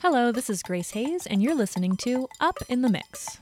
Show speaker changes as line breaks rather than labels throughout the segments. Hello, this is Grace Hayes, and you're listening to Up in the Mix.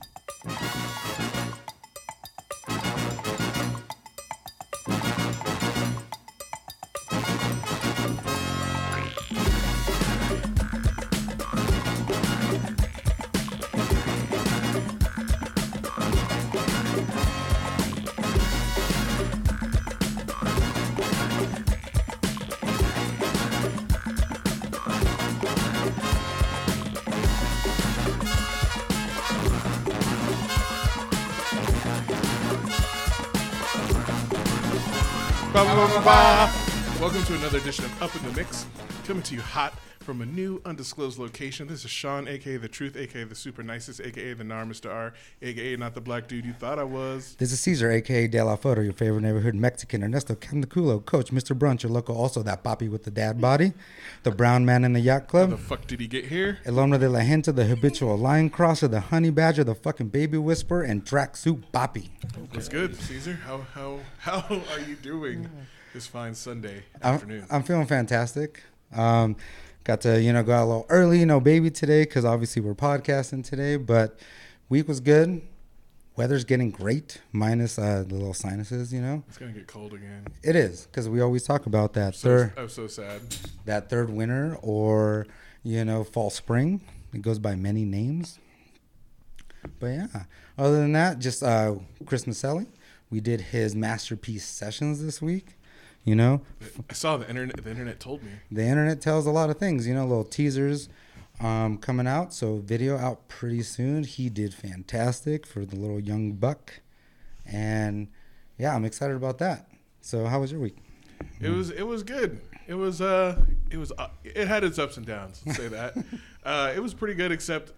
Welcome to another edition of Up in the Mix, coming to you hot from a new undisclosed location. This is Sean, aka the Truth, aka the Super Nicest, aka the Nar Mr. R, aka not the black dude you thought I was.
This is Caesar, aka De La Foto, your favorite neighborhood Mexican, Ernesto Candiculo, coach, Mr. Brunch, your local, also that poppy with the dad body, the brown man in the yacht
The
club,
fuck did he get here?
el hombre de la gente, the habitual lion crosser, the honey badger, the fucking baby whisperer, and tracksuit boppy.
What's good, Caesar? How how how are you doing this fine Sunday
I'm,
afternoon?
I'm feeling fantastic. Um, got to, you know, go out a little early, you know, baby today, because obviously we're podcasting today, but week was good. Weather's getting great, minus uh, the little sinuses, you know.
It's gonna get cold again.
It is, because we always talk about that.
So-
Third-
I'm so sad.
that third winter or you know fall spring it goes by many names but yeah other than that just uh chris Maselli, we did his masterpiece sessions this week you know
I saw the internet. The internet told me.
the internet tells a lot of things you know little teasers um coming out so video out pretty soon he did fantastic for the little young buck and yeah i'm excited about that so how was your week
It
Hmm.
was it was good. It was uh it was uh, it had its ups and downs. Let's say that. uh, it was pretty good, except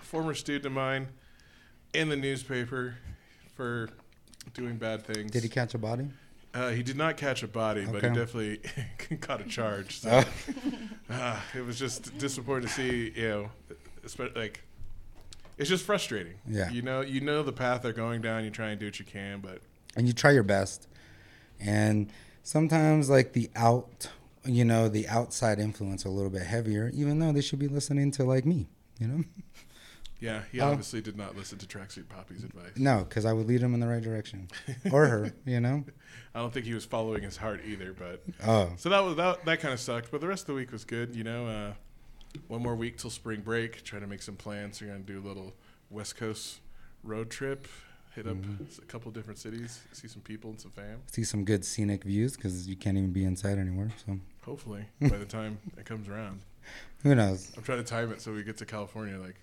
a former student of mine in the newspaper for doing bad things.
did he catch a body
Uh, he did not catch a body, but he
Okay.
definitely caught a charge. So
Oh.
uh, it was just disappointing to see. You know, espe- like it's just frustrating.
Yeah.
You know, you know the path they're going down. You try and do what you can, but
and you try your best and sometimes like the out you know the outside influence are a little bit heavier even though they should be listening to like me you know
yeah, he
Oh.
obviously did not listen to Tracksuit Poppy's advice.
no because i would lead them in the right direction or her you know
I don't think he was following his heart either, but
oh
so that was that, that kind of sucked. But the rest of the week was good. You know, uh, one more week till spring break. Trying to make some plans. We're gonna do a little West Coast road trip. Hit up
Mm-hmm.
s- a couple different cities, see some people and some fam.
see some good scenic views because you can't even be inside anywhere so
Hopefully, by the time it comes around,
who knows
I'm trying to time it so we get to California. Like,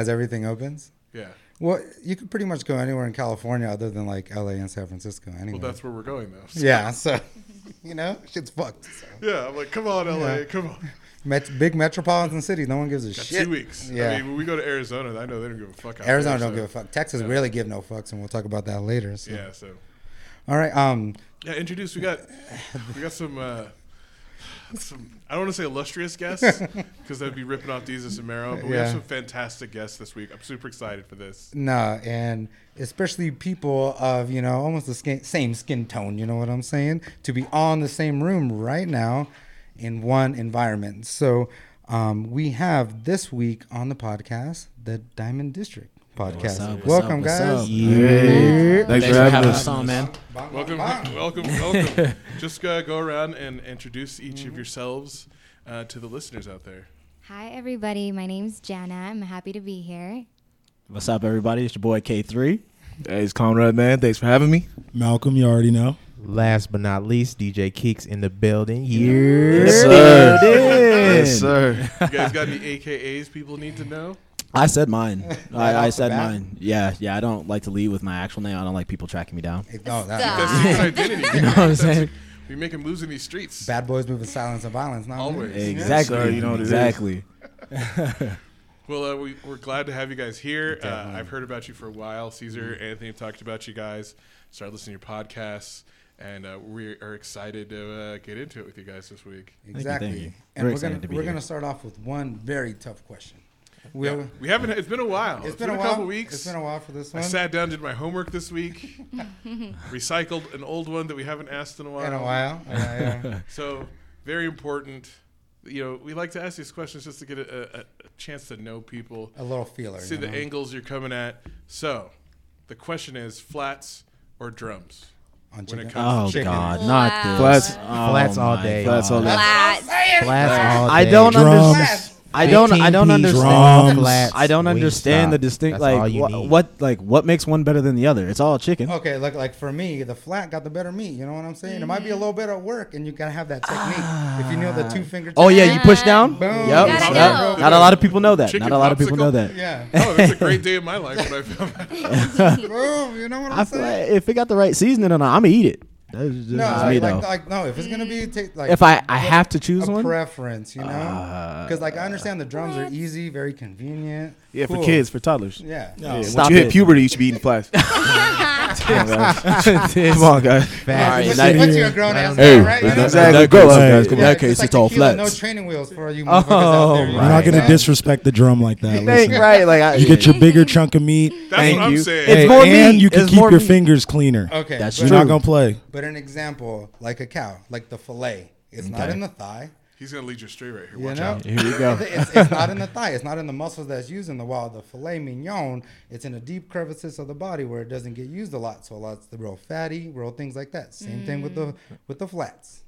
as everything opens
yeah,
well you could pretty much go anywhere in california other than like la and san francisco anyway
well, that's where we're going though. So-
yeah so you know shit's fucked so.
yeah. I'm like, come on, LA,
Yeah.
come on.
Met- big metropolitan cities no one gives a
Got
shit
two weeks.
yeah
I mean, when we go to Arizona, I know they don't give a fuck. out there,
Arizona don't
so-
give a fuck. Texas
Yeah.
really give no fucks, and we'll talk about that later. So.
Yeah, so
All right. Um.
Yeah, introduce. We got we got some uh, some. I don't want to say illustrious guests because that'd be ripping off Jesus and Mero. But we have
Yeah.
some fantastic guests this week. I'm super excited for this.
Nah, and especially people of you know almost the skin, same skin tone. You know what I'm saying? To be all in the same room right now, in one environment. So, um, we have this week on the podcast the Diamond District podcast. Welcome, guys.
Yeah. Thanks, for having, us on, man.
Welcome, welcome, welcome. Just uh, go around and introduce each
Mm-hmm.
of yourselves uh, to the listeners out there.
Hi, everybody. My name's Jana. I'm happy to be here.
What's up, everybody? It's your boy K3.
Hey, it's Conrad, man. Thanks for having me.
Malcolm, you already know.
Last but not least, DJ Keeks in the building. Yeah.
Yes, sir.
Yes, sir.
You guys got any AKAs people need to know?
I said mine.
Right
I, I
off the
said
bat?
mine. Yeah, yeah. I don't like to lead with my actual name. I don't like people tracking me down.
Oh, that
That's secret identity.
You know what I'm saying?
We make them lose in these streets.
bad boys moving silence and violence. Not me.
Always.
Exactly.
sir, you know what it is.
exactly.
Well, uh, we, we're glad to have you guys here. Uh, I've heard about you for a while. Caesar,
Mm-hmm.
Anthony have talked about you guys. Started listening to your podcasts, and uh, we are excited to uh, get into it with you guys this week.
you,
Exactly.
thank you.
And
We're
we're,
excited
gonna
to be
we're
here.
gonna start off with one very tough question. We
Yeah, we haven't. It's been a while.
it's been, a, while.
couple weeks.
It's been a while for this
I
one.
sat down, did my homework this week, recycled an old one that we haven't asked in a while.
In a while. Yeah, yeah.
So very important. you know, we like to ask these questions just to get a, a, a chance to know people,
A little feeler.
see
you
the
know?
angles you're coming at. So, the question is flats or drums?
on
when it
chicken.
comes
Oh
Chicken.
God, not this.
Flats-
Oh,
flats all
my
day.
Flats all
God.
day.
Flats all day.
I don't
Drums.
understand. I don't. I don't
15p
understand.
drums, flats,
I don't understand
Wingstop.
the distinct.
That's all
Like
you
wha-
need.
what? Like what makes one better than the other? It's all chicken.
Okay, look like for me, the flat got the better meat. You know what I'm saying? It might be a little bit of work, and you gotta have that technique. if you know the two finger.
Oh yeah, you push down.
Boom.
Yep.
Gotta
Not,
go.
not a lot of people know that.
Chicken
not a lot of people
popsicle?
know that.
Yeah.
Oh, that's a great day in my life when I found that.
Boom. You know what I'm
I feel
saying?
like if it got the right seasoning on it, I'm gonna eat it. That's just
no, like,
me though.
like, like no. If it's gonna
Mm.
be take, like
if I, I have to choose
a
one, Uh,
preference, you know, because like I understand the drums are easy, very convenient.
Yeah, for
cool.
kids, for toddlers.
Yeah.
Yeah,
Stop
once you hit
it.
puberty, you should be eating flats. Come on, guys. Come on, guys.
All
Once
right,
you-
now-
once you're a grown ass
Hey,
guy, right? You know?
that's-
Exactly.
that
Grow
goes,
up,
hey.
guys. Come
In
on.
that
it's
case, it's
like
all
tequila, No
flats.
training wheels for you motherfuckers out there. You
You're
know
Oh, You're not
what I'm
gonna
saying?
disrespect the drum like that.
Thank
Listen,
right. Like I,
you get your bigger chunk of meat.
That's
Thank
what I'm
you.
saying.
It's
Hey,
more
and
meat.
you can
It's
keep
more
your
meat.
fingers cleaner.
Okay.
That's
You're
but,
true.
not gonna play.
But an example, like a cow, like the fillet, it's not in the thigh.
He's going to lead you astray right here.
You
Watch
know?
out.
Here we go.
it's, it's not in the thigh. It's not in the muscles that's used in the wild. The filet mignon, it's in the deep crevices of the body where it doesn't get used a lot. So a lot's the real fatty, real things like that. Same thing with
Mm.
the with the flats.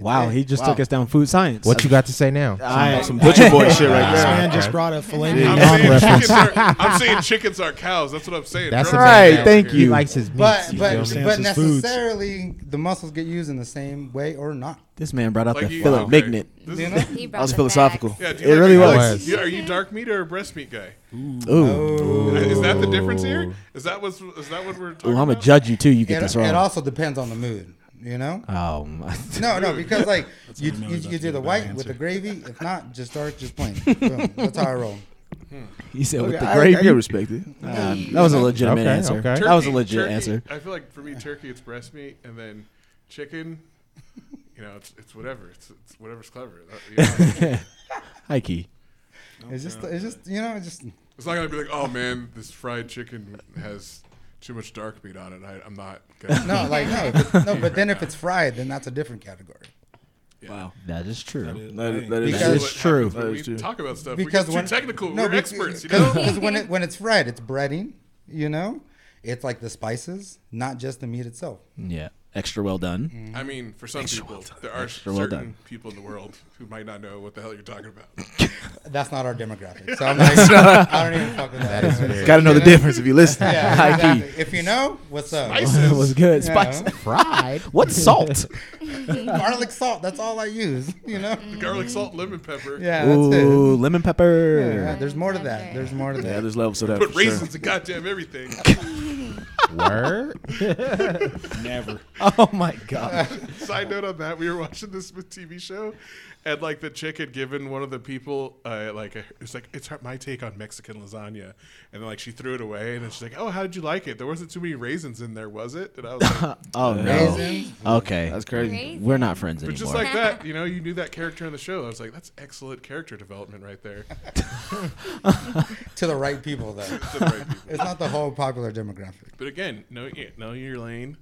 wow, he just took us down food science.
What you got to say now?
I,
Some butcher boy shit right
This
there.
man just brought a filet
I'm
mignon
saying,
reference.
chickens are, I'm saying chickens are cows. That's what I'm saying.
That's
Drums
a
are
man
right,
cows
that
thank
here.
you.
Likes his meat.
But but
Samson's
but
foods.
necessarily the muscles get used in the same way or not.
this man brought out
Like
the
you-
Philip
okay.
Mignon.
This
You
is-
know?
He brought
That was
the
philosophical.
facts.
Yeah, do
It
you like
really
that?
was.
You- Are you dark meat or a breast meat guy?
Ooh,
Is that the difference here? Is that what's, is that what we're talking
Ooh, I'm gonna
about?
judge you too. You get
It,
this
it
wrong.
also depends on the mood. You know?
Oh, my.
No, no, because like you, you,
that's
you do
a
the
bad
white with
answer.
the gravy. If not, just dark, just plain. Boom. That's how I roll.
he said with
Okay,
the
I-
gravy.
I can respect it.
Uh, that was a legitimate
Okay,
answer.
okay.
That was a
Turkey-
legit
turkey-
answer.
I feel like for me, turkey it's breast meat, and then chicken. You know, it's, it's whatever. It's, it's whatever's clever. That- you know,
Hi, Key.
It's just, it's just, you know, it's just.
it's not gonna be like, oh man, this fried chicken has too much dark meat on it. I, I'm not. Gonna
No, like no, if it's- no. But then if it's fried, then that's a different category.
Wow, that is true.
That is, that is
Because-
true.
What happens
It's
when
true.
That
we
is true.
talk about stuff.
Because
we get
when
too technical.
no,
We're
because-
experts. You
cause,
know.
'cause when it when it's fried, it's breading. You know, it's like the spices, not just the meat itself.
Yeah, extra well done.
I mean, for some people, there are
Extra
certain
well done.
people in the world who might not know what the hell you're talking about.
That's not our demographic. So I'm like, I don't even fuck with that. anyway.
Got to know the difference if you listen.
Yeah, exactly. If you know, what's up?
That was good.
Yeah.
Spice.
Fried.
What salt?
Garlic salt. That's all I use. You know.
Garlic, salt, lemon, pepper.
Yeah, that's
Ooh,
it.
lemon pepper.
Yeah, there's more to that. There's more to
Yeah,
that.
there's levels to that.
Put
for sure.
raisins in goddamn everything.
Word.
Never.
Oh my god.
Side note on that, we were watching this TV show, and like the chick had given one of the people, uh, like a, it's like it's her, my take on Mexican lasagna, and like she threw it away, and then she's like, "Oh, how did you like it? There wasn't too many raisins in there, was it?" And I was like,
Oh no.
Raisins.
Okay.
That's crazy.
Crazy.
We're not friends
"But
anymore.
just like that, you know, you knew that character in the show." I was like, "That's excellent character development right there."
to the right people though.
To the right people.
It's not the whole popular demographic.
But again, know y- know your lane.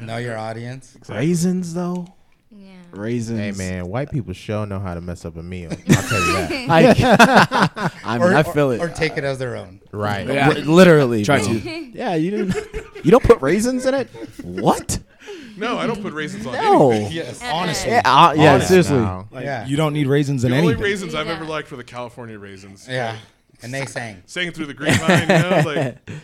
Know your audience.
Raisins though.
Yeah.
Raisins.
Hey man, white people sure know how to mess up a meal. I'll tell you that.
I, I, mean, I feel it.
Or take it as their own.
Right.
R- Literally.
Try
bro.
to.
Yeah, you didn't. You don't put raisins in it. What?
No, I don't put raisins on.
No.
anything.
Yes.
Honestly.
Yeah. uh, yeah.
Honest
seriously.
now.
Like,
Yeah.
You don't need raisins in
The only
anything.
raisins I've
Yeah.
ever liked were the California raisins.
Yeah. And they sang.
Saying through the grapevine, you know, like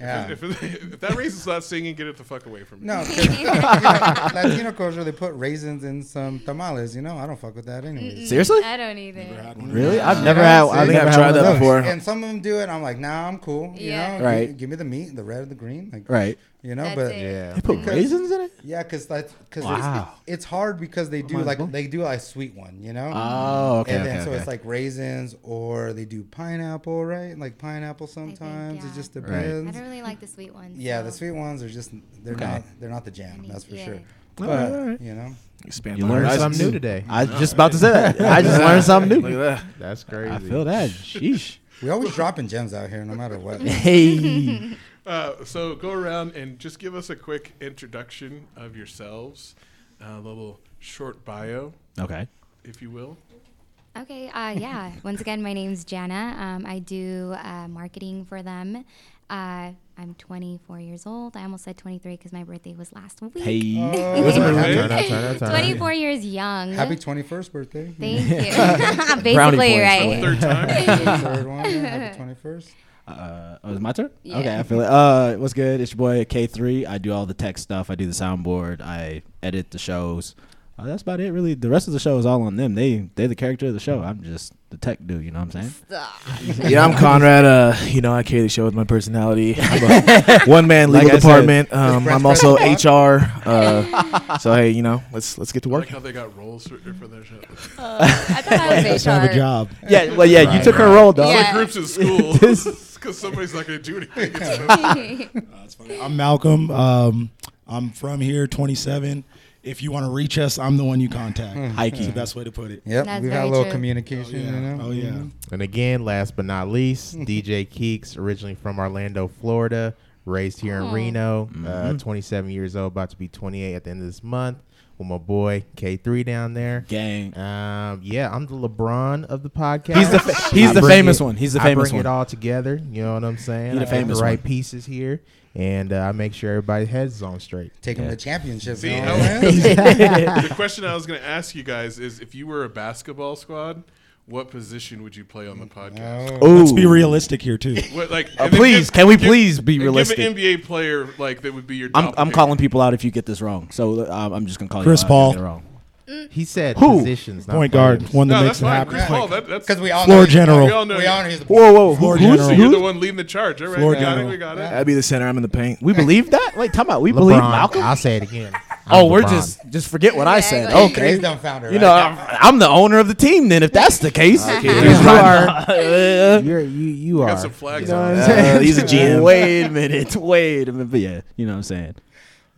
Yeah.
if, if that raisin's not singing, get it the fuck away from me.
No, 'cause, you know, Latino culture they put raisins in some tamales. You know, I don't fuck with that anyways.
Seriously?
I don't either.
Really? I've
You
never
know, see?
had. I've
think
never
I've
had
tried
one of
that
those.
before.
And some of them do it. I'm like, nah, I'm cool. You
Yeah.
know,
Right.
Give, give me the meat, the red, the green, like,
Right.
You know,
That's
but
it.
Yeah.
Put raisins in it.
yeah, because that's because
Wow.
it's, it's hard because they do like they do like sweet one. You know.
Oh, okay.
and then
okay,
so
okay.
it's like raisins or they do pineapple, right? Like pineapple sometimes.
yeah.
It just
Right.
depends.
I don't really like the sweet ones.
Yeah,
so-
the sweet ones are just they're
Okay.
not they're not the jam,
Any-
that's for
yeah.
sure.
All
But
right, all right.
you know,
Expand
You
my
learned
horizons.
Something new today.
I was just about to say that. I just learned something
Look
new.
at that.
That's crazy.
I feel that. Sheesh.
we always dropping gems out here, no matter what.
Hey.
Uh, so go around and just give us a quick introduction of yourselves, a little short bio,
Okay.
if you will.
Okay, uh, yeah. Once again, my name's Jana. Um, I do uh, marketing for them. Uh, I'm 24 years old. I almost said 23 because my birthday was last week.
Hey.
Oh.
What's my
Hey.
room?
Turn up, turn up, turn up.
24 years young.
Happy 21st birthday.
Thank you.
Brownie
Basically,
points,
right.
Third time.
Third one. Happy 21st.
Uh, oh, is it my turn?
Yeah.
Okay, I feel it. Uh, what's good? It's your boy K3. I do all the tech stuff. I do the soundboard. I edit the shows. Uh, that's about it, really. The rest of the show is all on them. They they the character of the show. I'm just the tech dude. You know what I'm saying?
yeah, I'm Conrad. Uh, you know, I carry the show with my personality. one man legal
Like I said.
department. Um, I'm also HR. Uh, so hey, you know, let's let's get to
I like
work.
how they got roles for, for their show.
Uh, I thought I was
I have a
HR.
job.
Yeah, well, yeah, you took her role, dog.
Yeah.
Like groups in school. Because somebody's not going to do anything. Uh, It's so-
I'm Malcolm.
uh,
Um, I'm from here, 27. If you want to reach us, I'm the one you contact.
Hmm.
That's the
Hiking.
best way to put it.
Yep.
That's
We've had a
very
little
true.
Oh,
communication.
yeah.
You know?
Oh, yeah.
Mhm.
And again, last but not least, DJ Keeks, originally from Orlando, Florida, raised here in Reno,
Mm-hmm.
uh, 27 years old, about to be 28 at the end of this month, with my boy K3 down there.
Gang.
Um, yeah, I'm the LeBron of the podcast.
He's the fa- he's
I
the
bring
famous
it-
one. He's the
I
famous
bring it
one.
all together. You know what I'm saying?
He the
I got
famous
the right
one.
pieces here, and uh, I make sure everybody's heads on straight.
Take him to championships.
See,
you know
how-
what I'm saying?
the question I was going to ask you guys is if you were a basketball squad, what position would you play on the podcast?
Oh.
Let's be realistic here, too.
What, like,
Uh,
and then
please,
give-
can we
give-
please be
and
realistic?
Give an NBA player like that would be your.
I'm
top
I'm
pick.
calling people out if you get this wrong. So um, I'm just gonna call
Chris
you out if you
Paul.
get it wrong.
He said
Who?
positions, not
Point guard,
players.
one that
No,
makes
that's
it
fine.
happen.
Chris Paul. That, that's
Because we all
Floor
know he's-
general.
We all know
We
you.
all know he's the
Whoa, whoa,
Floor
who- who's-
So
general.
you're
who-
the one leading the charge. All right,
Floor
we got it.
general.
We got it.
I'd be the center. I'm in the paint.
We believe that? Like, talk about we
LeBron.
believe Malcolm.
I'll say it again.
oh,
I'm
we're
LeBron.
just just forget what I said.
Exactly.
Okay,
He's dumbfounder.
you know I'm, I'm the owner of the team. Then if that's the case,
You are. You're, you you
got
are.
some flags
you know
on
what
it.
I'm saying?
Uh, he's a GM. wait a minute. Wait a minute. But yeah, you know what I'm saying.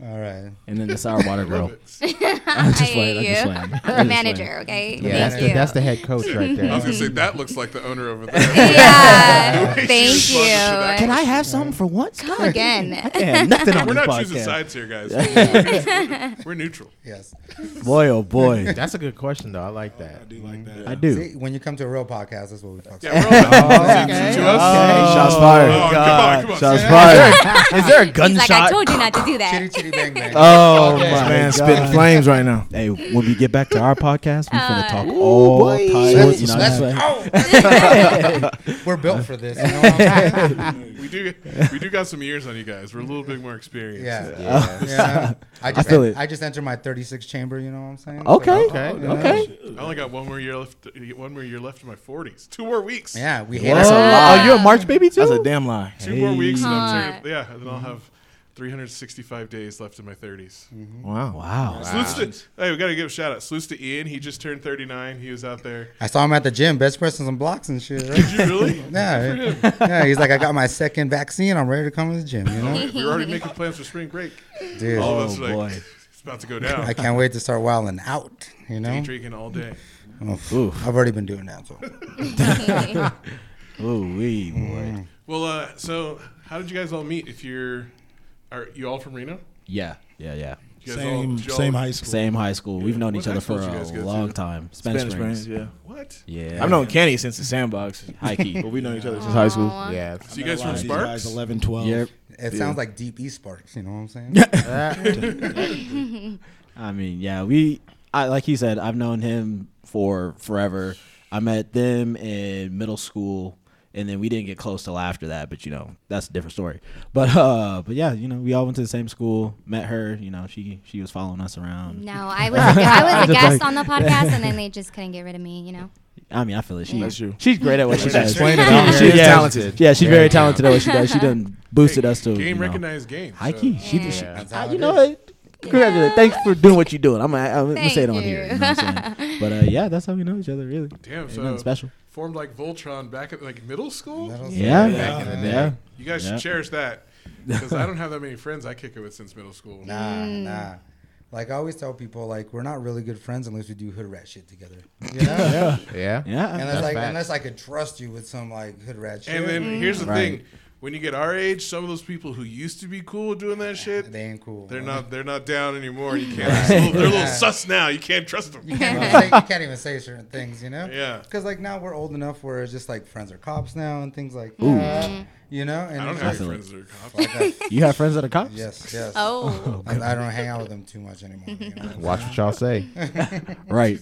All right.
And then the sour water girl.
I
I'm just
I
playing. I'm
hate
just
you.
playing. I'm just
The
playing.
manager, okay?
Yeah, that's
Thank
the,
you.
that's the head coach right there.
was gonna say that looks like the owner over there.
yeah.
Oh, She's
Thank
sponsored to that.
you.
Can I have something for once?
Come again.
Yeah, nothing on
We're
this
not
podcast.
choosing sides here, guys. We're neutral.
Yes.
Boy, oh boy,
That's a good question, though. I like that.
I do.
Mm-hmm. See, when you come to a real podcast, that's what we talk about.
Yeah, we're all about
okay.
to us.
shots
Oh,
fired.
come on, come on.
Shots fired. Is there a
He's like, I
gunshot?
told you not to do that.
Chitty chitty bang bang.
oh
This man
my man.
spitting flames right now.
Hey, when we get back to our podcast, we're gonna
Uh,
talk all
Let's,
types. You know,
let's
that's what-
go. We're built for this. You know what I'm saying?
We do, we do got some years on you guys. We're a little bit more experienced.
Yeah. yeah. I just I,
feel it.
just entered my 36 chamber. You know what I'm saying?
okay,
So-
okay, Oh,
Okay.
okay.
I only got one more year left. One more year left in my forties. Two more weeks.
yeah, we hate
That's a
ourselves.
lot. Oh, you're a March baby too.
That's a damn lie.
Two more weeks. And I'm
Aw.
turned- yeah, and then I'll have 365 days left in my 30s.
Wow, wow.
Salutes to, hey, we got to give a shout out. Salutes to Ian. He just turned 39. He was out there.
I saw him at the gym, bench pressing some blocks and shit. Right?
Did you really?
Yeah, yeah. He's like, I got my second vaccine. I'm ready to come to the gym. You know,
we were already making plans for spring break.
dude.
All of us
Oh,
are like,
boy.
it's about to go down.
I can't wait to start wilding out. You
Day
know,
drinking all day.
Oof.
I've already been doing that. So.
Ooh, wee, boy.
Mm.
Well, uh, so how did you guys all meet? If you're, are you all from Reno?
Yeah, yeah, yeah.
You guys
Same,
did you
same high school.
Same high school. We've known
What
each other
high school
for
did you
a
guys go to?
long time. Spanish,
Spanish
Springs.
friends, yeah.
What?
Yeah.
I've known Kenny since the sandbox.
high key.
But we know each
Oh,
other since high school.
Aw.
Yeah.
So you guys from
These guys,
Sparks?
11, 12.
Yep.
It sounds like deep e sparks. You know what I'm saying?
I mean, yeah, we I like he said, I've known him for forever. I met them in middle school and then we didn't get close till after that, but you know, that's a different story. But uh but yeah, you know, we all went to the same school, met her, you know, she she was following us around.
No, I was a, I was a guest on the podcast, and then they just couldn't get rid of me. You know.
I mean, I feel like she
That's you.
she's great at what she does.
Explain it out.
She-
She's
yeah,
talented.
Yeah, she's very, talented at what she does. She done boosted us to you
Game
know,
recognized game.
high
so-
key. She,
Yeah.
she
That's
I,
how
you
it
know
is.
what? Congratulations. Thanks for doing what you're doing. I'm gonna, I'm gonna say it
Thank you.
on here. You know what I'm saying? But uh, yeah, that's how we know each other, really.
Damn,
Ain't
so
nothing special.
formed like Voltron back at like middle school.
Yeah.
Back in the day.
Yeah.
You guys
Yeah.
should cherish that because I don't have that many friends I kick it with since middle school.
Nah,
Mm.
nah. Like I always tell people, like we're not really good friends unless we do hood rat shit together. You know?
Yeah.
Yeah.
Unless like
facts.
unless I could trust you with some like hood rat shit.
And then here's the
Right.
thing: when you get our age, some of those people who used to be cool with doing that shit,
They ain't cool.
they're not they're not down anymore. You can't. they're a little, they're a little sus now. You can't trust them.
You can't, even say, you can't even say certain things, you know?
Yeah.
Because, like, now we're old enough where it's just like friends are cops now and things like that. You know? And
I don't
it's
have
just-
friends that are cops.
You have friends that are cops?
Yes, yes.
Oh,
I, I don't hang out with them too much anymore. You know?
Watch what y'all say.
Right.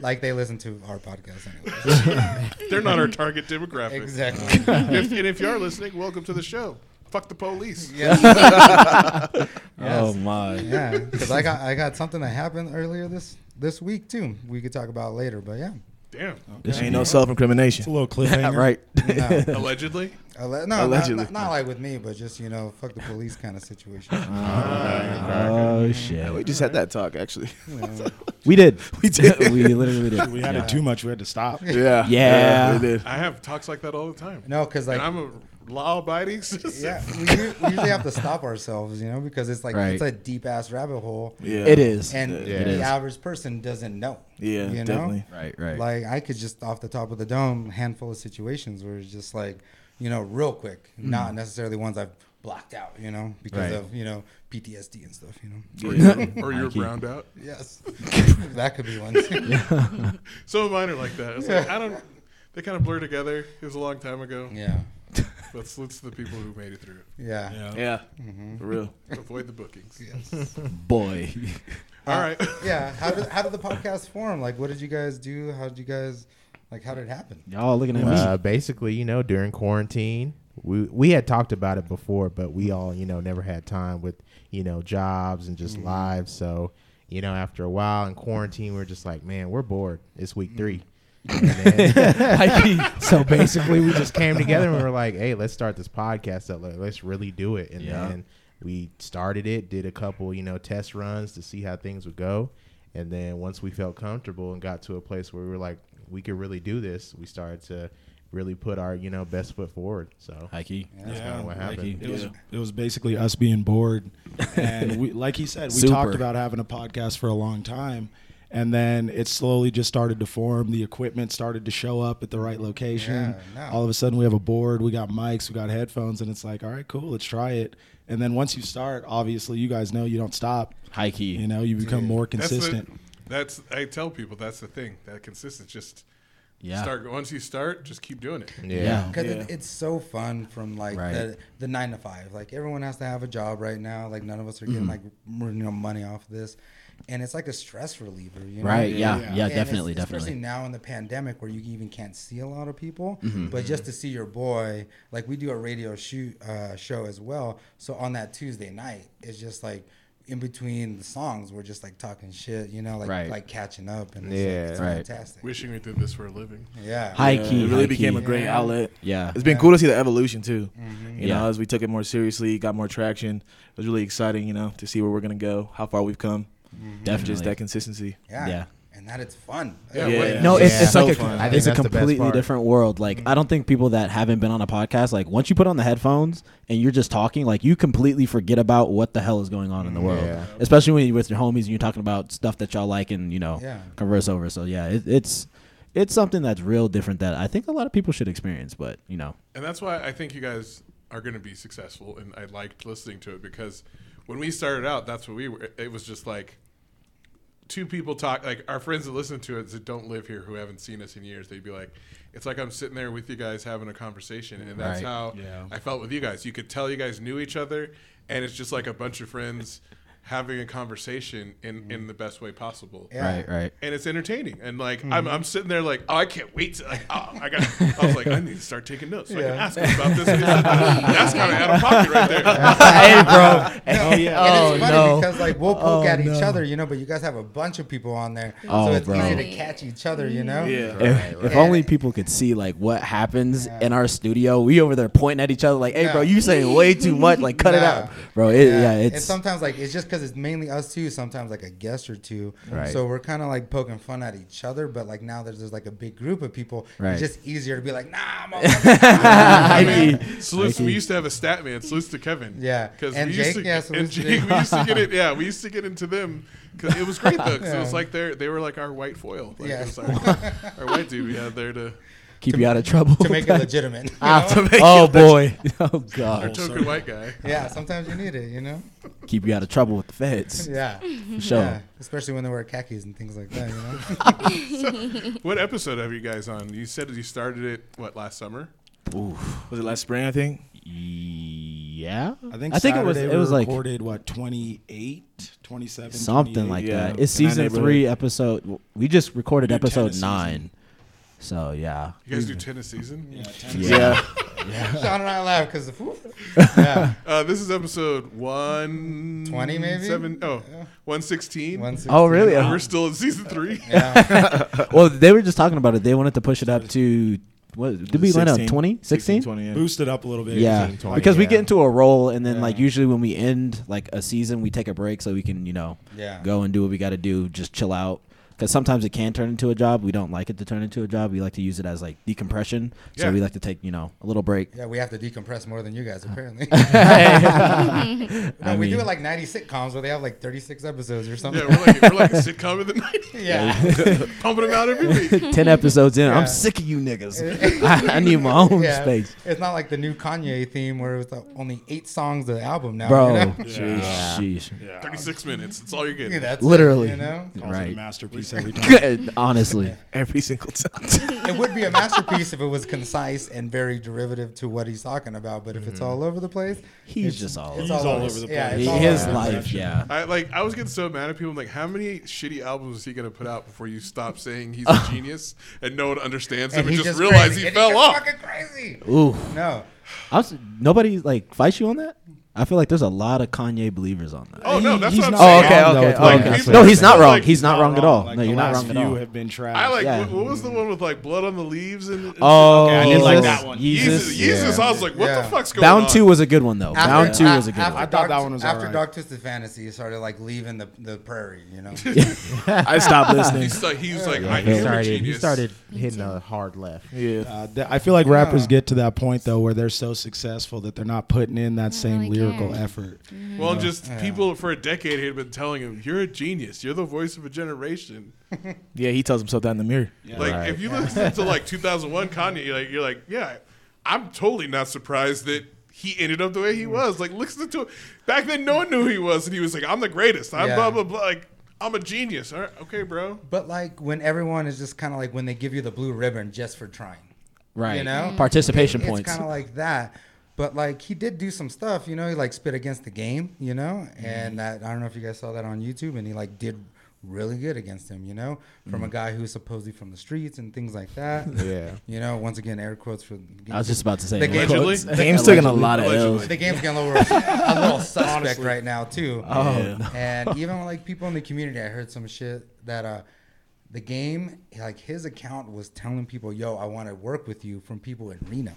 like, they listen to our podcast anyway.
They're not our target demographic.
Exactly.
If, and if you are listening, welcome to the show. Fuck the police.
yes.
Oh my.
Yeah. Because I got, I got something that happened earlier this, this week, too. We could talk about later, but yeah.
Damn.
This ain't no self-incrimination.
It's a little cliffhanger.
Right.
No.
Allegedly.
Alle- no,
Allegedly.
Not, not, not like with me, but just you know, fuck the police kind of situation.
Oh shit.
We just had that talk actually.
We did. We did. we literally did.
We had it too much. We had to stop.
Yeah.
Yeah.
We did.
I have talks like that all the time.
no, because like
and I'm a law-abiding citizen.
yeah, we, u- we usually have to stop ourselves, you know, because it's like
Right.
it's a deep ass rabbit hole,
Yeah.
It is.
and
it
the
is.
average person doesn't know.
Yeah,
you know?
definitely.
Right, right.
Like I could just off the top of the dome, handful of situations where it's just like, you know, real quick,
Hmm.
not necessarily ones I've blocked out, you know, because
Right.
of you know PTSD and stuff, you know.
Or you're, or you're browned out.
Yes, that could be one.
Some of mine are like that. It's like, I don't. They kind of blur together. It was a long time ago.
yeah,
Let's let's the people who made it through.
yeah.
Yeah. For real.
Avoid the bookings.
Boy.
All right.
Uh, yeah how did how did the podcast form like what did you guys do how did you guys like how did it happen
Y'all looking at me.
Uh, basically, you know, during quarantine, we we had talked about it before, but we all, you know, never had time with, you know, jobs and
Mm-hmm.
just lives. So, you know, after a while in quarantine, we are just like, man, we're bored. It's week three. And then- so basically, we just came together and we were like, hey, let's start this podcast up. Like, Let's really do it. And
Yeah.
then we started it, did a couple, you know, test runs to see how things would go. And then once we felt comfortable and got to a place where we were like, we could really do this, we started to really put our, you know, best foot forward. So
High key.
that's kind of what happened.
It was it was basically us being bored, and we like he said we
Super.
talked about having a podcast for a long time, and then it slowly just started to form. The equipment started to show up at the right location.
Yeah, no.
All of a sudden, we have a board, we got mics, we got headphones, and it's like, all right, cool, let's try it. And then once you start, obviously, you guys know you don't stop.
High key.
You know, you become more
That's the-
consistent.
That's, I tell people that's the thing. That consistency. Just
Yeah.
start once you start, just keep doing it.
Yeah.
yeah.
because it, it's so fun from like
Right.
the, the nine to five like everyone has to have a job right now like none of us are getting
Mm-hmm.
like you know money off this and it's like a stress reliever you know
Right, yeah, Yeah. yeah,
And it's-
definitely,
especially
definitely.
now in the pandemic where you even can't see a lot of people
Mm-hmm.
but just
Mm-hmm.
to see your boy like we do a radio shoot uh, show as well so on that tuesday night it's just like in between the songs we're just like talking shit you know like
Right.
like catching up and it's,
Yeah.
like, it's
Right.
fantastic
Wishing we did this for a living.
yeah
High
Yeah,
key.
It really
high
became
key.
a great outlet.
Yeah.
It's been cool to see the evolution too.
Mm-hmm.
You
Yeah.
know, as we took it more seriously, got more traction. It was really exciting, you know, to see where we're gonna go, how far we've come.
Definitely.
Just that consistency.
Yeah.
Yeah.
And that it's fun.
Yeah,
Yeah.
what-
No, it's,
Yeah.
it's
So
like
fun.
a,
I think
it's a
that's the best
completely
part.
different world. Like I don't think people that haven't been on a podcast, like once you put on the headphones and you're just talking, like you completely forget about what the hell is going on in the world.
Mm, Yeah.
Especially when you're with your homies and you're talking about stuff that y'all like and you know
Yeah.
converse over. So yeah, it, it's it's something that's real different that I think a lot of people should experience. But you know,
And that's why I think you guys are going to be successful. And I liked listening to it because when we started out, that's what we were. It was just like two people talk, like our friends that listen to it that don't live here who haven't seen us in years, they'd be like, it's like I'm sitting there with you guys having a conversation. And that's
Right.
how I felt with you guys. You could tell you guys knew each other. And it's just like a bunch of friends having a conversation in, in the best way possible
Yeah.
Mm-hmm. right, right. Mm-hmm.
and it's entertaining. And like I'm, I'm sitting there like, oh, I can't wait to like, oh, I got. I was like, I need to start taking notes so I can
Yeah.
ask him about this. And he's like, That's kind of out of pocket right there.
hey, bro. Oh,
No, and it's funny because like we'll poke
Oh,
at
no.
each other, you know, but you guys have a bunch of people on there,
Oh,
so it's
bro.
easy to catch each other, you know.
Yeah.
If, if only people could see like what happens in our studio. We over there pointing at each other like, "Hey, bro,
Yeah.
you saying way too much. Like, cut it
Yeah.
out, bro." It, yeah.
and
it's
sometimes like it's just because it's mainly us two. Sometimes like a guest or two.
Right.
So we're kind of like poking fun at each other, but like now there's, there's like a big group of people.
Right.
It's just easier to be like, nah, I'm all
I
Mikey.
mean, salutes, we used to have a stat man. Salutes to Kevin.
Yeah.
because
And
we used
Jake,
to,
yeah,
and
salutes to
Jake,
Jake.
we used to get it. Yeah, we used to get into them because it was great though. Because it was like they they were like our white foil. Like,
Yeah.
it was our, our white dude we had there to
keep you out of trouble.
to make it legitimate. you know?
oh boy. Oh god.
Token white guy.
yeah, sometimes you need it, you know?
Keep you out of trouble with the feds.
Yeah.
For sure.
Yeah. Especially when they wear khakis and things like that, you know?
What episode have you guys on? You said you started it what last summer?
Was it last spring? I think.
Yeah.
I think
I think it was
Saturday
it was
we
like
recorded what 28, 27,
something
28?
like
yeah.
that. It's
In that
season three, episode. We just recorded
do ten a
episode
season.
nine. So yeah.
You guys do tennis season?
Yeah, 10.
Yeah.
Sean and I laugh because the fool. Yeah.
Uh, this is episode one
20 maybe?
seven oh one sixteen.
One six-
Oh really?
We're still in season three.
Yeah.
well, they were just talking about it. They wanted to push it up to what did we land on 20? 16?
20, yeah.
Boosted up a little bit.
Yeah,
18, 20,
because we
yeah.
get into a role, and then like usually when we end like a season, we take a break so we can you know
Yeah.
go and do what we got to do, just chill out. Because sometimes it can turn into a job. We don't like it to turn into a job. We like to use it as like decompression.
Yeah.
So we like to take you know a little break.
yeah, we have to decompress more than you guys, apparently.
I
we do
mean-
it like 90 sitcoms where they have like 36 episodes or something.
Yeah, we're like, we're like a sitcom of the night,
Yeah.
pumping them out every week.
Ten episodes in,
Yeah.
I'm sick of you niggas. I, I need my own
Yeah.
space,
It's not like the new Kanye theme where it's uh, only eight songs of the album now.
bro.
You know?
Sheesh.
Thirty six minutes. That's all you're
Yeah,
getting.
that's it,
Literally,
you know?
Calls it a
right?
masterpiece every time.
Honestly,
Every single time.
It would be a masterpiece if it was concise and very derivative to what he's talking about, but if
Mm-hmm.
it's all over the place,
he's just all.
it's
over.
all, over the place. Yeah, it's all
his
over.
life, yeah.
I like. I was getting so mad at people. I'm like, how many shitty albums is he gonna put out before you stop saying he's a genius and no one understands him and,
he's
just,
just
realize
crazy.
he
And
fell
goes
off?
Fucking crazy.
Ooh.
No.
I was, nobody like fights you on that. I feel like there's a lot of Kanye believers on that. Oh,
Oh no,
He-
that's
he's
what I'm
not
saying.
wrong, okay, though, okay, it's like- okay.
people-
No, he's not wrong.
like,
he's not wrong at all.
Like,
no,
the
you're not
last
wrong at
few
all.
have been trash.
I like.
Yeah.
What, what was the one with like blood on the leaves and? and
Oh,
Okay, I didn't like that one.
Jesus,
Jesus, Jesus!
yeah.
I was like, what
Yeah.
the fuck's going
Bound
on?
two was a good one though.
After-
Bound two
a-
was a good
after
one.
I thought that
Dark-
one was
after
alright.
Dark Twisted Fantasy. He started like leaving the, the prairie, you know.
I stopped listening.
He's like, he was like, I
He
am a
started, he
genius.
started hitting a hard left.
Yeah.
Uh, th- I feel like rappers get to that point though where they're so successful that they're not putting in that same
really
lyrical
care.
effort.
Well, just people for a decade had been telling him, "You're a genius. You're the voice of a generation."
Yeah, he tells himself that in the mirror.
Like if you listen to like 2001 Kanye, you're like, you're like, yeah, I'm totally not surprised that he ended up the way he was. Like listen to it. Back then, no one knew who he was, and he was like, "I'm the greatest. I'm
Yeah.
blah blah blah. Like I'm a genius." All right, okay, bro.
but like when everyone is just kind of like when they give you the blue ribbon just for trying.
right.
you know?
Participation
It-
points.
It's kind of like that. But like he did do some stuff, you know, he like spit against the game, you know,
Mm-hmm.
and that I don't know if you guys saw that on YouTube, and he like did really good against him, you know, from a
Mm.
guy who's supposedly from the streets and things like that.
Yeah.
You know, once again, air quotes for
I was just about to say.
The game-
Allegedly?
quotes.
Dame's taking a lot of L's.
the game's getting a little, a little suspect right now too.
Oh,
Yeah.
no.
and even like people in the community, I heard some shit that uh, the game, like his account was telling people, "Yo, I want to work with you" from people in Reno.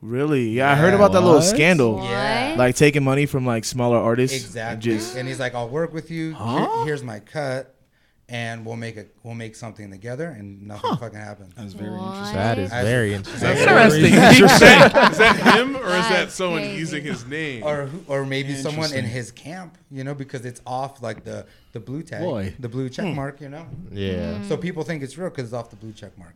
Really? Yeah, I heard about that little
What?
scandal.
Yeah.
Like taking money from like smaller artists. and
Exactly.
Just
and he's like, "I'll work with you. Here-
Huh?
here's my cut, and we'll make a we'll make something together." And nothing fucking happened.
That's very interesting.
That is
What?
very interesting.
interesting.
Is that, is that him or is that
That's
someone
crazy.
using his name?
Or who- or maybe someone in his camp, you know, because it's off like the the blue tag,
Boy.
the blue
Hmm.
check mark, you know.
Yeah.
So people think it's real because it's off the blue check mark.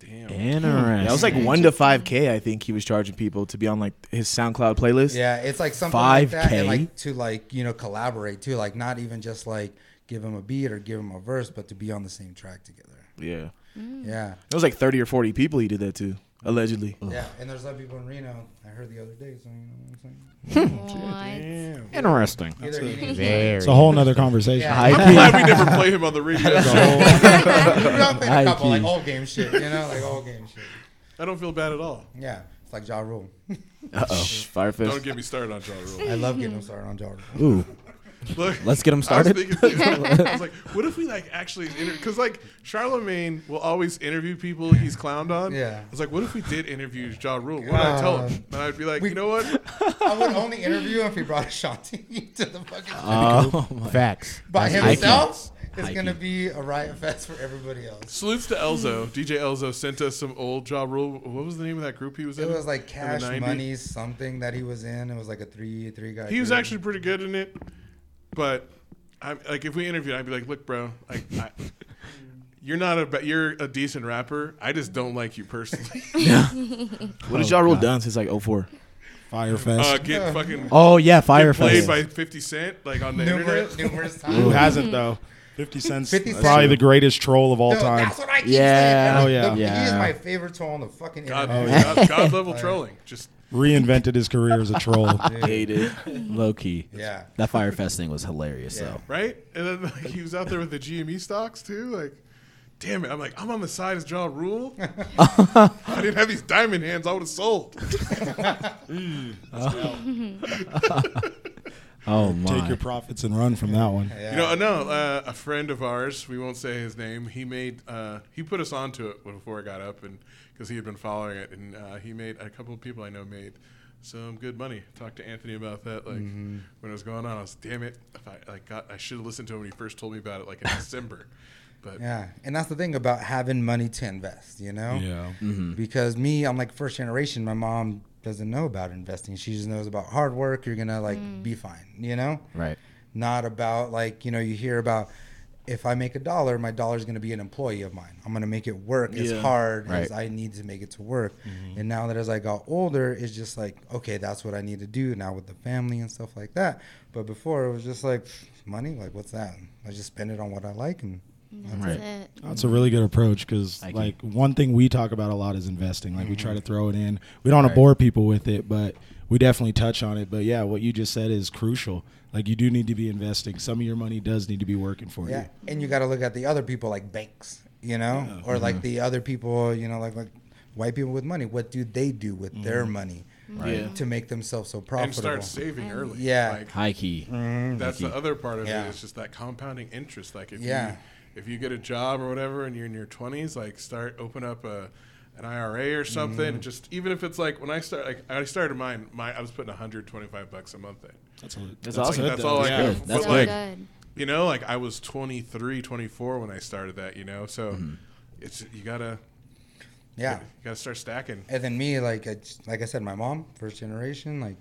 Damn.
Interesting.
That was like one to five k. I think he was charging people to be on like his SoundCloud playlist.
Yeah, it's like something like that,
5K?
and like to like you know collaborate too, like not even just like give him a beat or give him a verse, but to be on the same track together.
Yeah.
Mm. Yeah,
It was like thirty or forty people he did that to allegedly.
yeah, and there's other people in Reno. I heard the other day, so you know what I'm saying. Oh
What?
interesting.
Either he needs-
Very.
It's a whole nother conversation.
Yeah.
I'm glad we never play him on the radio.
We're all playing a
High
couple like
key.
old game shit, you know, like old game shit.
I don't feel bad at all.
Yeah, it's like Ja Rule.
Uh oh.
Don't
Firefest.
get me started on Ja Rule.
I love getting them started on Ja Rule.
Ooh.
Look,
Let's get
I
him
was
started.
thinking, I was like, what if we like actually because like Charlemagne will always interview people he's clowned on.
Yeah.
I was like, what if we did interview Ja Rule? What would I tell him? And I'd be like, you know what?
I would only interview him if he brought Ashanti to the fucking
Oh my.
Facts.
by
high key.
himself. It's
High
gonna be
key.
a riot fest for everybody else.
Salutes to Elzo. DJ Elzo sent us some old Ja Rule. What was the name of that group he was
It
in?
was like
In the
Cash
90s?
Money something that he was in. It was like a three three guy.
He was
group.
actually pretty good in it, but I'm like, if we interviewed, I'd be like, look, bro, like. I, You're not a ba- you're a decent rapper. I just don't like you personally.
What
Oh,
did y'all roll down since like 04?
Firefest.
uh, get fucking
Oh yeah,
played
Firefest.
by 50 Cent like on the internet.
numerous, numerous times.
Who hasn't though? Fifty Cent's
50 Cent.
probably the greatest troll of all
No,
time.
That's what I keep
Yeah.
saying.
Oh, yeah.
The- He is
Yeah.
my favorite troll on the fucking
God,
internet.
God, God level trolling. Just
Reinvented his career as a troll.
Dated, low key.
Yeah.
That Firefest thing was hilarious though.
right, and then like, he was out there with the GME stocks too. Like, damn it! I'm like, I'm on the side of Ja Rule. I didn't have these diamond hands. I would have sold. Mm-hmm.
Oh my.
Take your profits and run from that one.
You know, no, uh, a friend of ours, we won't say his name. He made, uh, he put us onto it before I got up, and because he had been following it, and uh, he made a couple of people I know made some good money. Talked to Anthony about that, like when it was going on. I was, damn it, if I like got, I should have listened to him when he first told me about it, like in December. But
Yeah, and that's the thing about having money to invest, you know?
Yeah.
Because me, I'm like first generation. My mom doesn't know about investing. She just knows about hard work. You're gonna like be fine, you know?
Right.
Not about like you know you hear about if I make a dollar, my dollar's gonna be an employee of mine. I'm gonna make it work as hard as I need to make it to work. And now that as I got older, it's just like okay, that's what I need to do now with the family and stuff like that. But before it was just like money, like what's that? I just spend it on what I like and.
That's
Right.
it.
That's a really good approach because,
Thank you.
like, one thing we talk about a lot is investing. Like, we try
Mm-hmm.
to throw it in. We don't want to bore people with it, but we definitely touch on it. But yeah, what you just said is crucial. Like, you do need to be investing. Some of your money does need to be working for
Yeah, and you got to look at the other people like banks, you know, or
Mm-hmm.
like the other people, you know, like like white people with money. What do they do with their money
Yeah.
to make themselves so
Mm-hmm. and
profitable?
start saving early.
Yeah. Mm-hmm.
like,
High key.
that's the other part of
Yeah.
it. It's just that compounding interest. Like if
Yeah.
you if you get a job or whatever, and you're in your 20s, like start open up a an IRA or something.
Mm-hmm.
And just even if it's like when I start, like I started mine, my I was putting 125 bucks a month in.
That's, a,
That's
that's
awesome.
good,
That's
though.
all I
Yeah.
could.
Good.
but,
That's
So
like,
good.
You know, like I was 23, 24 when I started that. You know, so it's you gotta
yeah.
you gotta start stacking.
And then me, like I, just- like I said, my mom, first generation, like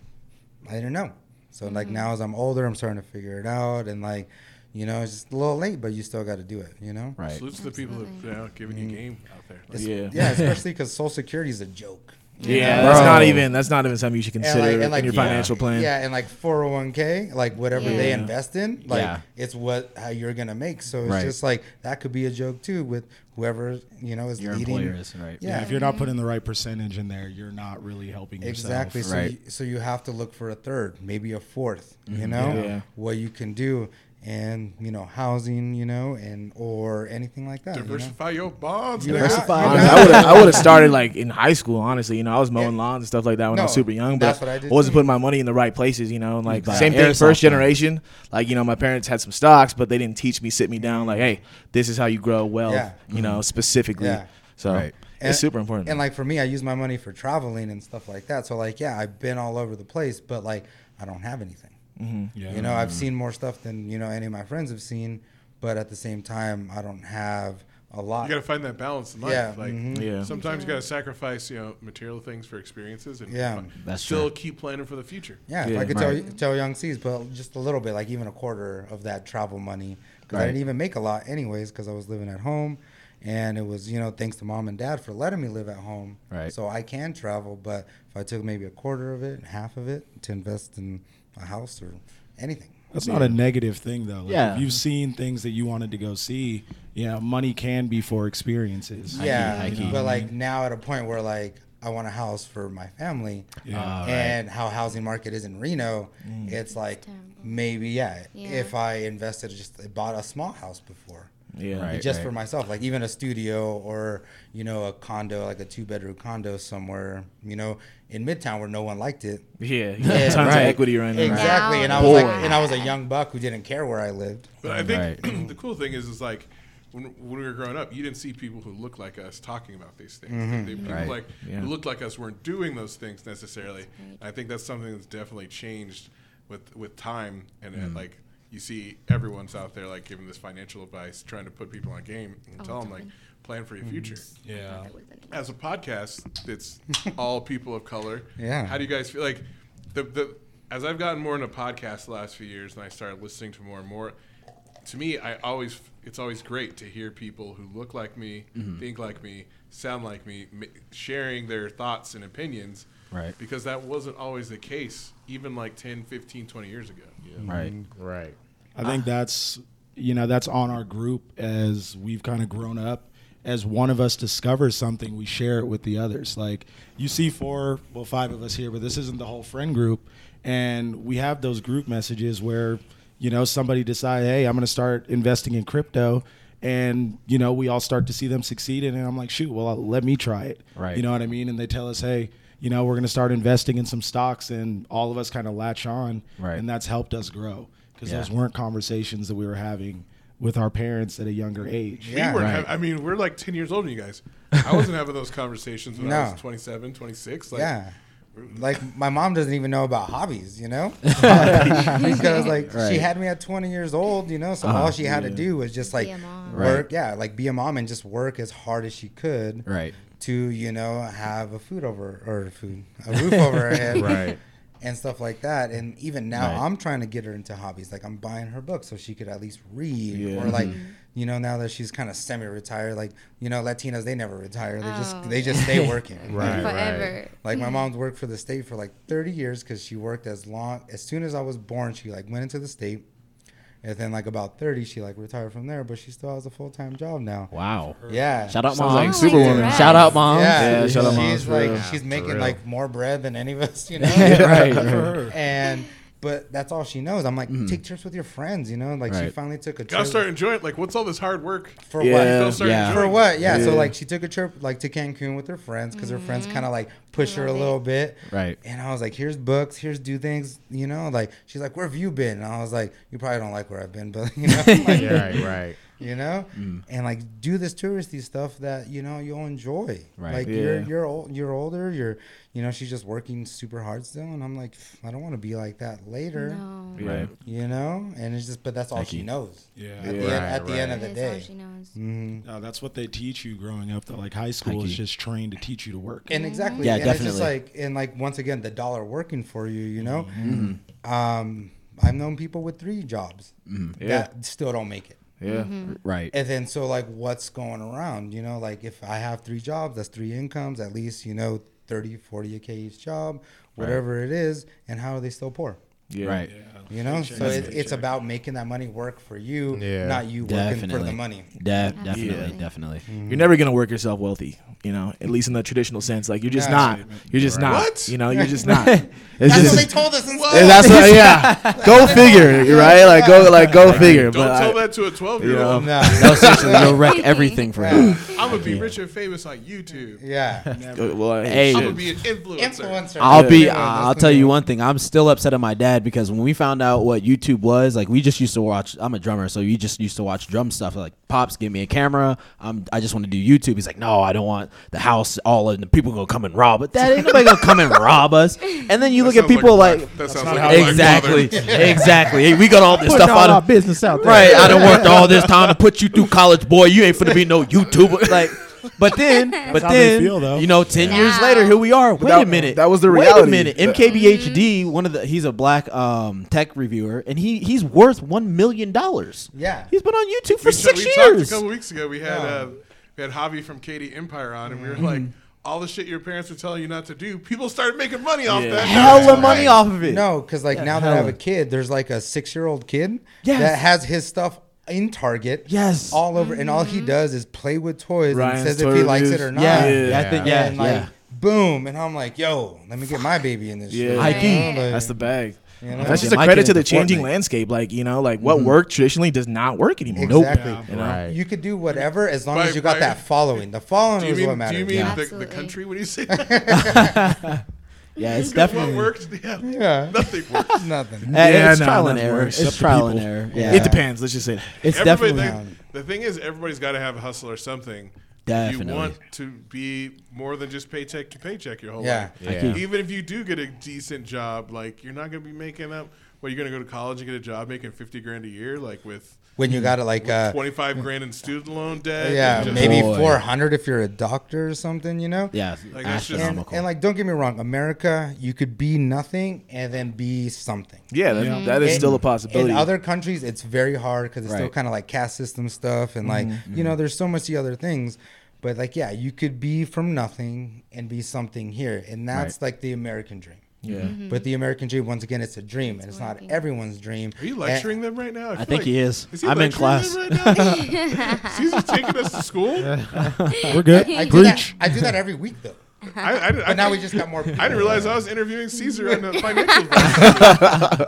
I didn't know. So
Mm-hmm.
like now as I'm older, I'm starting to figure it out, and like you know, it's just a little late, but you still got to do it, you know.
Right.
Salutes to the people that you know, giving you game out there. Like,
It's-
Yeah.
Mm-hmm. yeah, especially because Social Security is a joke.
Yeah, that's not
Bro.
even that's not even something you should consider in
yeah.
your financial plan.
Yeah, and like 401k, like whatever they
Yeah.
invest in, like
Yeah.
it's what how you're gonna make. So it's
Right.
just like that could be a joke too with whoever you know is
Your
leading.
employer is right.
Yeah,
If you're not putting the right percentage in there, you're not really helping yourself.
exactly. So
Right.
you, so you have to look for a third, maybe a 4th You know
Mm-hmm. Yeah.
what you can do, and you know housing, you know, and or anything like that. you know?
Diversify your bonds.
You
nigga.
have- you
Honestly, I would I would have started like in high school. Honestly, you know, I was mowing lawns and stuff like that when I was
No,
super young, but
that's what I did
wasn't
too.
putting my money in the right places. You know, and like
Buy
same thing,
airsoft
first
guns.
generation. Like you know, my parents had some stocks, but they didn't teach me, sit me down, like, hey, this is how you grow wealth.
Mm. Yeah.
You know, specifically.
Yeah.
So
Right.
And-
it's super important.
And like for me, I use my money for traveling and stuff like that. So like, yeah, I've been all over the place, but like, I don't have anything.
Mm-hmm.
Yeah.
You know, I've seen more stuff than you know any of my friends have seen, but at the same time, I don't have a lot.
you gotta find that balance in life.
Yeah,
Like
mhm.
Yeah.
sometimes you gotta sacrifice, you know, material things for experiences and
Yeah.
fi-
That's
still
true.
keep planning for the future.
yeah, if I
Yeah.
could tell
Right.
tell young C's, but just a little bit, like even a quarter of that travel money, because I
Right.
didn't even make a lot anyways, because I was living at home, and it was you know thanks to mom and dad for letting me live at home,
Right.
So I can travel, but if I took maybe a quarter of it, half of it to invest in a house or anything.
That's not a negative thing though. Like,
Yeah.
If you've seen things that you wanted to go see, yeah, money can be for experiences.
yeah,
high key.
but like now at a point where like I want a house for my family,
Yeah.
and how housing market is in Reno, it's like
terrible.
maybe yeah,
Yeah.
if I invested just bought a small house before.
yeah.
Right.
just for myself, like even a studio or you know a condo, like a two-bedroom condo somewhere, you know, in Midtown where no one liked it.
Yeah.
Yeah,
Tons of
right.
equity right now. right?
Exactly, and I
Boy.
was like, and I was a young buck who didn't care where I lived.
But I think the cool thing is, is like when, when we were growing up, you didn't see people who looked like us talking about these things. They- people
Right.
like
Yeah.
who looked like us weren't doing those things necessarily. I think that's something that's definitely changed with with time and, and like you see everyone's out there like giving this financial advice, trying to put people on game and tell them like plan for your future.
Yeah.
That would've been-
As a podcast that's all people of color,
Yeah.
How do you guys feel like the the as I've gotten more into podcasts the last few years and I started listening to more and more to me, I always it's always great to hear people who look like me,
Mm-hmm.
think like me, sound like me, m- sharing their thoughts and opinions.
Right.
Because that wasn't always the case, even like 10, 15, 20 years ago.
Right.
Right.
I think
Ah.
that's you know that's on our group as we've kind of grown up. As one of us discovers something, we share it with the others. Like you see four, well, five of us here, but this isn't the whole friend group, and we have those group messages where you know somebody decide, hey, I'm going to start investing in crypto. And you know we all start to see them succeed, and I'm like, shoot, well, let me try it.
Right.
You know what I mean? And they tell us, hey, you know, we're going to start investing in some stocks, and all of us kind of latch on,
Right.
and that's helped us grow because
Yeah.
those weren't conversations that we were having with our parents at a younger age.
we weren't
right.
hav- I mean, we're like 10 years older than you guys. I wasn't having those conversations when I
No.
was 27, 26. Like,
yeah. Like my mom doesn't even know about hobbies, you know, because like she
Right. Uh-huh. Ah,
had me at 20 years old, you know, so all she had to do was just like
a mom.
work, yeah, like be a mom and just work as hard as she could,
Right.
to you know have a food over or food a roof over her head,
Right.
and stuff like that. And even now,
Right.
I'm trying to get her into hobbies. Like I'm buying her books so she could at least read, or like
Mm-hmm.
you know, now that she's kind of semi-retired, like you know, Latinos they never retire; they
Oh.
just they just stay working.
Right, right.
forever.
Like
Mm-hmm.
my mom's worked for the state for like 30 years because she worked as long as soon as I was born, she like went into the state. And then like about 30, she like retired from there, but she still has a full time job now.
Wow.
Yeah.
Shout out
Sounds
mom.
like
Oh,
Superwoman.
congrats.
Shout out mom.
Yeah,
Yeah, shout out moms
she's
for
like
real.
she's
For
making
real.
like more bread than any of us, you know.
right,
For
right.
her. And but that's all she knows. I'm like, take trips with your friends, you know. Like she
Right.
finally took a
Gotta
trip
start enjoying it. Like, what's all this hard work?
for
Yeah.
what?
Gotta start
Yeah.
enjoying
For
it.
what? Yeah. So
Yeah.
like she took a trip like to Cancun with her friends because her friends kind of like push her a
Mm-hmm. Love it.
little bit.
Right.
And I was like, here's books, here's do things, you know. Like she's like, where have you been? And I was like, you probably don't like where I've been, but you know, like,
Yeah, right, right.
you know, and like do this touristy stuff that you know you'll enjoy.
Right.
Like you're
Yeah.
you're old, you're older. You're you know she's just working super hard still, and I'm like, I don't want to be like that later.
No.
Right.
You know, and it's just but that's all she
Yucky.
knows.
Yeah.
At, the, end,
Right,
at the
right.
end of
That
the
is all
day.
she knows.
Mhm.
No, that's what they teach you growing up. Though, like high school is
Hikey.
just trained to teach you to work.
Mm-hmm.
And exactly,
Yeah,
and It's just like,
definitely.
and like once again, the dollar working for you. You know,
Mm-hmm.
um, I've known people with three jobs that still don't make it.
Yeah.
Right.
And then so like what's going around, you know, like if I have three jobs, that's three incomes, at least, you know, 30, 40 a k each job, whatever it is, and how are they still poor?
Yeah.
Right.
You know, so it, it's about making that money work for you,
Yeah.
not you working for
Definitely.
the money.
De- definitely.
Yeah.
Definitely.
Mm-hmm. You're never gonna work yourself wealthy, you know. At least in the traditional sense, like you're just not. You're just not.
What?
You know, you're just not. It's
That's
just,
what they told us in school.
Yeah, that's what, yeah. Go figure, right? Like go, like go figure.
Don't
But
tell
I,
that to a 12 year old.
No.
No, seriously, you'll wreck everything for him.
I'm gonna be rich and famous on YouTube.
Yeah.
uh, well,
Hey.
I'm
shit.
gonna be an influencer.
Influencer.
I'll be. uh,
Yeah,
I'll
that's
tell
what
you
they-
one thing. I'm still upset at my dad because when we found out what YouTube was, like we just used to watch. I'm a drummer, so you just used to watch drum stuff. Like pops, give me a camera. I'm. I just want to do YouTube. He's like, no, I don't want the house all and the people gonna come and rob. But that ain't nobody gonna come and rob us. And then you look at
Sounds
people
like a
like,
black- that sounds like a black
exactly,
father.
exactly. Hey, we got all this stuff
all
out
our
of
business out there.
Right. I done worked all this time to put you through college, boy. You ain't finna be no YouTuber. Like, but then, but
how they
then,
feel, though.
you know, ten
Yeah.
years later, here we are. Wait
that-
a minute.
that was the
Wait a
reality.
minute.
That-
MKBHD, one of the, he's a black um, tech reviewer, and he he's worth one million dollars.
Yeah.
He's been on YouTube for
We
six
ta- we talked
years.
a couple weeks ago. We had
Yeah.
uh, we had Javi from KD Empire on, and we
Mm-hmm.
were like, all the shit your parents were telling you not to do, people started making money off
Yeah.
that.
Hella money
Right.
off of it.
No, because like now that I have a
hella.
kid, there's like a six year old kid
Yes.
that has his stuff in Target.
Yes.
All over, and all
Mm-hmm.
he does is play with toys
Ryan's
and says if
toy
he likes it
reviews.
or not.
Yeah.
Yeah.
Yeah. I think. Yeah.
and like
yeah.
boom, and I'm like, yo, let me get my baby in this. shit.
Yeah.
High key.
You know, like,
That's the bag.
know? Mm-hmm.
That's just
Yeah,
a
my
credit
kid's
to the
a
changing
Fortnite.
landscape. Like you know, like what worked traditionally does not work anymore.
exactly.
You know?
Right.
You could do whatever as long
By-
as you got
by-
that following. The following
Do you
is what
mean, do
matters.
you mean the,
Yeah.
the
Absolutely.
country when you say that?
Yeah. It's
what
definitely.
worked? Yeah.
yeah,
Nothing worked.
nothing.
Eh,
Yeah,
it's
no,
trial and
nothing
error.
works. Up
It's
to
trial and
people.
errw.
Yeah.
Yeah.
It depends. Let's just say that.
It's
Everybody-
definitely.
the thing is, everybody's got to have a hustle or something.
Definitely.
You want to be more than just paycheck to paycheck your whole
Yeah.
life.
Yeah.
Even if you do get a decent job, like you're not going to be making up. Well, you're going to go to college and get a job making fifty grand a year, like with
when you got it like uh,
Twenty-five grand in student loan debt.
yeah,
and just-
maybe
Boy.
four hundred if you're a doctor or something, you know.
Yeah,
Like, that's just-
And- And,
astronomical.
like, don't get me wrong, America, you could be nothing and then be something.
Yeah, that,
Mm-hmm.
that is
In-
still a possibility.
In other countries, it's very hard because it's still
Right.
kind of like caste system stuff, and like
Mm-hmm.
you know, there's so much the other things. But like, yeah, you could be from nothing and be something here, and that's like the American dream.
yeah.
But the American dream, once again, it's a dream, and it's not
working.
everyone's dream.
Are you
And-
lecturing them right now?
I think he is. I'm in class.
Right now? Caesar's taking us to school.
We're good.
I do, that,
Preach.
I do that every week though.
I, I,
But now we just got more.
I didn't realize I was interviewing Caesar on the financial. advisor.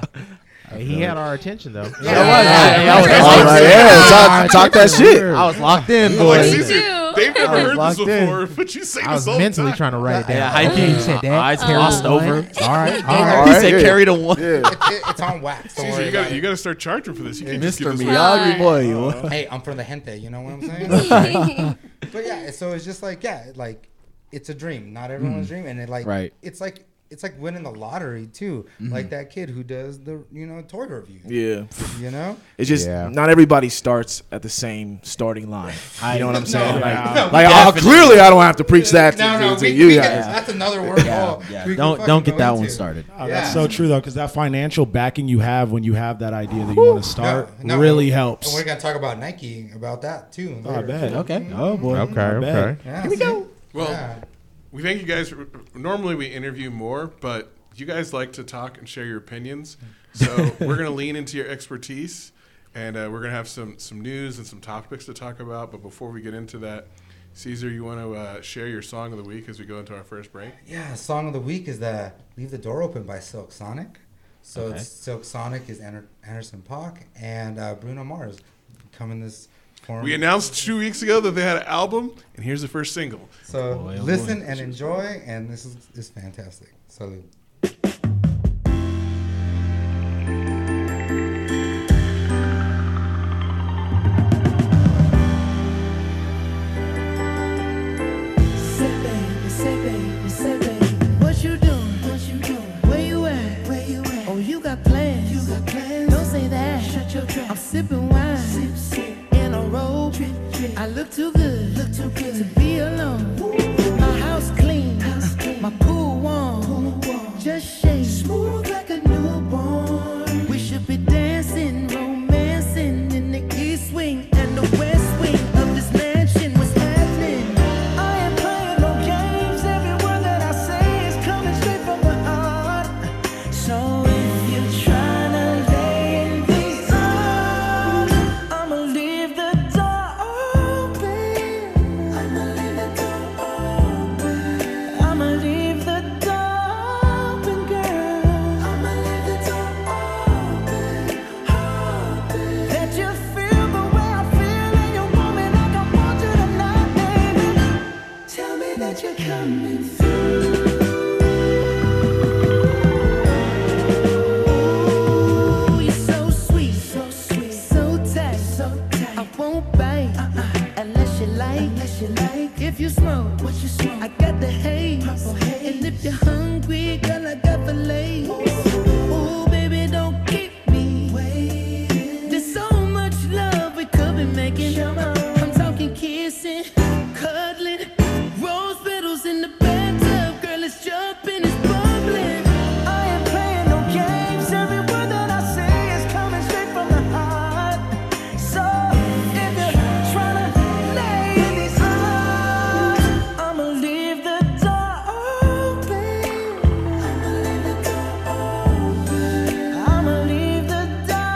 He had our attention though.
All right, yeah, talk, talk that shit.
I was locked in,
like
boy.
Caesar,
too.
they've never
was
heard this
locked in.
before, but you say
I
this
was
all the
mentally
time.
trying to write it down.
Yeah, hiking.
Okay, you said that.
Eyes
Carry
glossed
on.
over.
All right, all
He
right.
right,
said
yeah.
carry the one.
Yeah.
It- it- it's on wax. Don't
Caesar,
worry
you
about
gotta
it. Uh-huh.
you gotta start charging for this. You can't just
Mr.
give this
Miyagi, boy. you want-
hey, I'm from the gente. You know what I'm saying? but yeah, so it's just like yeah, like it's a dream, not everyone's dream, and it like
Mm. Right. Mm-hmm.
it's like it's like winning the lottery too, like that kid who does the you know toy review.
yeah,
You know,
it's just
Yeah.
not everybody starts at the same starting line. You know what I'm saying?
No,
like,
no,
like I'll- clearly, I don't have to preach that to,
no, no,
to
we,
you.
we
guys.
got- that's another word. all
Yeah,
we can
don't
fucking
don't get
go
that one
into.
started.
Oh,
Yeah.
That's so true though, because that financial backing you have when you have that idea that you want to start
No, no,
really
and-
helps.
And we're gonna talk about Nike about that too.
I
later.
bet.
Okay. Oh boy.
Okay, okay.
Yeah, Here we go.
Well,
Yeah.
we thank you guys. Normally we interview more, but you guys like to talk and share your opinions, so we're gonna lean into your expertise, and uh, we're gonna have some some news and some topics to talk about. But before we get into that, Caesar, you want to uh, share your song of the week as we go into our first break?
Yeah, song of the week is the "Leave the Door Open" by Silk Sonic. So it's Silk Sonic is Ander- Anderson Paak and uh, Bruno Mars coming this form.
We announced two weeks ago that they had an album, and here's the first single.
so
oh
listen and enjoy, and this is, is fantastic. Salute.
Say baby, say baby, say baby, what you doing? What you doing? Where you at? Where you at? Oh, you got plans? You got plans? Don't say that. Shut your trap. I'm sipping wine. Sip, sip. In a robe. Trip, trip. I look too good. Look too good to be alone. My house clean. House clean. My pool warm. Pool warm. Just shake. Smooth like a newborn. We should be dancing, romancing in the east wing and the west wing of this mansion. What's happening? I am playing no games. Every word that I say is coming straight from my heart. So if you're trying to lay in these arms, I'ma leave the door open. I'ma leave the door open. I'ma leave the door open, girl. I'ma leave the door open, open. That you feel the way I feel, and you want me like I want you tonight, baby. Tell me that you're coming through. Ooh, you're so sweet, so sweet, so tight, so tight. I won't bite uh-uh. unless you like, unless you like. If you smoke, what you smoke, I got the haze. Purple haze. And if you're hungry, girl, I got the lace. Ooh, baby, don't keep me waiting. There's so much love we could be making. I'm talking kissing, cuddling, rose petals in the bathtub, girl, it's jumping, it's bubbling. I am playing no games. Every word that I say is coming straight from the heart. So if you're trying to lay in these arms, I'ma leave the door open. I'ma leave the door open. I'ma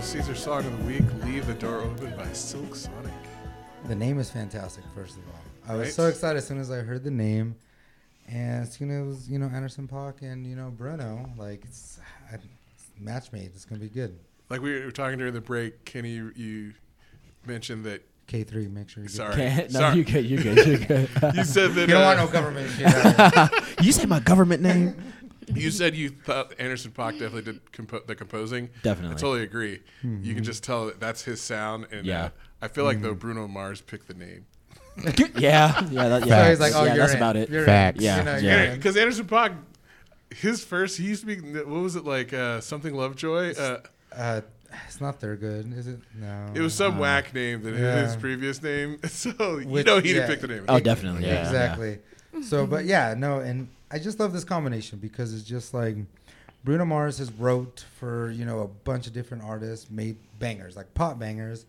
Caesar song of the week, Leave the Door Open by Silk Sonic.
The name is fantastic, first of all. I was
Right.
so excited as soon as I heard the name. And as soon as it was, you know, Anderson Park and, you know, Bruno, like, it's, I, it's match made. It's going to be good.
Like we were talking during the break, Kenny, you, you mentioned that.
K3, make sure you get-
Sorry,
Can't- no,
sorry.
you good, you good, you good.
You said that
You don't
uh,
want no government shit. out here.
you say my government name?
you said you thought Anderson Pock definitely did compo- the composing.
Definitely.
I totally agree.
Mm-hmm.
You can just tell that that's his sound. And
Yeah.
uh, I feel like though Bruno Mars picked the name.
yeah, yeah, that, yeah.
So he's like, oh,
yeah,
you're
that's
in.
about it.
You're in.
Facts.
Yeah,
You know,
yeah.
you're in.
Because Anderson Pock, his first, he used to be, what was it like, uh, something Lovejoy? Uh,
Uh, it's not their good, is it? No. Uh,
it was some whack name than his
Oh, yeah.
previous name. So you
Which-
know he
yeah.
didn't pick the name.
Oh, definitely. Yeah, Mm-hmm.
exactly. So, but yeah, no, and I just love this combination because it's just like Bruno Mars has wrote for you know a bunch of different artists, made bangers like pop bangers,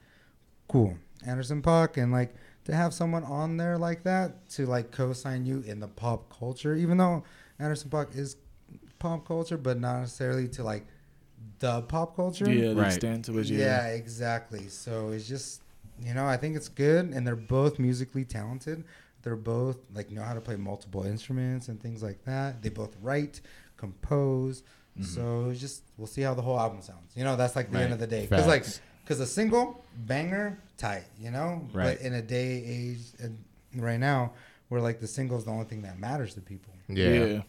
cool. Anderson Puck and like to have someone on there like that to like co-sign you in the pop culture, even though Anderson Puck is pop culture, but not necessarily to like the pop culture.
Yeah, the
Right.
extent to which,
Yeah,
yeah.
exactly. So it's just, you know, I think it's good, and they're both musically talented. They're both like know how to play multiple instruments and things like that. They both write, compose.
Mm-hmm.
So it's just we'll see how the whole album sounds. You know, that's like the end
Right.
of the day because like
Facts.
because a single banger tight, you know,
Right.
but in a day age and right now where like the single is the only thing that matters to people.
Yeah.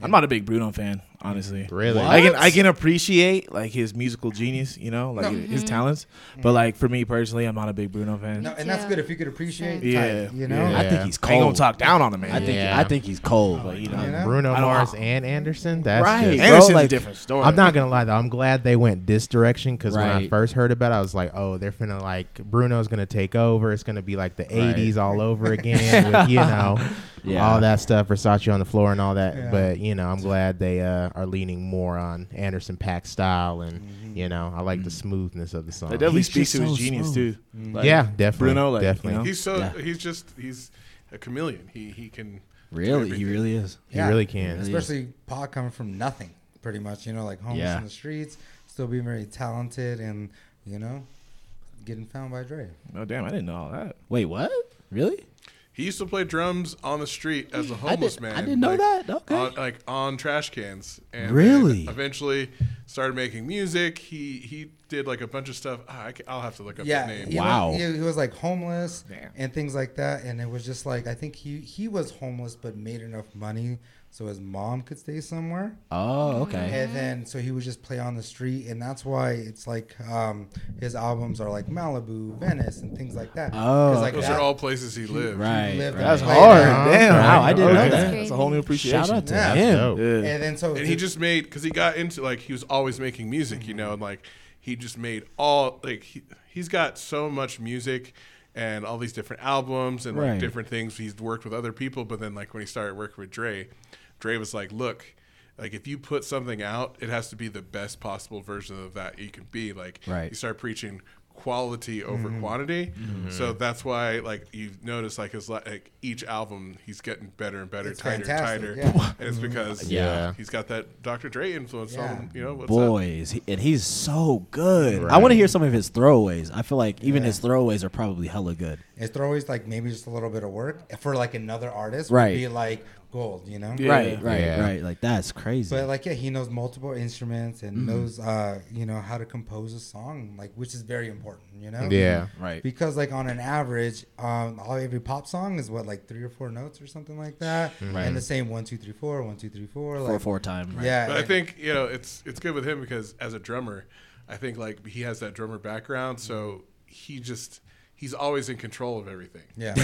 I'm not a big Bruno fan, honestly.
Really?
I can I can appreciate like his musical genius, you know, like his talents. But like for me personally, I'm not a big Bruno fan.
No, and
Me
that's
too.
good if you could appreciate.
Yeah,
tight, you know.
I
Yeah.
think he's
I ain't
cold.
gonna talk down on him, man.
I think
Yeah.
I think he's cold, but you know,
You know?
Bruno
I don't-
Mars and Anderson. That's
right?
just-
bro,
Anderson's
like-
a different story.
I'm not gonna lie though. I'm glad they went this direction because when I
Right.
first heard about it, I was like, "Oh, they're finna like Bruno's gonna take over. It's gonna be like the '80s all over again, with, you know,
Yeah.
all that stuff, Versace on the floor and all that."
Yeah.
But you know, I'm glad they uh, are leaning more on Anderson Pack style, and you know, I like the smoothness of the song.
Mm-hmm.
Mm.
That definitely
Mm. He's
speaks
just
to his
so
genius
smooth.
too.
yeah, definitely,
Bruno, like, you
definitely.
know?
He's so
Yeah.
he's just he's a chameleon. He he can do
Really, he
everything.
really is.
He really can.
Mm-hmm.
especially Pa coming from nothing, pretty much. You know, like homeless
Yeah.
in the streets, still being very talented, and you know, getting found by Dre.
Oh damn, I didn't know all that.
Wait, what? Really?
He used to play drums on the street as a
I
homeless
did-
man.
I didn't know
like,
that. Okay.
On, like on trash cans. And then
Really?
Eventually, started making music. He he did like a bunch of stuff. Ah, I can, I'll have to look up
Yeah,
the name.
he was-
Wow.
he, he was like homeless and things like that, and it was just like I think he he was homeless but made enough money so his mom could stay somewhere.
Oh, okay.
And then so he would just play on the street, and that's why it's like um, his albums are like Malibu, Venice, and things like that. 'Cause,
Oh,
like,
Those
that-
are all places he lived.
Right.
lived
right.
That's
That's
Wait,
hard.
uh,
Damn.
Wow, I didn't know
Okay.
that.
That's a whole new appreciation.
Shout out to
Yeah.
him.
Dope.
Yeah.
And then so
And he just made because he got into like he was always making music, you know, and like he just made all like he he's got so much music and all these different albums and like
Right.
different things. He's worked with other people, but then like when he started working with Dre, Dre was like, look. Like if you put something out, it has to be the best possible version of that you can be. Like
Right.
you start preaching quality over quantity, so that's why like you notice like his la- like each album he's getting better and better,
It's
tighter,
fantastic,
tighter,
yeah.
and it's because
Yeah.
he's got that Dr. Dre influence on
Yeah.
him. You know what's up?
Boys, he, and he's so good. I
Right.
want to hear some of his throwaways. I feel like even his throwaways are probably hella good.
It's always like maybe just a little bit of work for like another artist
Right.
would be like gold, you know?
Yeah.
Right, right,
Yeah.
right. Like that's crazy.
But like yeah, he knows multiple instruments
Mm-hmm.
and knows uh, you know, how to compose a song, like which is very important, you know?
Yeah.
right.
Because like on an average, um all every pop song is what, like three or four notes or something like that. And the same one, two, three, four, one, two, three, four,
Mm-hmm. Four
like
four time. Right.
Yeah.
But I
and-
think you know it's it's good with him because as a drummer, I think like he has that drummer background,
Mm-hmm.
so he just he's always in control of everything.
yeah.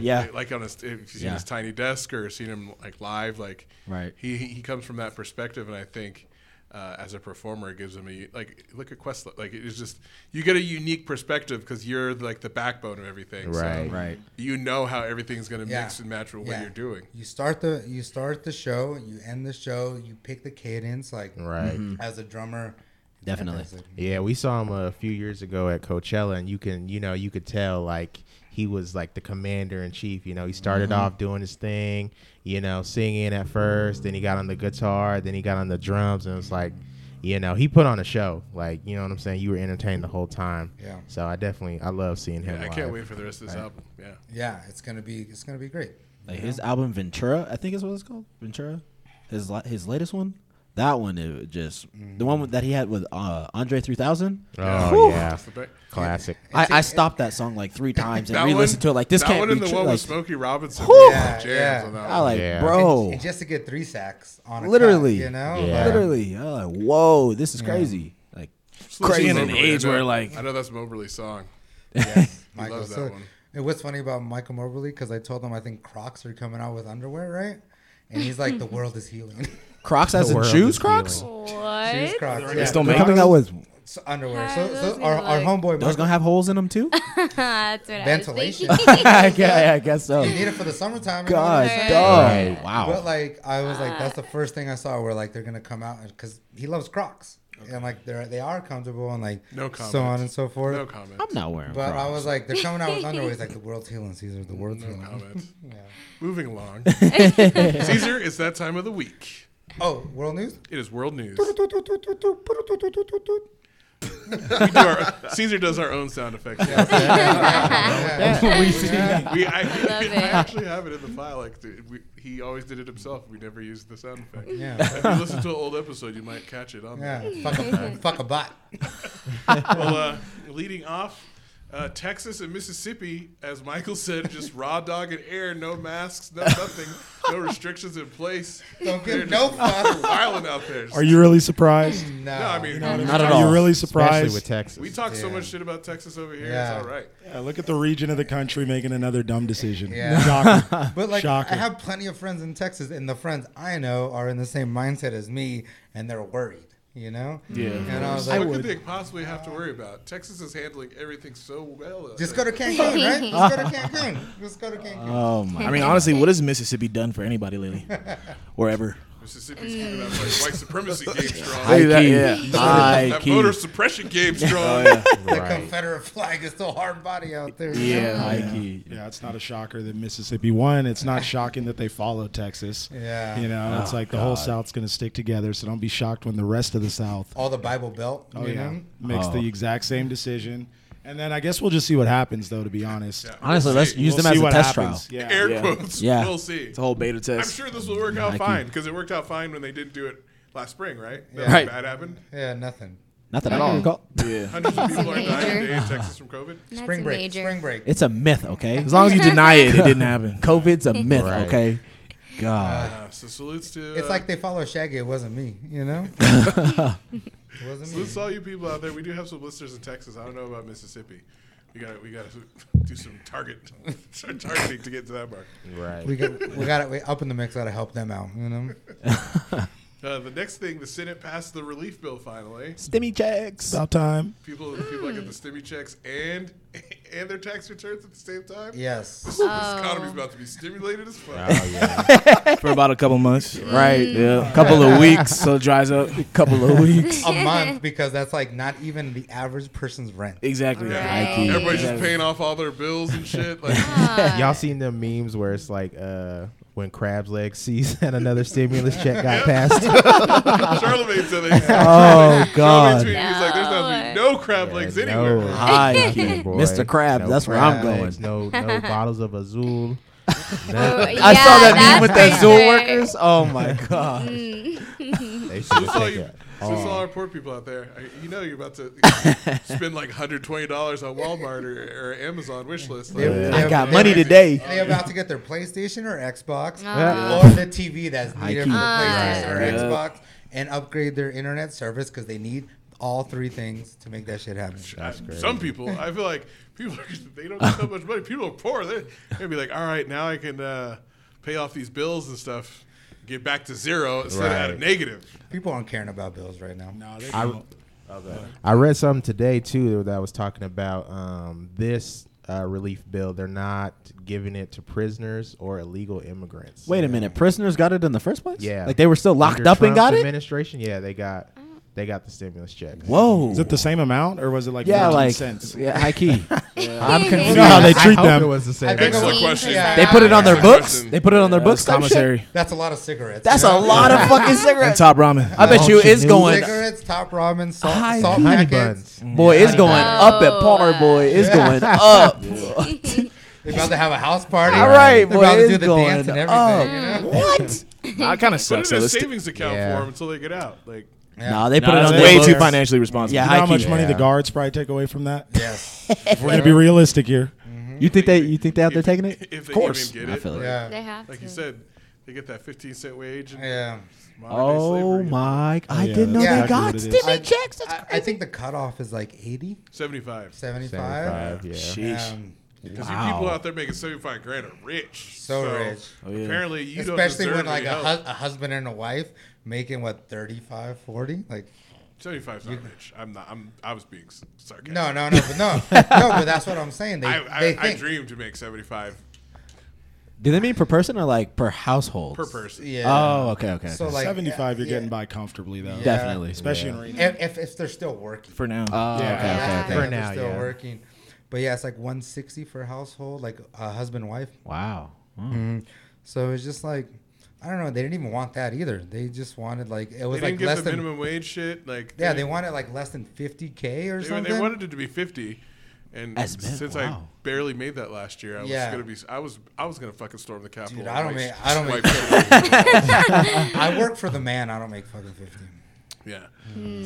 yeah.
Like on his, if you've seen
Yeah.
his tiny desk or seen him like live, like
Right.
He he he comes from that perspective, and I think. Uh, as a performer, it gives him a like. Look at Quest. Like it's just you get a unique perspective because you're like the backbone of everything. so
Right.
Right.
You know how everything's going to
Yeah.
mix and match with what
Yeah.
you're doing.
You start the you start the show, you end the show, you pick the cadence, like
Right.
Mm-hmm.
as a drummer. it's
Definitely.
impressive.
Yeah, we saw him a few years ago at Coachella, and you can, you know, you could tell like he was like the commander in chief. You know, he started off doing his thing, you know, singing at first, then he got on the guitar, then he got on the drums, and it's like, you know, he put on a show. Like, you know what I'm saying? You were entertained the whole time.
Yeah.
So I definitely, I love seeing him.
I
live.
can't wait for the rest of this album. Yeah.
Yeah, it's gonna be it's gonna be great.
Like his album Ventura, I think is what it's called. Ventura, his la- his latest one. That one, it was just the one that he had with uh, Andre 3000.
Oh,
Whew.
yeah.
Mm. That's the back.
Classic.
I, I stopped that song like three times and
That one-
re-listened to it. Like this
that
can't
one
be
and the
true.
one
Like,
with Smokey Robinson.
Yeah,
jams
yeah.
on that
I
one.
like,
Yeah.
bro,
And, and just to get three sacks on a cut,
literally,
you know,
Yeah.
Like,
literally. I was like, whoa, this is crazy. Like,
Just listen to
Crazy in an
Moberly. I
age
know-
where, like-
I know that's Moberly's song.
yes,
He
Michael.
loves that
So,
one.
and what's funny about Michael Moberly because I told him I think Crocs are coming out with underwear, right? And he's like, the world is healing.
Crocs as in
world
shoes,
is
Crocs.
healing.
Shoes,
What?
Crocs,
They
yeah.
still make
Coming out with
So underwear.
How
So,
are those
so
gonna
our, our
look?
homeboy
those gonna have holes in them too.
That's what
Ventilation.
I was thinking.
I guess- I guess so.
you need it for the summertime. you know what I'm
God,
saying?
dog. Wow.
But like I was like, that's the
Uh.
first thing I saw where like they're gonna come out because he loves Crocs and like they're they are comfortable and like
No
so on
comment.
and so forth.
No comment.
I'm not wearing
but I
Crocs.
was like, they're coming out with underwear. He's like, the world's healing, Caesar. The world's
No
healing.
comment.
Yeah.
Moving along. Caesar, it's that time of the week.
Oh, world news.
It is world news. We do our, Caesar does our own sound effects. We, I,
love
I
it.
actually have it in the file. Like dude, we, he always did it himself. We never used the sound effect.
Yeah.
If you listen to an old episode, you might catch it on
Yeah.
there.
Fuck a fuck a bot.
Well, uh, leading off, uh, Texas and Mississippi, as Michael said, just raw dog and air, no masks, no nothing, no restrictions in place.
Don't
They're
give no
just
fuck.
wilding out there.
Are you really surprised?
No.
No, I mean,
not at
Are
all.
you really
Especially
surprised?
with Texas.
we talk so much shit about Texas over here.
Yeah.
It's all right.
Yeah, look at the region of the country making another dumb decision.
Yeah.
Shocker.
But like,
Shocker.
I have plenty of friends in Texas, and the friends I know are in the same mindset as me, and they're worried. You know. Yeah. And I was
what
like,
could they possibly have to worry about? Texas is handling everything so well. out
just go
there.
to Cancun, right? Just go to Cancun. Just go to Cancun.
oh my.
I mean, honestly, what has Mississippi done for anybody lately? Wherever.
Mississippi's
Mm.
keeping that like, white supremacy game strong.
High
that-
key.
yeah.
High
that
key. Oh,
voter suppression game strong.
the Confederate flag is still hard body out there. you know?
Yeah.
High key.
Yeah, it's not a shocker that Mississippi won. It's not shocking that they followed Texas.
Yeah.
You know,
Oh,
it's like the whole South's going to stick together, so don't be shocked when the rest of the South
All the Bible Belt.
oh,
you
yeah,
know?
makes
Oh.
the exact same decision. And then I guess we'll just see what happens, though, to be honest.
Yeah.
Honestly, let's
We'll
use
We'll
them as
see
a
what
test
happens.
trial.
Yeah.
Air
Yeah.
quotes.
Yeah.
We'll see.
It's a whole beta
I'm
test.
sure this will work out
Nike.
fine because it worked out fine when they didn't do it last spring, right? Nothing
Yeah.
Right.
bad happened.
Yeah, nothing.
Not that I can recall.
Yeah.
Hundreds of people are dying a
major.
day in Texas from COVID.
That's
Spring break.
major.
Spring break.
It's a myth, okay?
As long as you deny it, it didn't happen.
COVID's a myth,
Right.
okay? God.
Uh, so salutes to.
It's
uh,
like they follow Shaggy. It wasn't me. You know. it wasn't me.
salutes to all you people out there. We do have some listeners in Texas. I don't know about Mississippi. We got to we got to do some target start targeting to get to that mark.
right.
We got we got it up in the mix. Got to help them out. You know.
Uh, the next thing, the Senate passed the relief bill finally.
Stimmy checks.
About time.
People people that get the stimmy checks and and their tax returns at the same time.
Yes.
This economy's about to be stimulated as fuck.
Oh, yeah.
For about a couple months.
Right.
Yeah. A couple of weeks, so it dries up. A couple of weeks.
A month because that's like not even the average person's rent.
Exactly.
Right.
Everybody's just paying off all their bills and shit. Like,
Y'all seen the memes where it's like uh, when Crab's Leg sees that another stimulus check got passed?
Charlemagne said they.
Oh,
Charlemagne
God.
tweeted, he's like, there's not no crab legs
Yeah,
anywhere.
no.
High key.
Boy,
Mr. Crab,
no
that's where I'm
crab
going.
legs, No, no bottles of Azul.
Oh, yeah,
I saw that meme
that's
with the
crazy.
Zoom workers. Oh my god.
Mm.
They should
It's all,
take
you,
it.
so it's all
all.
our poor people out there. I- You know you're about to spend like $120 on Walmart or, or Amazon wish list. Like,
They-
I
they-
got
they-
money today.
They about to get their PlayStation or Xbox
Ah.
or the TV that's
High
needed
key.
for the PlayStation
Ah.
or
Yeah.
Xbox and upgrade their internet service because they need all three things to make that shit happen.
I- some people, I feel like people are, they don't get so much money. People are poor. They're gonna be like, all right, now I can uh, pay off these bills and stuff, get back to zero instead of at a
Right.
negative.
People aren't caring about bills right now.
No, they
I,
don't.
I read something today too that was talking about um, this uh, relief bill. They're not giving it to prisoners or illegal immigrants.
Wait a minute. Prisoners got it in the first place?
Yeah.
Like they were still locked
Under
up and
Trump's
got it?
Administration, yeah, they got they got the stimulus checks.
Whoa.
Is it the same amount or was it like
yeah,
14
like
cents?
yeah, high key.
I'm
Yeah.
confused.
You know how they
I
treat
hope
them.
it was the same.
I think it
Excellent
was-
question.
Yeah.
They put it on their
Excellent
books.
question.
They put it on their books. type shit?
Commentary
That's a lot of cigarettes.
That's a lot of fucking
and
cigarettes.
top ramen.
I bet you it's going.
cigarettes, top ramen, salt,
Hi.
salt
Honey
packets.
buns.
Boy, it's going up at
Oh,
par. Boy, it's going up.
They're about to have a house party.
All right,
They're
boy,
about to
it's
do the
going
dance and everything.
up.
You know?
What?
I kind
Put
of sucks.
it
So
in a
let's
savings account
Yeah.
for them until they get out. Like,
Nah, uh, they put
Nah,
it on
that's
their
way
books.
too financially responsible.
Yeah,
You know how
high
much
key.
money the
Yeah.
guards probably take away from that?
Yes.
If we're gonna be realistic here.
You think they? You think they out there taking it?
if they
course.
even get
I
it,
feel it.
Yeah.
They have
like
to.
you said, they get that 15 cent wage. And
Yeah.
modern-day
Oh
slavery.
my! I
yeah,
didn't know
that's
they
exactly
what
got
it is.
stimmy
I-
checks. That's
I, I think the cutoff is like 80,
75.
75.
75, yeah.
Um,
Because you people out there making 75 grand are rich.
So rich.
Oh, yeah.
Apparently, you
especially
don't deserve
when like a,
any
hus-
help.
a husband and a wife making what 35, 40? Like
75 is not rich. I'm not. I'm. I was being s- sarcastic.
no, no, no, but no, no. But that's what I'm saying. They,
I, I,
they
I
think.
dream to make 75
Do they mean per person or like per household?
per person.
yeah.
Oh, okay, okay.
so
okay.
like
75, you're
yeah.
getting by comfortably though.
Yeah.
definitely.
Especially in Reno.
If, if if they're still working.
for now.
Oh, okay,
Yeah,
okay,
they're
okay.
For now,
still
yeah.
working. But yeah, it's like 160 for a household, like a husband wife.
Wow.
So it's just like I don't know. They didn't even want that either. They just wanted like it
They
was
didn't
like
give
less
the
than
minimum wage shit. Like
yeah. They wanted like less than 50k or
They,
something.
they wanted it to be 50, and
As men,
since
wow.
I barely made that last year, I
Yeah.
was gonna be. I was. I was gonna fucking storm the Capitol.
Dude,
and
I don't
wipe-
make- I don't make
wipe shit.
I work for the man. I don't make fucking 50.
yeah.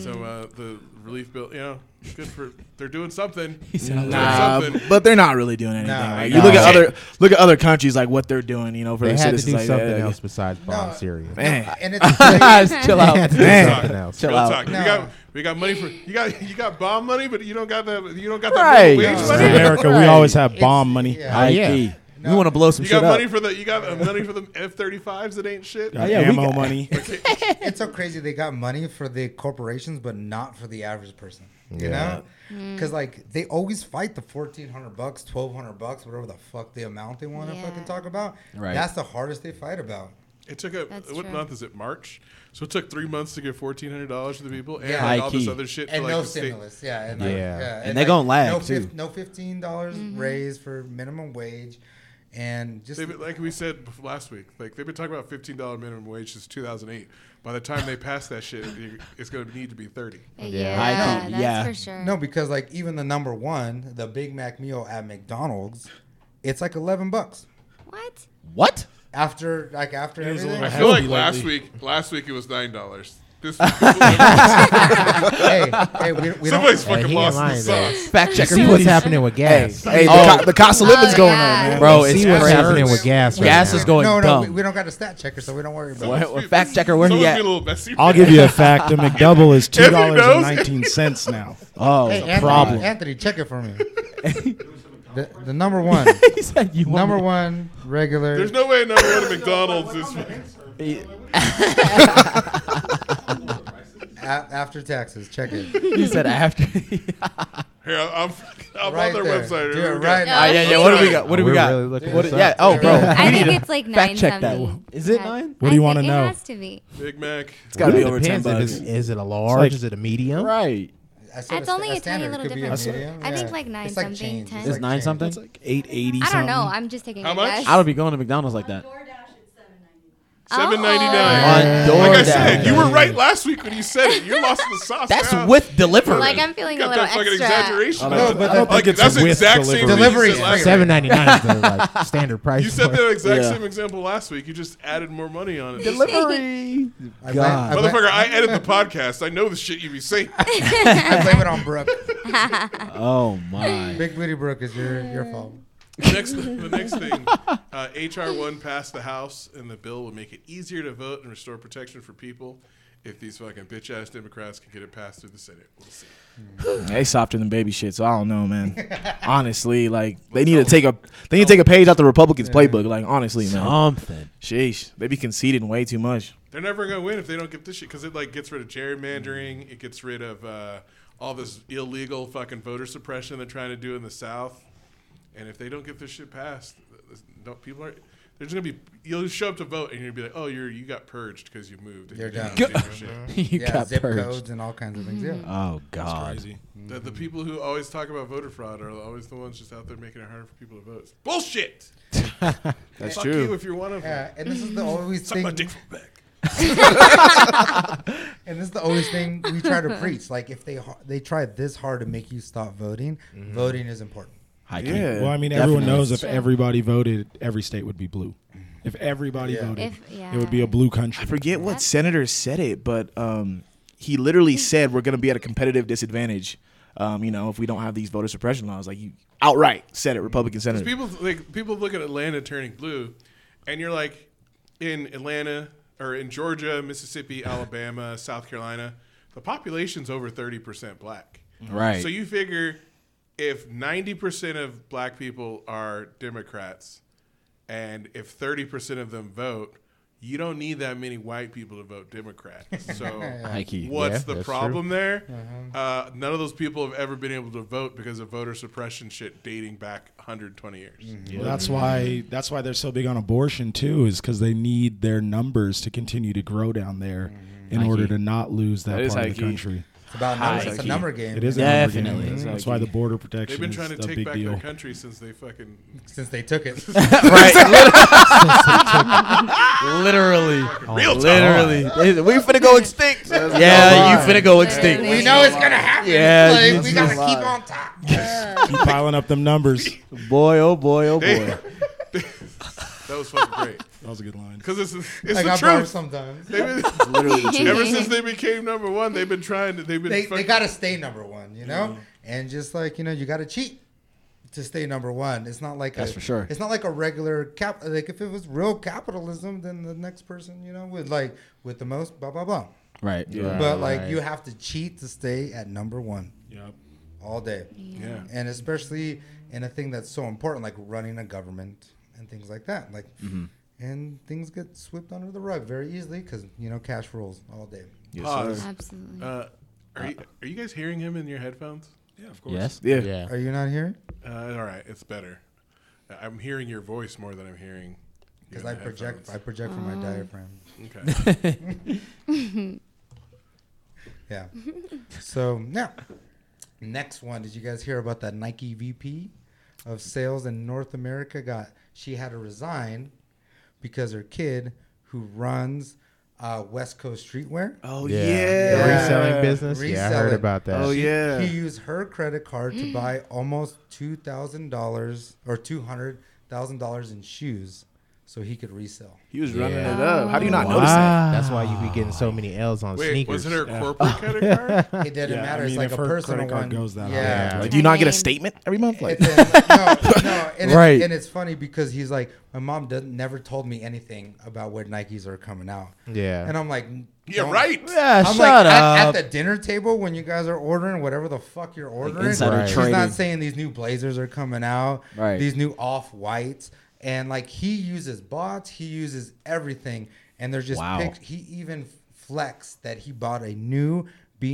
So uh, the relief bill, you know, good for. They're doing something.
said,
Nah,
Something.
but they're not really doing anything.
Nah,
like,
nah.
You look at other look at other countries like what they're doing. You know, for
They
their
had to
citizens.
do
like,
something
yeah, yeah.
else besides bomb Syria.
Man,
And it's like,
Chill out.
Man.
Talk.
Something else.
Chill
Real
out.
talk.
No.
We got we got money for you got you got bomb money, but you don't got the you don't got the
Right.
minimum wage
No.
In
money.
America, we
Right.
always have bomb money.
yeah.
High
yeah.
key. We want to blow some
You
shit
got
up.
money for the you got uh, money for the F thirty fives that ain't shit.
Got
yeah, we
ammo
got-
money.
it's so crazy. They got money for the corporations, but not for the average person. You
Yeah.
know,
Hmm.
because like they always fight the fourteen hundred bucks, twelve hundred bucks, whatever the fuck the amount they want to
Yeah.
fucking talk about.
Right.
That's the hardest they fight about.
It took a
That's
what
true.
month is it? March. So it took three months to get fourteen hundred dollars to the people and
Yeah.
like, all this
High key.
other shit.
and
for, like,
no
the state.
stimulus. Yeah, and
Yeah.
Like,
Yeah.
And they gonna lag,
no, fif-
too.
no fifteen dollars
Mm-hmm.
raise for minimum wage, and just
They've been- like we said bef- last week, like they've been talking about fifteen dollar minimum wage since two thousand eight. By the time they pass that shit, it- it's going to need to be thirty.
Yeah,
I think-
that's
yeah.
for sure.
no, because like even the number one, the Big Mac meal at McDonald's, it's like eleven bucks
What?
What?
after like after everything.
I
I
feel
feel
like
you
last
lately.
week, last week it was nine dollars. This week, somebody's
hey, hey, we, we don't.
fucking
he
lost
ain't
in the
lying,
sauce.
Fact checker,
See what's
please.
happening with gas.
hey,
Oh.
the, co- the cost of living's
Oh,
going
yeah.
up, man.
Bro, it's
See what's
crazy.
happening with gas. Right
Gas
now.
is going
no, no, we,
dumb.
we don't got a stat checker, so we don't worry about it.
What- what fact checker, where he
Someone's
at?
being a little messy.
I'll give you a fact. The McDouble is two
If he
dollars
knows.
and nineteen cents now.
Oh,
Hey, Anthony,
problem.
Anthony, check it for me. the, the number one,
he said you
number
want
one regular.
There's no way number one at McDonald's is.
a- after taxes, check it.
He said after.
Here, I'm, I'm
Right
on their
there.
website.
Do
Here
it
we go.
right now.
Ah, yeah, yeah. What do we got? What do we
We're
got?
really looking
What
this
do- yeah.
up.
Oh, bro.
I
we
think
need to
it's like nine.
fact check that.
something.
Is it
Yeah.
nine?
What do you
I
wanna
think
know?
It has to be.
Big Mac.
It's got to be
It
over ten
depends. Is,
bucks.
is it a large?
like-
is it a medium?
Right.
I said
That's
sta-
only a tiny
standard.
little
It could be
difference.
medium.
I think like nine
It's like
something,
change.
ten.
It's
Is
like
nine
change.
something?
like eight eighty.
I don't know. I'm just taking
How
a
much?
guess.
I don't be going to McDonald's like that.
Seven ninety
Oh.
nine.
On
Like I
DoorDash.
said, you were right last week when you said it. You're lost in the sauce.
That's
now.
with delivery.
Like I'm feeling a
Got
little
that fucking
extra.
exaggeration.
No, but
I don't
Like
think it's
that's the
with
exact same
delivery.
thing
Delivery
you
is
said last
Seven ninety nine is the like, standard price.
You said
for it.
the exact
Yeah.
same example last week. You just added more money on it.
delivery.
I blame-
God.
I blame-
Motherfucker, I edit the podcast. I know the shit you be saying.
I blame it on Brooke.
Oh my.
Big Booty Brooke is your your fault.
next, the next thing, uh, HR one passed the House, and the bill would make it easier to vote and restore protection for people if these fucking bitch ass Democrats can get it passed through the Senate. We'll see.
They softer than baby shit, so I don't know, man. honestly, like they need to take a they need to take a page out the Republicans' playbook. Like honestly, man,
Something.
sheesh, they be conceding way too much.
They're never gonna win if they don't get this shit because it like gets rid of gerrymandering. It gets rid of uh, all this illegal fucking voter suppression they're trying to do in the South. And if they don't get this shit passed, th- th- don't people are There's gonna be you'll show up to vote and you'll be like, oh, you're you got purged because you moved. and
You're
you didn't
done.
do your shit.
you
yeah,
got
zip
purged.
codes and all kinds of things. Yeah.
Mm-hmm.
Oh God.
Crazy.
The,
Mm-hmm.
the people who always talk about voter fraud are always the ones just out there making it harder for people to vote. It's bullshit.
That's
Fuck
true.
you if you're one of them.
Yeah, and this is the always
Suck
thing.
my dick from the back.
And this is the always thing we try to preach. Like if they har- they try this hard to make you stop voting,
Mm-hmm.
voting is important.
High key.
Yeah.
Well, I mean, everyone knows if everybody voted, every state would be blue. If everybody voted,
If- yeah.
it would be a blue
I
country.
forget what senator said it, but um, he literally said we're going to be at a competitive disadvantage. Um, you know, if we don't have these voter suppression laws, like you outright said it,
Mm-hmm.
Republican senator.
People like people look at Atlanta turning blue, and you're like, in Atlanta or in Georgia, Mississippi, Alabama, South Carolina, the population's over thirty percent black.
Right.
So you figure if ninety percent of black people are Democrats, and if thirty percent of them vote. You don't need that many white people to vote Democrat. So,
High key.
what's
Yeah,
the
that's
problem there? Uh, none of those people have ever been able to vote because of voter suppression shit dating back 120 years.
Mm-hmm.
Well, that's why that's why they're so big on abortion too, is because they need their numbers to continue to grow down there
Mm-hmm.
in order to not lose that,
That is
part
high
of
key.
the country.
It's about numbers. It's a
key.
number game.
It is a number
Definitely.
game. That's, why the border protection
They've been trying to
is a
take
big
back
deal.
their country since they fucking
since they took it.
Literally.
real
Oh, Literally.
Oh,
we finna go extinct. yeah, you finna go extinct.
We
know it's gonna happen.
Yeah,
Like,
it's
we gotta
a lot.
keep on top.
Keep piling up them numbers. That
Boy, oh boy, oh boy.
That was fucking great
was a good line.
because it's it's
Like I
the
barf
truth.
sometimes.
They've been, ever since they became number one, they've been trying to. They've been
They,
fuck-
they gotta stay number one, you know. And just like you know, you gotta cheat to stay number one. It's not like
That's
a,
for sure.
It's not like a regular cap. Like if it was real capitalism, then the next person, you know, would like with the most, blah blah blah.
Right.
Right,
But like
right.
you have to cheat to stay at number one
Yep.
all day.
yeah.
and especially in a thing that's so important like running a government and things like that like
Mm-hmm.
and things get swept under the rug very easily because you know cash rules all day
Pause.
Absolutely.
Uh, are you, are you guys hearing him in your headphones?
Yeah, of course.
Yes.
yeah.
Yeah.
are you not here
Uh, all right, it's better. I'm hearing your voice more than I'm hearing. you
because
in
i
the
project i
headphones.
project from my diaphragm
Okay.
yeah so now next one did you guys hear about that nike vp of sales in north america got she had to resign because her kid who runs uh, west coast streetwear
Oh
Yeah.
yeah.
The
Yeah.
reselling business. Yeah, I heard
Reselling.
about that.
Oh
yeah.
yeah.
He used her credit card to buy almost two thousand dollars or two hundred thousand dollars in shoes, so he could resell.
He was
Yeah.
running it up. How do you not
Wow.
notice that?
That's why you be getting so many L's on
Wait,
sneakers.
was it her corporate credit card?
It didn't
Yeah,
matter.
I
it's
mean,
like
if
a
her
personal
credit card
one.
goes that high,
yeah.
yeah.
Like, do you not get a
Hey.
statement every month? Like,
It's in- no, no, and it's,
Right.
and it's funny because he's like, my mom doesn't never told me anything about where Nikes are coming out,
Yeah.
and I'm like,
You're
"Don't-
right.
Yeah,
I'm
shut
like at- At,
up.
the dinner table when you guys are ordering whatever the fuck you're ordering.
insider
Right.
She's
trading.
not saying these new blazers are coming out.
Right.
These new off whites and like he uses bots. He uses everything, and they're just
Wow.
picked. He even flexed that he bought a new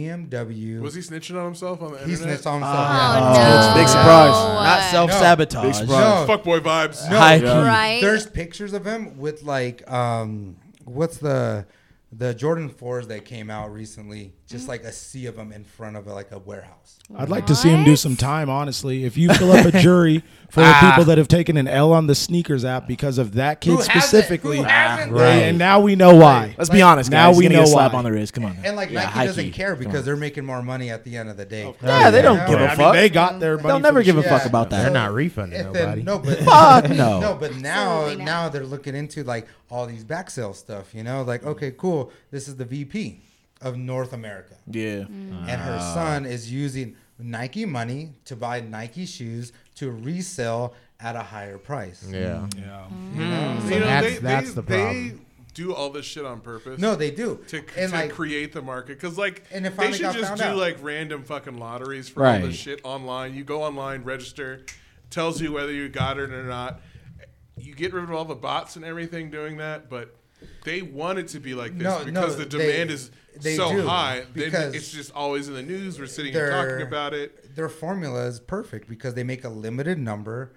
BMW.
Was he snitching on himself on the
he
internet?
snitched on himself.
oh,
yeah.
no.
big surprise.
Not self
Big
sabotage.
surprise.
No,
Fuckboy vibes.
High key.
Right.
There's pictures of him with like um what's the the Jordan 4s that came out recently,
Mm-hmm.
just like a sea of them in front of like a warehouse.
I'd like to see him do
What?
some time, honestly. If you fill up a jury for the
Ah.
people that have taken an L on the sneakers app because of that kid
Who hasn't? Who
specifically,
hasn't?
Right. and now we know why.
Let's be honest.
now
Now guys.
we
we know
know
slap
why.
on the wrist. Come on. now.
And like
Yeah,
Nike
high
doesn't
key.
care because they're making more money at the end of the day.
Yeah, they don't
Yeah.
give
I
a
mean,
fuck.
they got their money.
They'll never
for
give a
shit.
fuck about that.
They're not refunding
And
nobody.
then, no, but
Fuck no.
no, but now
Absolutely not.
now they're looking into like all these back sale stuff. You know, like okay, cool. This is the VP of North America.
Yeah.
Mm.
and her
Ah.
son is using Nike money to buy Nike shoes to resell at a higher price.
Yeah.
Yeah.
Mm.
Hmm.
Hmm.
You know,
That's-
they,
that's
they,
the problem.
They do all this shit on purpose.
No, they do.
to,
and
to
like,
create the market because like
And it
they
finally
should
got
just
found
do
out.
like random fucking lotteries for all
Right.
this shit online. You go online, register, tells you whether you got it or not. You get rid of all the bots and everything doing that, but they want it to be like this
No,
because
no,
the demand
they-
is
they
so
do,
high. Then
because
it's just always in the news. We're sitting here talking
they're-
about it.
their formula is perfect because they make a limited number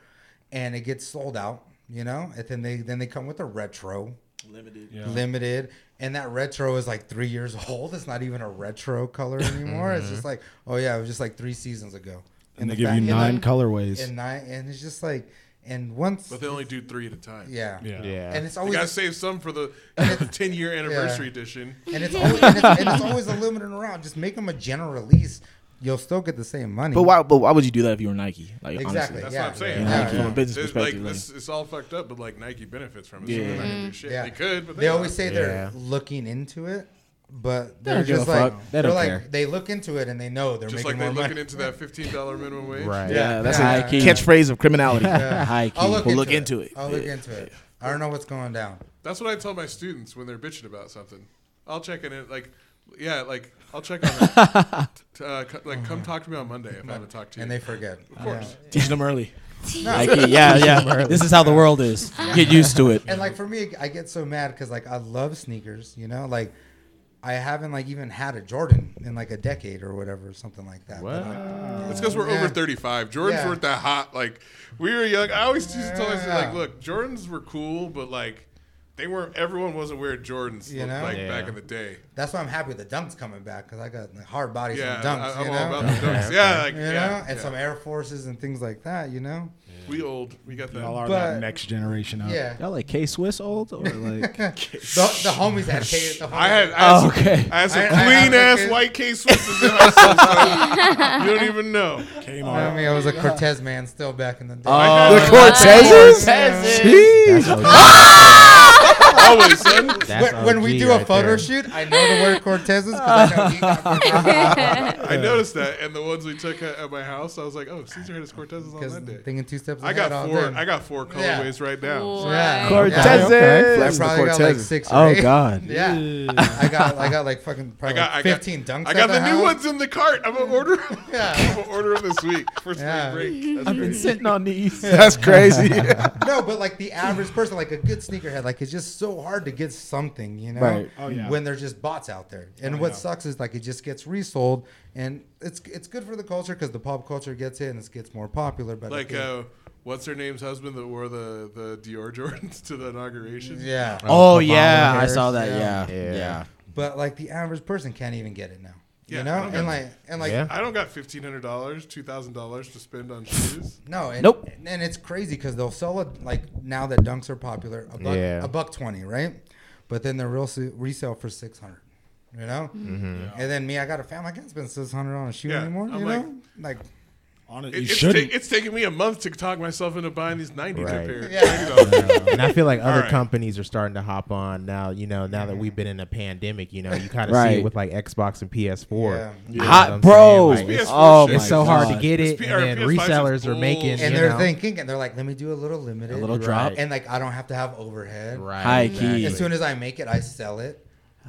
and it gets sold out you know, and then they then they come with a retro
Limited.
Yeah.
limited, and that retro is like three years old. It's not even a retro color anymore. It's just like, oh yeah, it was just like three seasons ago.
Mm-hmm. and they
the
give
fact-
you nine
and-
colorways.
and nine, and it's just like, and once,
But they only do three at a time.
yeah,
yeah.
and it's
You
always
gotta save some for the 10 year anniversary
Yeah.
edition.
and it's always and it's, and it's always a limited round. Just make them a general release. You'll still get the same money.
But why? But why would you do that if you were Nike? Like
Exactly.
honestly,
That's
Yeah.
what I'm saying.
Yeah.
Like,
Nike
from a business
there's,
perspective,
like,
like-
this, it's all fucked up, but like Nike benefits from it. So
Yeah.
they're not gonna do shit.
Yeah.
They could, but
They
don't.
always say
Yeah.
they're looking into it, but
don't
they're
give
just
a
like
fuck. They
they are
don't
like
care.
they look into it and they know they're
just like
making
they're
more
looking
money.
into that fifteen dollar minimum wage.
Right.
yeah, that's
Yeah.
a
High
key.
catchphrase of criminality.
High key.
I'll look,
We'll
into,
look
it.
into it.
I'll look into it. I don't know what's going down.
That's what I tell my students when they're bitching about something. I'll check in it like, yeah, like I'll check on it. T- uh, c- like, come talk to me on Monday if I haven't talked to you.
Mm-hmm. And they forget.
of course.
Teaching them early.
High key. Yeah, yeah. this is how the world is. Get used to it.
And like for me, I get so mad because like I love sneakers, you know, like I haven't like even had a Jordan in like a decade or whatever, something like that. But, like,
It's because we're
Yeah.
over 35. Jordan's
Yeah.
weren't that hot. Like, we were young. I always used to tell myself,
Yeah.
like, look, Jordans were cool, but like, they weren't, everyone wasn't wearing Jordans
You
looked
know?
like
Yeah.
back in the day.
that's why I'm happy the dunks coming back because I got like, hard bodies
Yeah.
and dunks,
I, am
you
all
know,
about the dunks. Yeah. Like,
you know,
yeah.
and
yeah.
some Air Forces and things like that, you know.
we old. We got
Y'all are
that.
But-
that next generation up.
Yeah,
Y'all like K Swiss old or like?
the, the homies had. K- the homies
I had, I had some,
okay.
I had some
I- I
clean
have
ass
like a-
white K Swisses in my system. you don't even know.
I mean, I was a Cortez man still back in the day.
Oh,
the Cortezes.
That's
always, son.
that's
when, when we
OG
do a
right
photo
there.
shoot, I know the word Cortezes because I know he got Cortezes.
I noticed that, and the ones we took at, at my house, I was like, "Oh, Caesar had his Cortezes on that
Because
day."
thinking two steps
I
ahead
got
all
four.
day.
I got four colorways right now.
yeah.
Cortezes.
Yeah. I
Flash the
probably got like
Cortezes.
six. Or
Oh
eight.
God.
Yeah, I got I got like fucking
I
probably
got I
like
got-
15 dunks.
I got the
at
new
house.
ones in the cart. I'm gonna order. them.
Yeah.
I'm gonna order them this week for spring
Yeah.
break. That's
I've been sitting on these.
That's crazy.
No, but like the average person, like a good sneakerhead, like it's just so hard to get something, you know,
Right.
Oh, yeah.
when there's just bots out there. And what sucks is like it just gets resold, and it's it's good for the culture because the pop culture gets it and it gets more popular. But
like
it-
uh, what's her name's husband that wore the the Dior Jordans to the inauguration?
yeah,
Oh
Obama
yeah, I
Harris,
saw that.
yeah.
Yeah,
Yeah.
yeah.
but like the average person can't even get it now,
Yeah,
you
I
know,
don't
and
get
like and like
Yeah.
I don't got fifteen hundred dollars, two thousand dollars to spend on shoes.
No, and,
Nope.
And it's crazy because they'll sell it like now that dunks are popular, a buck,
Yeah.
a buck twenty, right? But then they're real se- resale for six hundred. You know, and then me, I got a family. I can't spend six hundred on a shoe
Yeah,
anymore.
I'm
you
like-
know, like
On
It,
it, you
it's,
shouldn't.
ta- it's taking me a month to talk myself into buying these ninety
Right.
pair.
Yeah.
$90.
And I feel like other
right.
companies are starting to hop on now. You know, now that we've been in a pandemic, you know, you kind of see
Right.
it with like Xbox and PS4.
Yeah.
You know what
Hot
I'm
bro.
saying? Like,
It's
it's,
oh
PS4
my
it's so hard to
God.
get it,
It's P- or
and then
PS5
resellers
is
are making.
bullshit.
and
you
they're
know,
thinking, and they're like, let me do a little limited,
A little drop.
and like I don't have to have overhead.
Right.
High
exactly.
key.
As soon as I make it, I sell it.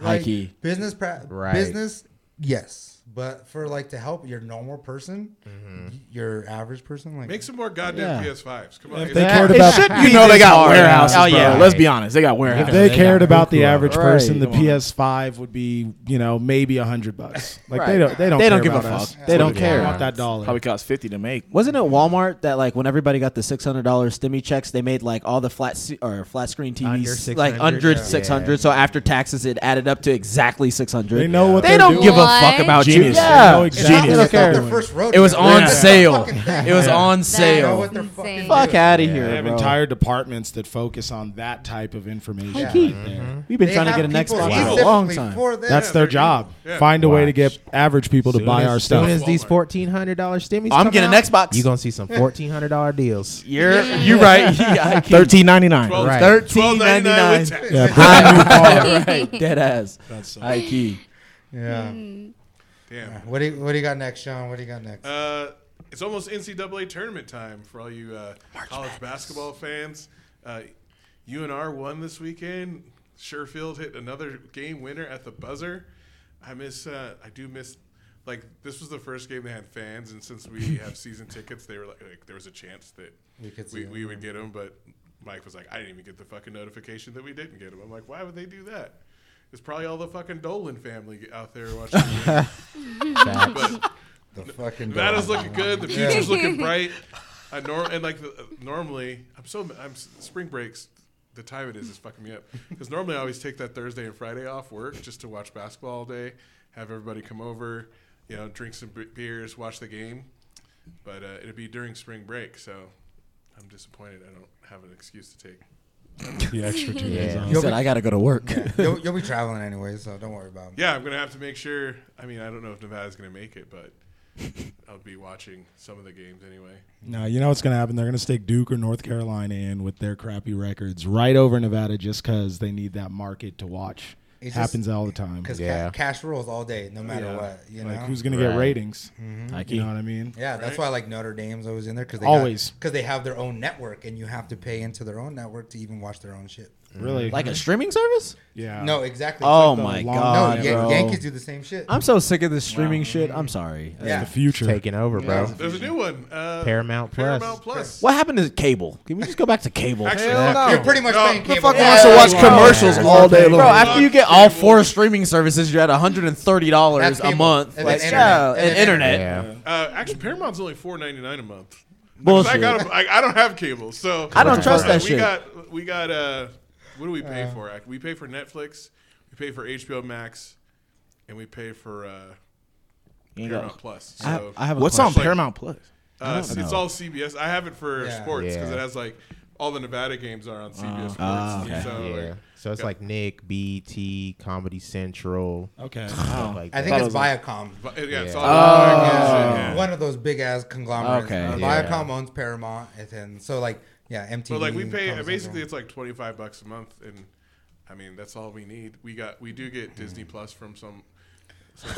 High
Like,
key.
business, pra-
Right.
business, yes, but for like to help your normal person, y- your average person, like
Mm-hmm. Make some more goddamn
Yeah.
PS5s. Come on.
If
It's
they
not-
cared
It
about-
should be. You know they got
hard.
warehouses.
Oh,
bro.
yeah.
Let's be honest. They got warehouses.
if they
they
cared
got
about
Buku
the
out.
average
Right.
person, the
Come on.
PS5 would be, you know, maybe a hundred bucks. Like they
Right.
don't, they don't,
They
care
don't give a
about us.
fuck. They don't
I
care.
want that dollar.
Probably cost fifty to make.
Wasn't it Walmart that like when everybody got the six hundred dollars stimmy checks, they made like all the flat se- or flat screen TVs
Under
like
600,
under
yeah.
six hundred. So after taxes, it added up to exactly six hundred.
They know what
they
they're
don't
doing.
give a fuck
What?
about you.
Genius.
Yeah,
They know
It's not-
Genius.
They
it's
don't
not
care.
their first road
It was
trip.
on
It's a
sale.
fucking thing.
It was on
You know
sale.
what they're fucking
Insane.
Fuck
doing.
out of
They
here,
have
bro.
entire departments that focus on that type of information.
Yeah.
right
key.
there.
We've been
They
trying to
have
get an
people
Xbox for a
specifically
long time.
for this.
That's their job.
yeah.
Find a way to
Watch.
get average people to
Soon
buy
as-
our
Soon
stuff.
as these
Walmart.
fourteen hundred dollar stimmies,
I'm
come
getting an
out,
Xbox.
You gonna see some fourteen hundred dollar deals.
You're you right. I keep-
Thirteen ninety nine.
Twelve-
Right.
Thirteen ninety
$12.99 with
nine.
tax.
Yeah,
Right, dead ass.
That's
High key.
Yeah.
Mm. Damn.
What do you What do you got next, Sean? What do you got next?
Uh, it's almost NCAA tournament time for all you uh, college basketball fans. Uh, UNR won this weekend. Sherfield hit another game winner at the buzzer. I miss. Uh, I do miss. Like this was the first game they had fans, and since we have season tickets, they were like, like there was a chance that we,
We could see
we,
it.
would get them. But Mike was like, I didn't even get the fucking notification that we didn't get them. I'm like, why would they do that? It's probably all the fucking Dolan family out there watching. the game. but
the fucking.
Nevada's looking good. The future's looking bright. I norm and like the, normally I'm so I'm s- spring breaks. The time it is is fucking me up because normally I always take that Thursday and Friday off work just to watch basketball all day, have everybody come over, you know, drink some b- beers, watch the game. But uh, it'd be during spring break, so I'm disappointed. I don't have an excuse to take.
the extra two days
Yeah.
off.
He said, "I gotta go to work."
You'll, you'll be traveling anyway, so don't worry about it.
Yeah, I'm gonna have to make sure. I mean, I don't know if Nevada's gonna make it, but I'll be watching some of the games anyway.
No, you know what's going to happen. They're going to stick Duke or North Carolina in with their crappy records right over Nevada just because they need that market to watch. It
It's
happens
just-
all the time.
Because
Yeah.
cash rules all day, no matter
Yeah.
what. You
like,
know. Mm-hmm.
who's going to get
Right.
ratings?
Like
You know what I mean?
yeah, that's
Right.
why like Notre Dame's always in there because they
Always.
because they have their own network and you have to pay into their own network to even watch their own shit.
Really?
Like a streaming service?
yeah.
Mm-hmm. No, exactly.
Oh
It's like
my
long-
the-
god,
no, Yan-
bro!
Yankees do the same shit.
I'm so sick of this streaming shit. I'm sorry.
yeah,
The future.
Taking over, bro.
There's a new one. Uh,
Paramount Plus.
Paramount Plus.
What happened to cable? Can we just go back to cable?
Actually,
Hell
you're pretty much
No,
paying
the
cable.
Fucking
now.
wants to watch
Yeah.
commercials
Yeah.
all day
Bro,
long.
after you get
Fuck
all
cable.
four streaming services, you're at $130
That's
a
cable.
month.
And
Like,
then
yeah,
internet.
and
And then
internet.
Yeah.
Uh, actually, Paramount's only four ninety nine a month. 'Cause I
Bullshit.
got I, I don't have cable, so
I don't trust
Uh,
that
we
shit.
got we got uh, what do we pay for? Ac- We pay for Netflix, we pay for HBO Max, and we pay for uh,
You
Paramount
got-
Plus.
I,
So
I have a
What's on
question.
Paramount Plus?
uh, it's it's
know.
all CBS. I have it for
Yeah.
sports because
Yeah.
it has like all the Nevada games are on CBS Sports.
Ah, okay.
So like,
Yeah. So it's
Yeah.
like Nick, BT, Comedy Central.
Okay.
stuff like
I
that.
think it's Viacom. Oh.
but, yeah, it's
Yeah.
all Nevada games, yeah.
One of those big ass conglomerates.
Okay,
Uh,
yeah.
Viacom owns Paramount, and then so like yeah,
But
MTV.
like we pay
Comedy
basically
Central.
it's like twenty five bucks a month and I mean that's all we need. We got we do get Disney Plus from some
Mm.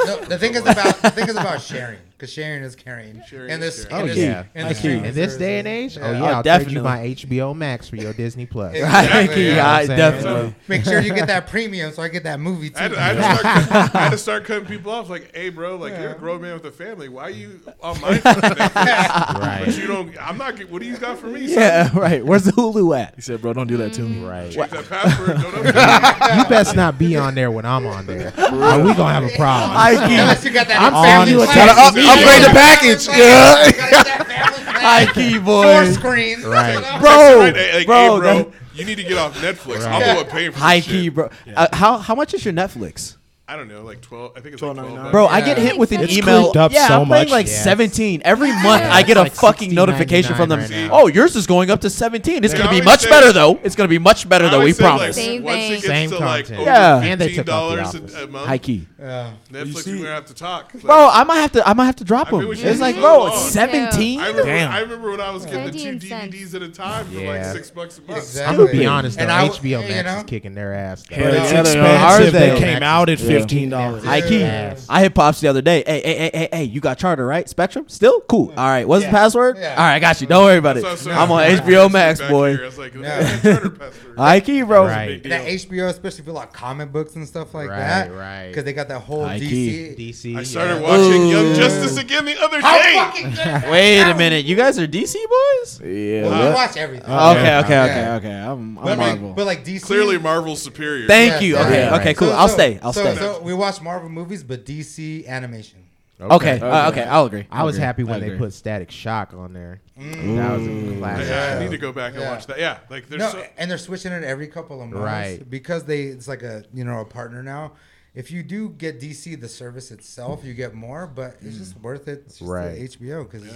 No, the thing is about the thing is about sharing because sharing is caring.
Sharing
and
is
this,
caring.
and
Oh,
this,
yeah.
and
I
this
see.
streaming
In this day and
services-
age, oh yeah,
Oh,
I'll trade
definitely.
you my HBO Max for your Disney Plus.
Exactly,
Yeah,
yeah.
I'm
I
saying.
definitely.
Make sure you get that premium so I get that movie too.
I had, to, I, had to start, cut- I had to start cutting people off. Like, hey, bro, like you're a grown man with a family. Why are you on my fucking Netflix? But
right,
you don't. I'm not. get- What do you got for me? Son?
Yeah, right. Where's the Hulu at?
He said, bro, don't do that to me.
right.
Change that password. Don't open it.
You best not be on there when I'm on there. Or we gonna have a problem.
Unless you got that
I'm
family
on-
plan.
Gotta up-
You got
upgrade the
that
package,
family plan. You got that family plan.
Key
Four
boy.
screens.
Right.
Bro,
Right, hey, like,
bro,
hey, bro,
that-
you need to get off Netflix.
Right.
I'm the one paying for
high
this
key,
shit.
bro. Uh, how how much is your Netflix,
I don't know, like twelve. I think it's like twelve.
bro?
bucks.
I get
Yeah.
hit with an
It's
email.
creeped up
yeah,
so
I'm paying
much.
like
Yeah.
17 every month. I get a
like
fucking
16.99
notification from them.
right now.
oh, yours is going up to 17. It's
They
gonna be
always
much
say-
better though. It's gonna be much better
I
though. We
always said, like,
promise.
Same
once it
thing.
gets
Same
to like
content.
over
Yeah.
And they
fifteen
took off the
dollars
office.
a a month,
High key.
Yeah.
Netflix,
see-
we're gonna have to talk, Like,
Bro, I might have to. I might have to drop
I mean,
them.
we should
It's like,
do
bro,
that.
seventeen.
I remember,
Damn.
I remember when I was getting the two
13 cents.
DVDs at a time for like
Yeah.
six bucks a month.
Exactly.
I'm gonna be honest though,
And I-
HBO Max
you know?
is kicking their ass. though.
But it's
Yeah.
expensive.
Are
They
they?
came out at
Yeah.
fifteen dollars.
High key.
Yes.
I hit pops the other day. Hey, hey, hey, hey, hey, you got Charter right? Spectrum still cool. All right, what's
Yeah.
the password?
Yeah.
All right, I got you. Don't worry about it.
So- so-
I'm on
I was
HBO
sitting
Max,
back
boy.
here, I was like,
Yeah.
"That's Turner Pester."
High key, bro.
Right.
And that HBO, especially if you like comic books and stuff like
Right,
that,
right.
Because they got that whole
High key.
DC.
DC.
I started watching Young Justice again the other
How
day.
fucking good.
Wait a minute, you guys are DC boys?
Yeah.
Well, we watch everything.
Okay, okay, okay,
Yeah.
okay. I'm, I'm
But, like,
Marvel.
but like DC.
Clearly, Marvel's superior.
Thank
Yeah,
you.
yeah,
okay,
yeah.
okay,
Right.
cool.
So-
I'll
so-
stay. I'll
so,
stay.
So we watch Marvel movies, but DC animation.
okay, okay. Uh, okay, I'll agree.
I was
I'll agree.
happy
I'll
when they
agree. Mm.
put Static Shock on there.
Mm.
That was a classic.
Yeah, I
show.
need to go back and
Yeah.
watch that. Yeah, like there's
No,
so,
and they're switching it every couple of months,
Right.
Because they it's like a you know a partner now. If you do get DC the service itself, you get more, but it's just worth it. It's just
Right.
the HBO because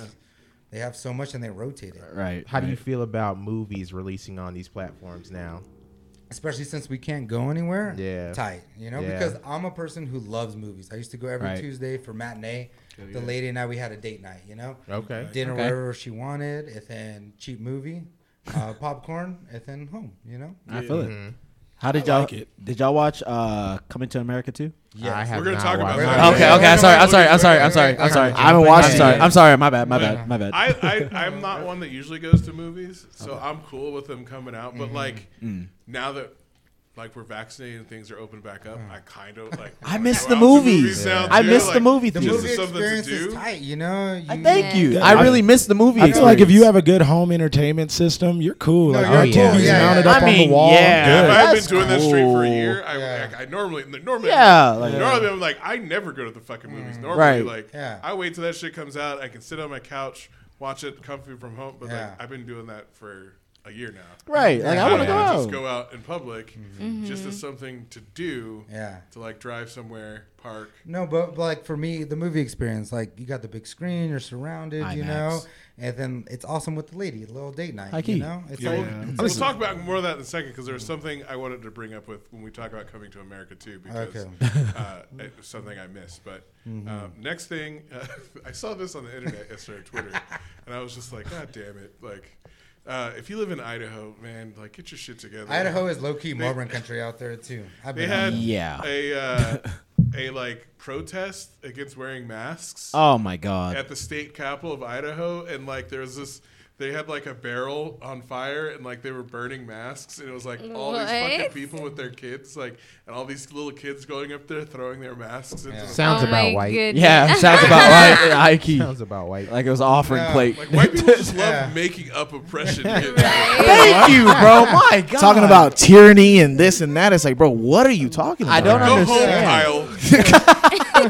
they have so much and they rotate it.
Right.
How do you feel about movies releasing on these platforms now?
Especially since we can't go anywhere.
Yeah.
tight. You know,
Yeah.
because I'm a person who loves movies. I used to go every
Right.
Tuesday for matinee. The lady and I we had a date night. You know,
Mm-hmm.
Okay.
dinner
Okay.
wherever she wanted, and then cheap movie, uh, popcorn, and then home. You know,
I feel
Mm-hmm.
it. How did y'all?
like it.
Did y'all watch uh, Coming to America too?
I have
we're gonna
not
talk about
watched
that.
Okay, okay. I'm sorry. I'm sorry. I'm sorry. I'm sorry. I'm sorry.
I
haven't
watched
I'm
it
sorry.
yet.
I'm sorry. My bad. My bad. My bad.
I, I I'm not one that usually goes to movies, so I'm cool with them coming out.
Mm-hmm.
But like
Mm.
now that like we're vaccinated and things are opened back up, I kind of like.
Mm. I
wanna
miss
go
the
out to
movies.
now,
I
too,
miss the
like,
movie
The
just
theaters.
movie
something to
experience is
do.
tight, you know. You,
I Thank you.
Yeah.
I really miss the movie.
I feel like if
experience.
you have a good home entertainment system, you're cool.
No,
like,
you're
our
cool,
TV's
yeah, yeah.
mounted up
oh, I
on
mean,
the wall. I'm
yeah.
If
good.
I had been
That's
doing that straight for a
cool.
year, I,
Yeah.
I, I normally normally
Yeah, like-
normally I'm like I never go to the fucking movies. Normally,
Right.
like
Yeah.
I wait till that shit comes out. I can sit on my couch, watch it comfy from home. But
Yeah.
like, I've been doing that for a year now.
Right. Like I
Now
want to go
I
out. Mm-hmm.
Just go out in public, just as something to do.
Yeah.
To like drive somewhere, park.
No, but but, like for me, the movie experience, like you got the big screen, you're surrounded, you
IMAX.
know, and then it's awesome with the lady, a little date night,
High key.
you know. It's
Yeah,
like,
we'll, we'll talk about more of that in a second because there's something I wanted to bring up with when we talk about coming to America too because
Okay. Mm-hmm.
uh, it was something I missed. But um, next thing, uh, I saw this on the internet yesterday on Twitter, and I was just like, God damn it! Like, uh, if you live in Idaho, man, like get your shit together.
Idaho is low key Mormon country out there too. I've
They
been
had
out
Yeah.
a uh, a like protest against wearing masks
Oh my god.
at the state capitol of Idaho, and like there was this. They had like a barrel on fire, and like they were burning masks, and it was like all these fucking
What?
people with their kids, like, and all these little kids going up there throwing their masks into the
Sounds
Oh
about
my
white.
goodness.
Yeah, sounds about right. High key.
Sounds about white.
Like it was an offering
Yeah.
plate.
like white people just love
Yeah.
making up oppression.
Thank you, bro. My god.
Talking about tyranny and this and that. It's like, bro, what are you talking about?
I don't
Go home,
understand.
Kyle.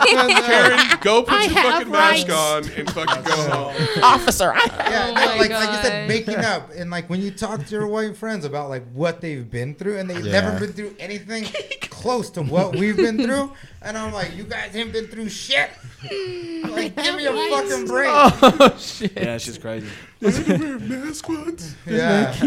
Karen, go put your
have
fucking mask
rights.
on and fucking go home.
officer. I-
Yeah,
Oh
no,
my
like like you
God.
said, making up and like when you talk to your white friends about like what they've been through and they've never
Yeah.
been through anything close to what we've been through, and I'm like, you guys haven't been through shit. Like, give me a fucking break.
oh shit. Yeah, she's crazy.
I had to wear a mask once.
Yeah,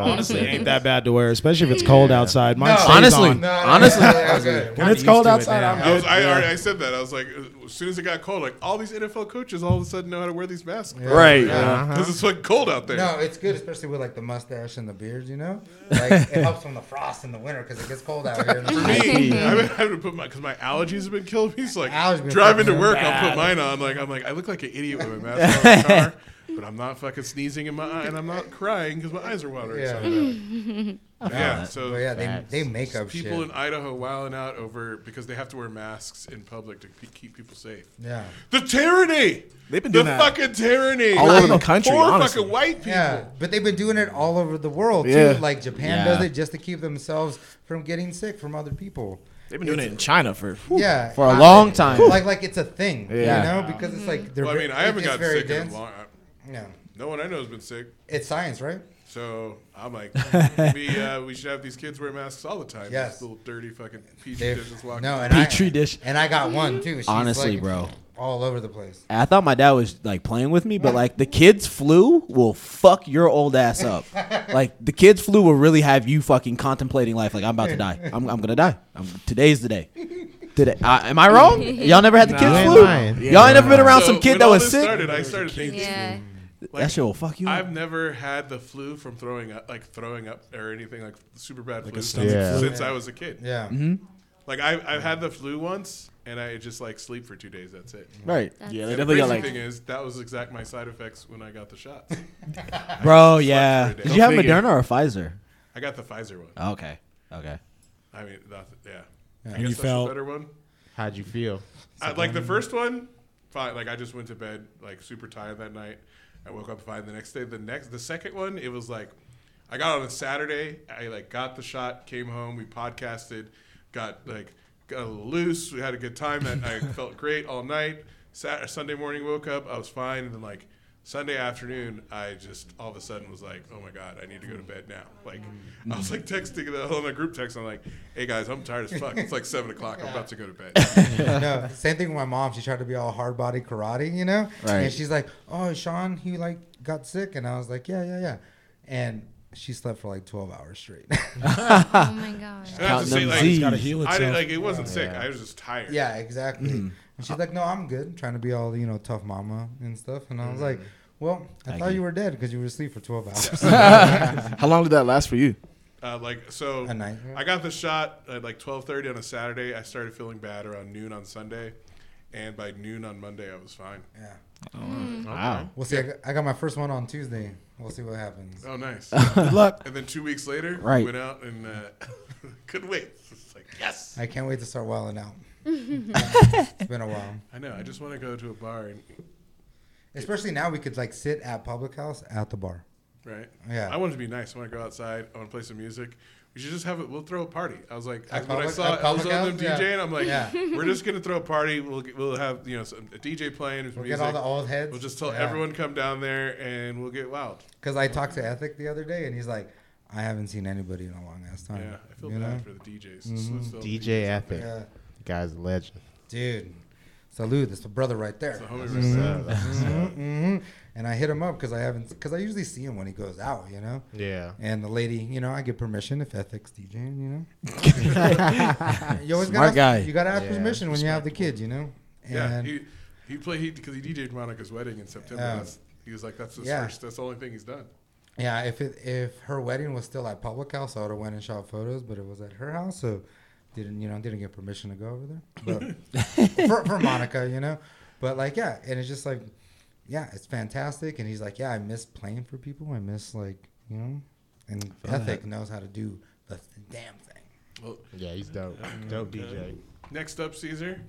Honestly, it ain't that bad to wear, especially if it's cold outside. Mine
No.
stays
Honestly,
on.
honestly,
I'm good.
when it's cold outside, I'm
I,
good.
was, I, already, I said that. I was like, as soon as it got cold, like all these NFL coaches all of a sudden know how to wear these masks.
Right.
Because it's fucking cold out there.
Uh-huh. No, it's good, especially with like the mustache and the beard. You know, like it helps from the frost in the winter because it gets cold out here. in the
For
summer.
me, I've been having to put my because my allergies have been killing me. So like
Allergies been
driving to
fucking
work, I'll put mine on. Like I'm like I look like an idiot with my mask on in the car, but I'm not fucking sneezing in my eye and I'm not crying because my eyes are watering.
Yeah.
So, yeah.
But
So
yeah, they
Facts.
they make up shit.
people in Idaho wilding out over because they have to wear masks in public to pe- keep people safe.
yeah,
The tyranny.
They've been
The
doing that
fucking tyranny.
all over the country,
Poor
honestly.
fucking white people.
yeah, but they've been doing it all over the world too.
Yeah.
Like Japan
Yeah.
does it just to keep themselves from getting sick from other people.
They've been doing it in China for.
yeah,
For a
I-
long time.
Like like it's a thing.
Yeah.
You know, because it's like they're.
Well, I mean, I haven't
it's
gotten
very
sick in
dense.
a long.
Yeah,
No one I know has been sick.
it's science, right?
So I'm like, we uh, we should have these kids wear masks all the time.
Yes.
These little dirty fucking petri
They've-
dishes walking.
no, and
Petri
I,
dish.
and I got one too. She's
Honestly,
like
bro.
all over the place.
I thought my dad was like playing with me, but like the kids flu will fuck your old ass up. like the kids flu will really have you fucking contemplating life. Like I'm about to die. I'm, I'm gonna die. I'm, today's the day. Today, I, am I wrong? Y'all never had the kids
you ain't
flu.
lying.
Y'all ain't never been around
So
some
when
kid that
all
was
this
sick.
Started, I started thinking,
Yeah.
like,
that shit will fuck you up.
I've never had the flu from throwing up, like throwing up or anything like super bad flu
stomach
Yeah.
since,
flu.
since I was a kid.
Yeah.
Mm-hmm.
Like I, I've had the flu once, and I just like sleep for two days. That's it.
right,
Yeah,
And
they
the
definitely
crazy
got like.
thing is, that was exact my side effects when I got the shots.
bro. Yeah.
for a day.
Did you have
Go figure.
Moderna or Pfizer?
I got the Pfizer one.
Okay. Okay.
I mean, that, yeah. I
And
guess
you
that's
felt-
the better one.
How'd you feel?
I, like the first one, fine. Like I just went to bed like super tired that night. I woke up fine the next day. The next, the second one, it was like I got on a Saturday. I like got the shot, came home, we podcasted, got like got a little loose. We had a good time. That I felt great all night. Saturday, Sunday morning, woke up, I was fine, and then like. Sunday afternoon, I just all of a sudden was like, "Oh my god, I need to go to bed now!" Like, I was like texting the on a group text. I'm like, "Hey guys, I'm tired as fuck. It's like seven o'clock. I'm about to go to bed."
no, same thing with my mom. She tried to be all hard body karate, you know?
Right.
And she's like, Oh, Sean, he like got sick and I was like, Yeah, yeah, yeah. And she slept for like twelve hours straight.
Oh my gosh.
And I have to
Counting
say,
them
like,
Z's.
Gotta heal
I didn't
itself.
like it wasn't sick. I was just tired.
yeah, exactly. Mm-hmm.
Mm.
And she's like, No, I'm good. Trying to be all, you know, tough mama and stuff. And I was like, Well, I
Mm-hmm. Thank
thought
you.
you were dead because you were asleep for twelve hours
How long did that last for you?
Uh, like so,
a night.
I got the shot at like twelve thirty on a Saturday. I started feeling bad around noon on Sunday, and by noon on Monday, I was fine.
Yeah. Mm.
Wow.
We'll see. I got, I got my first one on Tuesday. We'll see what happens.
Oh, nice.
Good luck.
and then two weeks later,
Right.
went out and uh, couldn't wait. It's like yes.
I can't wait to start wilding out. it's been a while.
I know. I just want to go to a bar and
Especially now we could like sit at public house at the bar.
right.
Yeah.
I wanted to be nice. I want to go outside. I want to play some music. we should just have it. We'll throw a party. I was like,
At
when I
public-
saw,
at
I was
public
on them
house? Yeah.
DJing. I'm like,
Yeah.
we're just gonna throw a party. We'll get- we'll have you know some, a DJ playing. We'll
We'll get all the old heads.
We'll just tell
Yeah.
everyone come down there and we'll get wild.
Because I talked to Ethic the other day, and he's like, I haven't seen anybody in a long ass time.
Yeah, I feel
You
bad
know? Mm-hmm.
for the DJs. Salute to all the
DJ
DJs out
Ethic.
there.
Yeah.
Guy's a legend.
Dude, salute. That's the brother right there.
The homie right there.
hmm And I hit him up because I haven't, because I usually see him when he goes out, you know?
Yeah.
And the lady, you know, I get permission if ethics DJ, you know? you always
Smart
gotta,
guy.
You got to ask
Yeah.
permission when you have the kid, you know?
Yeah,
And
he he played he because he DJ'd Monica's wedding in September.
Yeah.
That's, he was like, that's his
Yeah.
first. That's the only thing he's done.
Yeah, if it if her wedding was still at public house, I would have went and shot photos. But it was at her house, so didn't you know didn't get permission to go over there. But for, for Monica, you know, but like yeah, and it's just like yeah, it's fantastic. And he's like, yeah, I miss playing for people. I miss like you know, and Ethic knows how to do the damn thing.
Yeah, he's dope.
Mm-hmm.
Dope DJ.
Um, Next up, Caesar.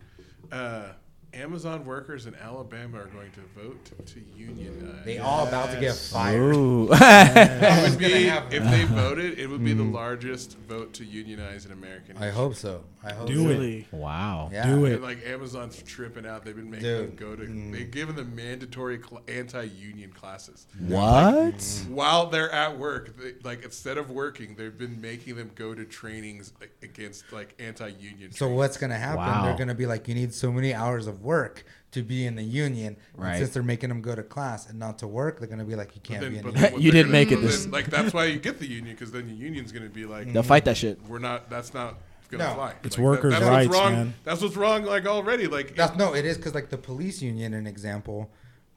Uh, Amazon workers in Alabama are going to vote to unionize.
They all about to get fired.
Ooh.
It would
gonna
be,
happen.
if they voted, it would be
Mm-hmm.
the largest vote to unionize in American
I
history.
hope so. I hope
Do
so.
it.
wow.
Yeah.
Do it.
And like Amazon's tripping out. They've been making
Dude. mm.
them go to. They've given them mandatory cl- anti-union classes
What?
while they're at work. They, like instead of working, they've been making them go to trainings like, against like anti-union.
So what's going to happen?
Wow.
They're going to be like, you need so many hours of work to be in the union. And
Right.
since they're making them go to class and not to work, they're going to be like, you can't
Then-
be in
but
the
then
union.
what
You
they're
didn't
gonna-
make it
then,
this-
Like that's why you get the union because then the union's going to be like,
They'll fight that shit.
we're not. That's not gonna
No.
fly.
It's
Like,
workers'
that's
rights,
what's wrong.
man.
That's what's wrong. Like already, like
That's, no, it is because like the police union, an example,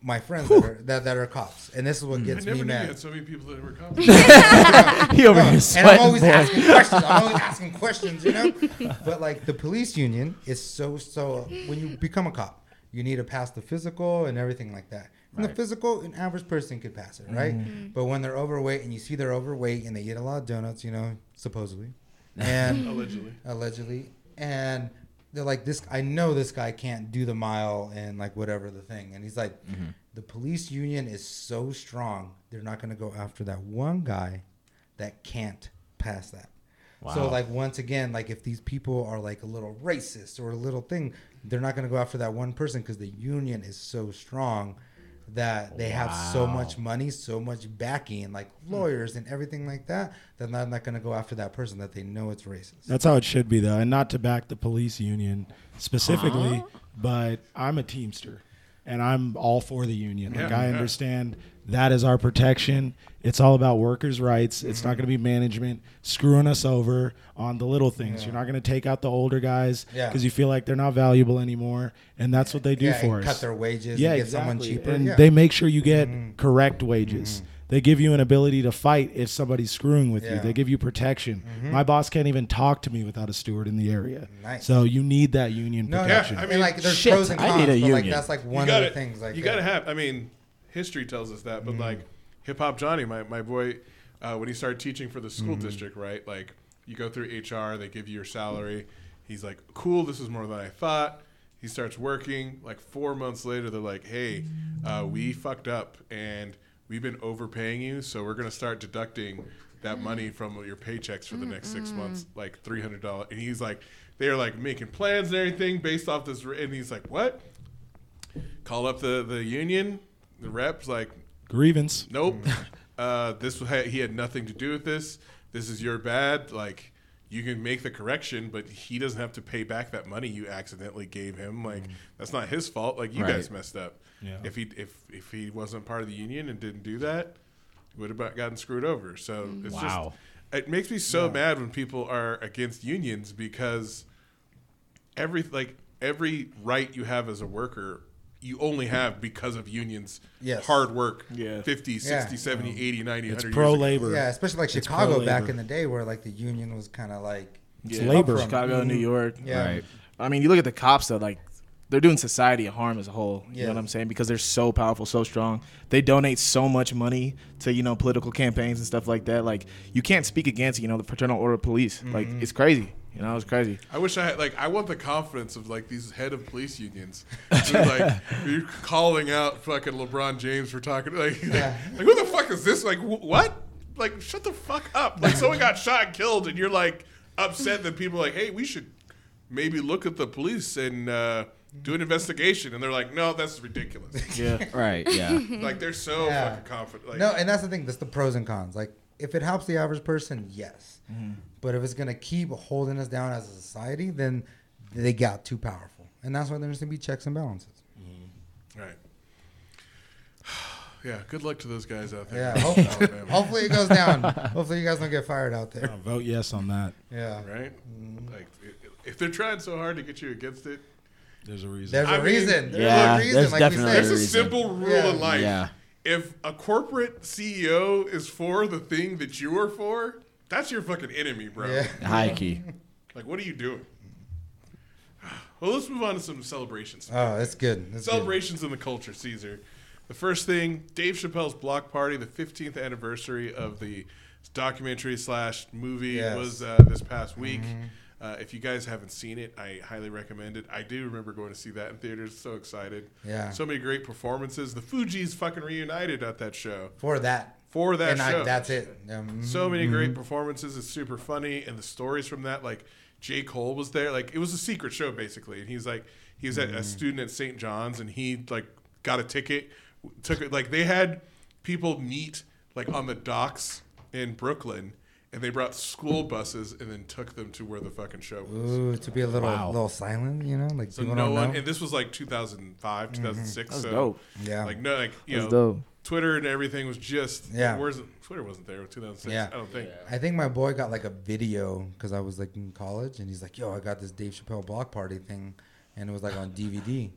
my friends that are, that, that are cops, and this is what
Hmm. I
gets
never
me
knew you
mad.
had so many people that were cops.
he over here
And I'm
sweating.
always
boy.
asking questions. I'm always asking questions, you know. But like the police union is so so. When you become a cop, you need to pass the physical and everything like that. And the physical, an average person could pass it, right?
Mm-hmm.
But when they're overweight and you see they're overweight and they eat a lot of donuts, you know, supposedly, and
Allegedly.
allegedly, and they're like, "This, I know this guy can't do the mile and like whatever the thing." And he's like, "The police union is so strong; they're not going to go after that one guy that can't pass that." So
Wow.
like once again, like if these people are like a little racist or a little thing, they're not going to go after that one person because the union is so strong that they have so much money, so much backing, like lawyers and everything like that. That they're not going to go after that person that they know it's racist.
That's how it should be, though, and not to back the police union specifically,
Uh-huh.
but I'm a Teamster, and I'm all for the union. Like
Yeah,
I
yeah.
understand that is our protection. It's all about workers' rights. It's
Mm-hmm.
not going to be management screwing us over on the little things. You're not going to take out the older guys
Yeah.
because you feel like they're not valuable anymore, and that's what they do
yeah,
for
and
us.
cut their wages
yeah,
and get
exactly.
someone cheaper.
and
yeah. Mm-hmm.
they make sure you get correct wages. They give you an ability to fight if somebody's screwing with you.
Yeah.
They give you protection. My boss can't even talk to me without a steward in the area.
Nice.
So you need that union
no, no,
protection.
I mean like there's
Shit,
pros and
I
cons,
need a
but like
union.
that's like
you
one
gotta,
of the things. Like
you
that.
gotta have. I mean, history tells us that, but like hip hop Johnny, my my boy, uh, when he started teaching for the school district, right? Like you go through HR, they give you your salary. He's like, cool, this is more than I thought. He starts working. Like four months later, they're like, hey, uh, we fucked up and we've been overpaying you, so we're gonna start deducting that money from your paychecks for the next six months, like three hundred dollars. And he's like, they're like making plans and everything based off this. And he's like, what? call up the, the union. The reps like,
Grievance.
nope. Uh, this was- he had nothing to do with this. This is your bad. Like you can make the correction, but he doesn't have to pay back that money you accidentally gave him. Like that's not his fault. Like you
Right.
guys messed up.
Yeah.
If he if if he wasn't part of the union and didn't do that, he would have about gotten screwed over. So it's
Wow.
just it makes me so mad when people are against unions because every like every right you have as a worker you only have because of unions
Yes.
hard work
Yeah.
50 60 70 80 90
It's
100
pro
years ago.
labor.
yeah, especially like
It's
Chicago back
pro-labor.
in the day where like the union was kind of like
It's labor. Mm-hmm.
Chicago, New York.
yeah.
Right.
I mean, you look at the cops though, like they're doing society a harm as a whole. You
Yeah.
know what I'm saying? Because they're so powerful, so strong. They donate so much money to you know political campaigns and stuff like that. Like you can't speak against you know the fraternal order of police. Like
Mm-hmm.
it's crazy. You know, it's crazy.
I wish I had like I want the confidence of like these head of police unions, Who, like you're calling out fucking LeBron James for talking like, like, like, who the fuck is this like wh- what like shut the fuck up. Like someone got shot and killed, and you're like upset that people are like, hey, we should maybe look at the police and uh, do an investigation, and they're like, no, that's ridiculous.
Yeah.
Right. Yeah.
like they're so
Yeah.
fucking confident. Like,
no, and that's the thing. That's the pros and cons. Like, if it helps the average person, yes. But if it's gonna keep holding us down as a society, then they got too powerful, and that's why there needs to be checks and balances.
right. Yeah, good luck to those guys out there.
Yeah. Hopefully,
Alabama, Um,
hopefully it goes down. Hopefully you guys don't get fired out there.
I'll vote yes on that.
Yeah. Mm-hmm.
right? Like, i- if they're trying so hard to get you against it,
There's a reason.
There's
I
a
mean-
reason. There's
Yeah,
a reason.
there's
like
definitely
we
a
said.
That's a
reason.
simple rule
Yeah.
in life.
Yeah.
If a corporate CEO is for the thing that you are for, that's your fucking enemy, bro.
Yeah.
High key.
Like, what are you doing? Well, let's move on to some celebrations.
Oh, it's good. It's good.
celebrations in the culture, Caesar. The first thing, Dave Chappelle's block party, the 15th anniversary of the documentary slash movie
Yes. Mm-hmm.
was uh, this past week. Uh, if you guys haven't seen it, I highly recommend it. I do remember going to see that in theaters. So excited.
Yeah.
So many great performances. The Fugees fucking reunited at that show.
For that.
For that
and
show.
I, that's it. Um,
So many great performances. It's super funny, and the stories from that, like J. Cole was there. Like it was a secret show basically, and he's like he was at
Mm.
a student at St. John's, and he like got a ticket, w- took it. Like they had people meet like on the docks in Brooklyn, and they brought school buses and then took them to where the fucking show was.
Ooh, to be a little little silent, you know, like
So
people
no
don't
one,
know. Mm.
and this was like 2005, 2006. so
dope.
Yeah.
like no, like you
That's
know,
dope.
Twitter and everything was just
Yeah.
Where's Twitter wasn't there with 2006?
Yeah.
I don't think.
I think my boy got like a video because I was like in college, and he's like, "Yo, I got this Dave Chappelle block party thing," and it was like on DVD.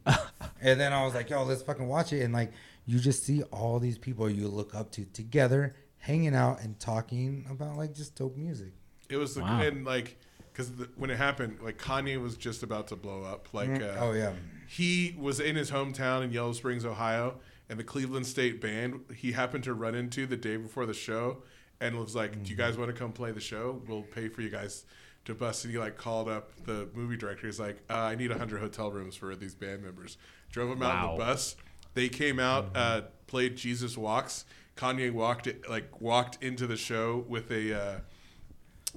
and then I was like, "Yo, let's fucking watch it." And like, you just see all these people you look up to together, hanging out and talking about like just dope music.
It was the
Wow.
and like because when it happened, like Kanye was just about to blow up. Like, uh,
Oh yeah,
he was in his hometown in Yellow Springs, Ohio, and the Cleveland State Band he happened to run into the day before the show, and was like,
Mm-hmm.
"Do you guys want to come play the show? We'll pay for you guys." To bus, and he like called up the movie director. He's like, uh, "I need hundred hotel rooms for these band members." Drove them out in the
Wow. Mm-hmm.
bus. They came out, uh, played Jesus Walks. Kanye walked it, like walked into the show with a uh,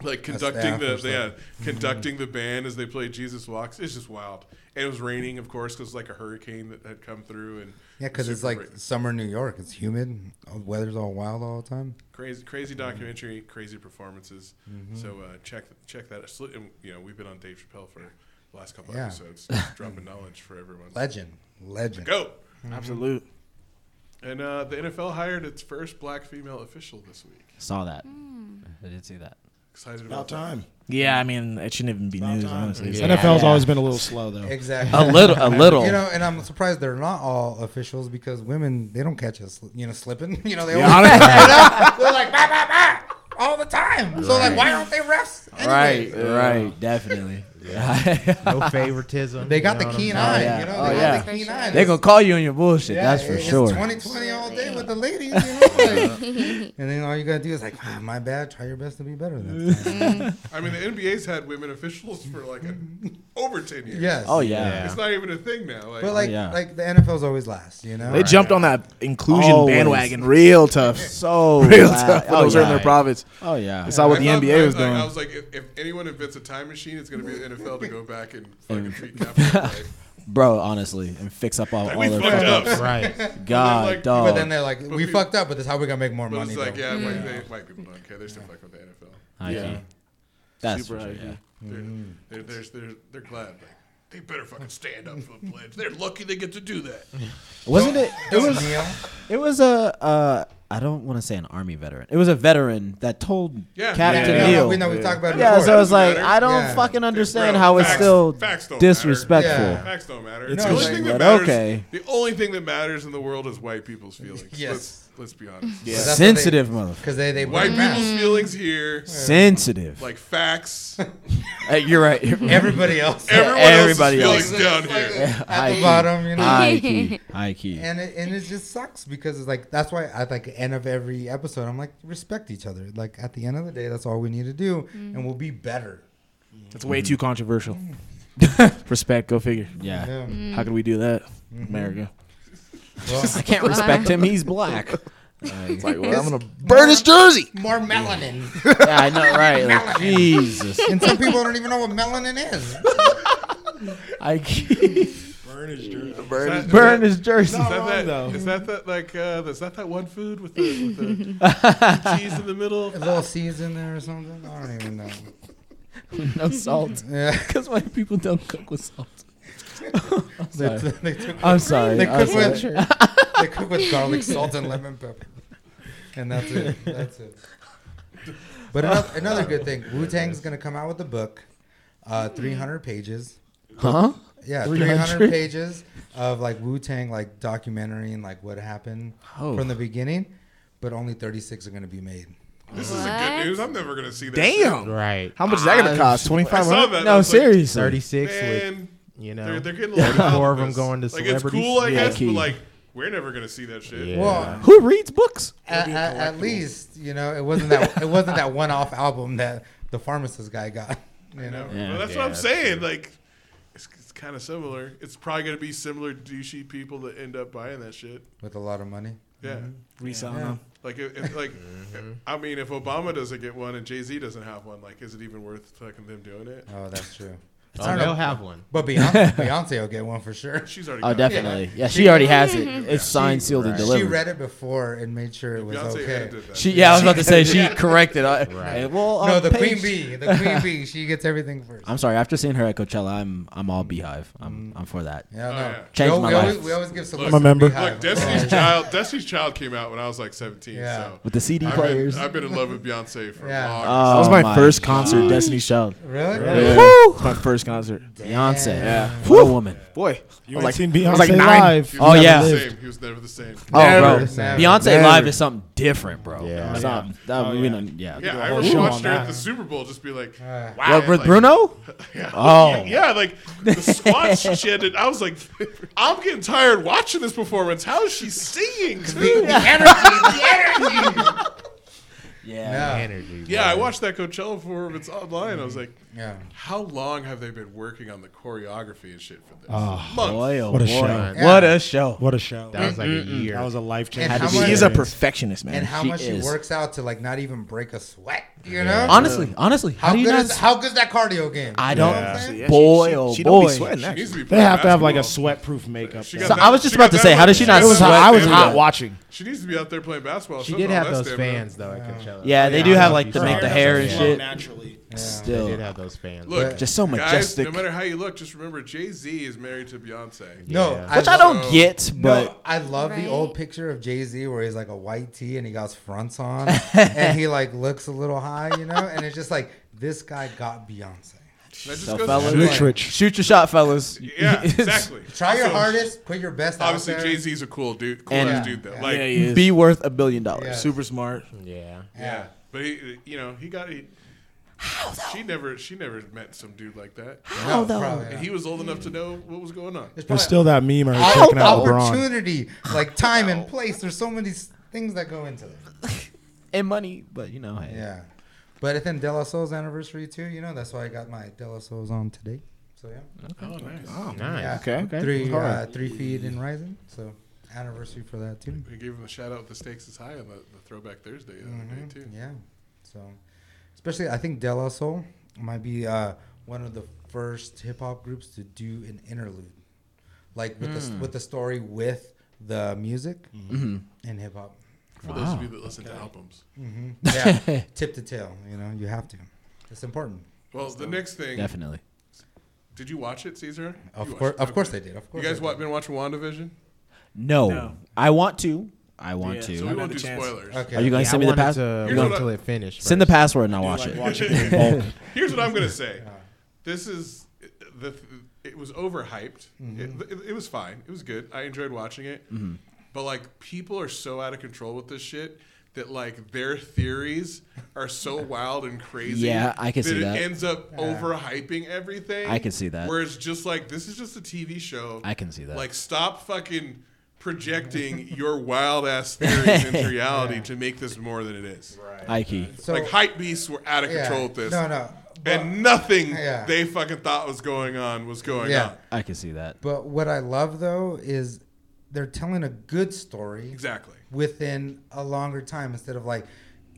like conducting
staff or
the
something. Mm-hmm.
yeah conducting the band as they played Jesus Walks. It's just wild. And it was raining, of course, because like a hurricane that had come through and
yeah, because it's
super
like
ra-
summer in New York. It's humid. The weather's all wild all the time.
crazy, crazy
Mm-hmm.
documentary, crazy performances. So uh, check check that. out. So, and, You know, we've been on Dave Chappelle for the last couple
Yeah.
episodes, just dropping knowledge for everyone.
Legend, legend.
Go.
Absolute.
And uh, the NFL hired its first black female official this week.
Saw that. I did see that.
Excited
About
about that.
time.
Yeah, I mean, it shouldn't even be news, honestly.
Yeah.
NFL's always been a little slow though.
Exactly.
A little. A little.
You know, and I'm surprised they're not all officials because women they don't catch us, you know, slipping. You know, they always, they're like bah, bah, bah, all the time. So like, why aren't they refs?
right.
anyway?
Right. Definitely.
No favoritism.
They got
you know
the
what I'm
keen
saying?
eye.
yeah.
You know,
Oh,
they
yeah.
got the keen eye.
They gonna call you on your bullshit.
Yeah,
that's for
it's
sure.
2020 all day with the ladies, you know. like- and then all you gotta do is like, ah, my bad. Try your best to be better. Than
Mm-hmm.
I mean, the NBA's had women officials for like a, over ten years.
yes.
Oh yeah. Oh,
It's not even a thing now. Like,
But like,
yeah.
like the NFL's always last. You know.
They jumped on that inclusion
Always.
bandwagon real tough.
So
Real
loud.
tough when
Oh,
it was
yeah.
in their profits.
Oh yeah.
It's not what the
I thought-
NBA was
I, like,
doing.
I was like, if, if anyone invents a time machine, it's going to be the NFL to go back and fucking recap. it.
Bro, honestly, and fix up Oh, all, all
we
their
fucked
fuck
up.
ups.
Right.
God,
like-
dog.
But then they're like, we
we-
fucked up, but this is how we're gonna make more
But
money.
it's like,
though.
yeah, like, they, white people don't care. They're still fucking with the NFL.
High
Yeah.
key. That's
Super
for sure,
high key.
yeah.
They're, they're, they're, they're, they're glad. Like, they better fucking stand up for the pledge. They're lucky they get to do that.
Wasn't it? It
Don't
was.
kneel.
It was a. Uh, I don't want to say an army veteran. It was a veteran that told
Yeah.
Captain
Yeah,
Neal.
we know we've talked about it
Yeah,
before.
so it's like
matter.
I don't
Yeah.
fucking understand
Bro,
how it's
facts-
still
facts don't
disrespectful.
matter. Yeah.
Facts don't matter.
It's
the only
like-
thing that
But
matters.
okay.
The only thing that matters in the world is white people's feelings.
Yes.
Let's, let's be honest.
But that's what they-
Sensitive motherfucker.
Because they they wear
White
masks.
people's feelings here,
Sensitive.
like facts.
Hey, Uh, you're right. You're right.
Everybody else.
Everyone
everybody
else's
else.
feelings down here.
at
High
the
key.
bottom, you know.
High key. High key.
and it, and it just sucks because it's like that's why I like end of every episode I'm like respect each other like at the end of the day that's all we need to do
Mm.
and we'll be better.
It's way too controversial. Respect, go figure.
Yeah.
Yeah.
How can we do that, America?
Well,
I can't respect him. He's black. Like,
Like, well, I'm gonna burn his jersey.
More melanin.
yeah, I know, right? Like, Jesus,
and some people don't even know what melanin is.
I can't-
Burn his,
burn his jersey.
Is that, that, is that that like uh, is that that one food with the, with the cheese in the middle?
A little seeds in there or something. I don't even know.
no salt,
Yeah.
because white people don't cook with salt.
They, they took-
I'm sorry.
They
I'm
cook with
sorry.
they cook with garlic, salt, and lemon pepper, and that's it. That's it. But another, another good thing, Wu Tang's gonna come out with a book, uh, 300 pages.
Huh?
Yeah,
300?
300 pages of like Wu Tang like documentary and like what happened
Oh.
from the beginning. But only 36 are gonna be made.
This is some
What?
good news. I'm never gonna see that. shit.
Damn.
Right.
How much is that
Uh,
gonna cost? Twenty
I
five
saw
hundred.
that. I
No,
was like,
seriously.
36 with,
Man,
you know.
they're, they're getting a little wild
four
with
of 'em
this.
going to
like it's
celebrities.
cool, I
Yeah,
guess,
key.
but like we're never gonna see that shit.
Yeah.
Well,
Who reads books?
at, at, at least you know it wasn't that it wasn't that one off album that the pharmacist guy got. You know.
Well, that's what I'm saying. Like, it's, it's kind of similar. It's probably going to be similar douchey people that end up buying that shit.
with a lot of money. Mm-hmm.
Yeah.
Reselling
Yeah.
them.
Like, if, if- like, I mean, if Obama doesn't get one and Jay Z doesn't have one, like, is it even worth fucking them doing it?
Oh, that's true.
Oh, they'll have one.
But Beyonce, Beyonce will get one for sure.
She's already.
Oh,
got it.
definitely. Yeah, she already has it. It's signed, sealed, and
She
delivered.
read it before and made sure it was
Beyonce
okay.
edited that.
She, yeah, I was about to say she corrected. I,
Right.
uh, Well,
No,
on
the
page-
queen bee, the queen bee, she gets everything first.
I'm sorry. After seeing her at Coachella, I'm I'm all beehive. I'm I'm for that.
Mm. Yeah, no.
Oh, yeah.
Changed
we, al-
my
we
life.
always, we always give some.
I'm a
member.
Look, Destiny's Child. Destiny's Child came out when I was like 17.
Yeah.
So
With the CD
I've
players.
been, I've been in love with Beyonce for
Yeah.
a long.
Oh,
That was my,
my
first concert, Destiny's Child.
Really?
Yeah. It's my first concert.
Beyonce. What a woman.
Boy, you
I
like,
seen
I
Beyonce
was like nine.
live.
He
Oh,
was never
yeah.
The same. He was never the same.
Oh, bro.
Never, never.
Beyonce
Never.
live is something different, bro.
Yeah.
Something- that- we don't- yeah.
Yeah, I
show
remember watched
on
her at
that.
the Super Bowl, just be like,
Uh,
wow.
What, with
like-
Bruno?
Yeah.
Oh.
Yeah, like the squats she had to- I was like, I'm getting tired watching this performance. How is she singing? too?
Yeah.
Yeah.
Energy.
Yeah, I watched that Coachella performance online. I was like,
yeah.
how long have they been working on the choreography and shit for this?
Ah,
Months.
Boy, oh
What a
boy.
show.
What a show.
What a show.
That was like a year.
That was a life changing.
And how much-
she's a perfectionist, man.
And how
She
much she
is.
works out to like not even break a sweat, you know?
Honestly, honestly, how,
how
do you
good
not?
is how good's that cardio game?
I don't.
Yeah, she-
Boy,
she,
oh
she
boy.
Don't be sweating,
She needs
actually.
to be
They have to have like a
basketball.
sweat proof makeup.
She got
though.
So
that-
I was just
she
about
got
to say,
that
how does she
much-
not
It was
sweat?
hot. I was
through
hot
that?
watching.
She needs to be out there playing basketball.
She
Something
did have
on that
those
stamina.
fans though at Coachella.
Yeah, they do have like to make the hair and
Yeah.
shit.
Naturally.
They did
Still,
have those fans.
Look,
just so
guys,
majestic,
no matter how you look, just remember Jay Z is married to Beyonce.
No,
Yeah.
which I don't
So-
get, but
no, I love the
Right?
old picture of Jay Z where he's like a white tee and he got his fronts on and he like looks a little high, you know, and it's just like this guy got Beyonce.
That just
So
goes to
fellas-
show, like,
Literally.
shoot your shot, fellas.
Yeah, exactly.
Try your
Also,
hardest, put your best
Obviously,
out there.
Jay Z's a cool dude, cool
And-
ass dude though. Like,
yeah,
yeah,
he is.
Be worth a billion dollars.
super smart.
Yeah.
but he, you know, he got he, She never, she never met some dude like that,
How though? Probably,
and he was old enough to know what was going on.
It's
There's
probably
still that meme or
all
checking out LeBron.
opportunity, like time and place. There's so many s- things that go into it.
and money, but you know, hey.
Yeah. But it's in De La Soul's anniversary too, you know. That's why I got my De La Soul's on today. So yeah.
Oh, nice.
Nice.
yeah.
Okay, okay.
Three
Hard.
uh, three feet in rising. So anniversary for that too.
They gave him a shout out. The stakes is high on the, the Throwback Thursday the other day too.
Mm-hmm. Yeah. So, especially I think De La Soul might be uh, one of the first hip hop groups to do an interlude, like with the with the story with the music and hip hop.
For those of you that listen to albums.
Mm-hmm. Yeah, tip to tail. You know, you have to. It's important.
Well, the next thing.
Definitely.
Did you watch it, Caesar?
Of course, of course they did. Of
You
course.
guys
they
wa-
did.
been watching WandaVision?
No.
No.
I want to. I want
Yeah,
to.
so
We
Not
won't
a
do
chance.
spoilers.
Okay.
Are you going
Yeah,
to
I
send me the
wanted
pass?
To,
Here's
wait
what I-
until it finished.
Send the password and I'll watch it.
Here's what I'm gonna say. This is the it was overhyped. It, it, it was fine. It was good. I enjoyed watching it.
Mm-hmm.
But like people are so out of control with this shit that like their theories are so wild and crazy.
Yeah, I can see
it
that.
ends up overhyping everything.
I can see that.
Whereas just like this is just a TV show.
I can see that.
Like stop fucking projecting your wild ass theories into reality to make this more than it is. Right.
Ikey.
So,
like hype beasts were out of
yeah.
control with this.
No, no. But,
And nothing
Yeah.
they fucking thought was going on was going
Yeah.
on.
I can see that.
but what I love though is they're telling a good story
Exactly.
within a longer time instead of like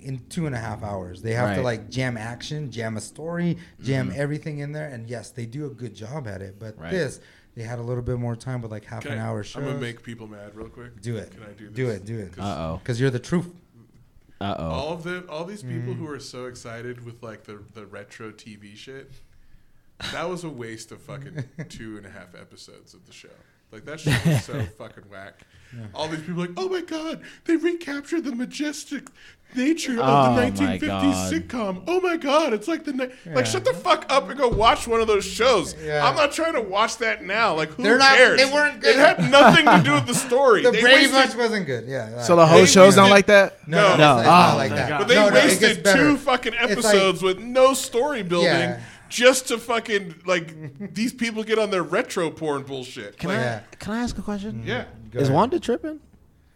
in two and a half hours. They have to
Right.
like jam action, jam a story, jam
Mm-hmm.
everything in there. And yes, they do a good job at it. But
Right.
this, they had a little bit more time with like half
Can
an
I-
hour show.
I'm gonna make people mad real quick.
do it.
Can I do this?
Do it. Do it.
Uh oh.
Because you're the truth.
Uh oh.
All of the all these people
Hmm.
who are so excited with like the the retro TV shit. That was a waste of fucking two and a half episodes of the show. Like that shit was so fucking whack. All these people like, oh my god, they recaptured the majestic nature
Oh
of
my
the 1950s
God.
sitcom. Oh my god, it's like the ni- like shut the fuck up and go watch one of those shows.
Yeah.
I'm not trying to watch that now. Like who
They're not-
cares?
they weren't good.
It had nothing to do with the story.
The
They
Brady
wasted-
Bunch wasn't good. Yeah.
So the whole
They
show's not
wasted-
like that.
No, no,
No.
no. It's not
Oh,
like that.
But they
No, no, it gets
wasted
better.
two fucking
It's like-
episodes with no story building
Yeah.
just to fucking like these people get on their retro porn bullshit.
Can
Like,
Yeah. Mm,
I can I ask a question?
yeah.
Go
Is
ahead.
Wanda tripping?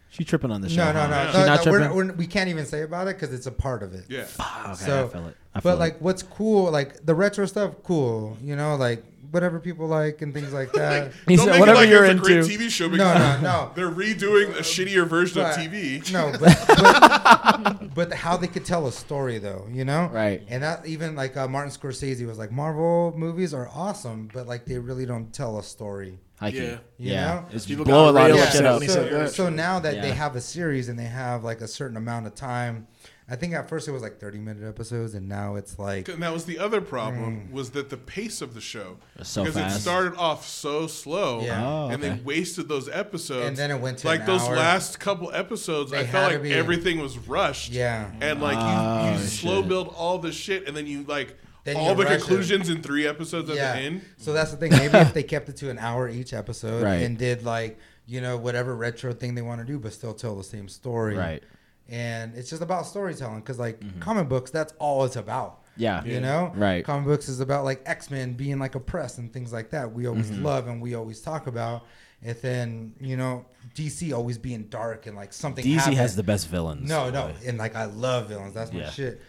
She tripping on the show?
No, no, no.
She
no,
not
no, we're
tripping.
not- we're- we can't even say about it because it's a part of it.
Yeah.
okay, I
So-
feel it. I feel
but like, what's cool? Like the retro stuff, cool. You know, like whatever people like and things like that.
He
Don't
said,
make
"Whatever
it like
you're
it's a great
into."
TV show
Uh, no,
because
no, no.
they're redoing a shittier version
But-
of TV.
No, but, but but how they could tell a story though, you know?
Right.
And that even like uh, Martin Scorsese was like, Marvel movies are awesome, but like they really don't tell a story.
Hike it.
Yeah.
You
yeah.
know?
It's
People
blow
got
a lot of
real
shit
upset
up.
when he said
So,
that.
so now that they
Yeah.
have a series and they have like a certain amount of time, I think at first it was like thirty minute episodes, and now it's like
And that was the other
Mm.
problem was that the pace of the show
It's so
because it
fast.
started off so slow
Yeah.
Oh,
and they
okay.
wasted those episodes
And then it went to
like
an
those
hour.
last couple episodes
They
I
had
felt
to
like
be-
everything was rushed
Yeah.
and like you,
Oh,
you slow
shit.
build all this shit and then you like
Then you
all the
rush it.
conclusions in three episodes at the end
Mm-hmm. So that's the thing. Maybe if they kept it to an hour each episode
Right.
and did like, you know, whatever retro thing they want to do, but still tell the same story.
Right. Mm-hmm.
And it's just about storytelling because, like, comic books, that's all it's about.
Yeah.
You know?
Right.
Comic books is about like X Men being like oppressed and things like that. We
Mm-hmm.
always love and we always talk about. And then, you know, DC always being dark and like something
DC
happened.
has the best villains.
No, no, and like I love villains. That's my
Yeah.
shit.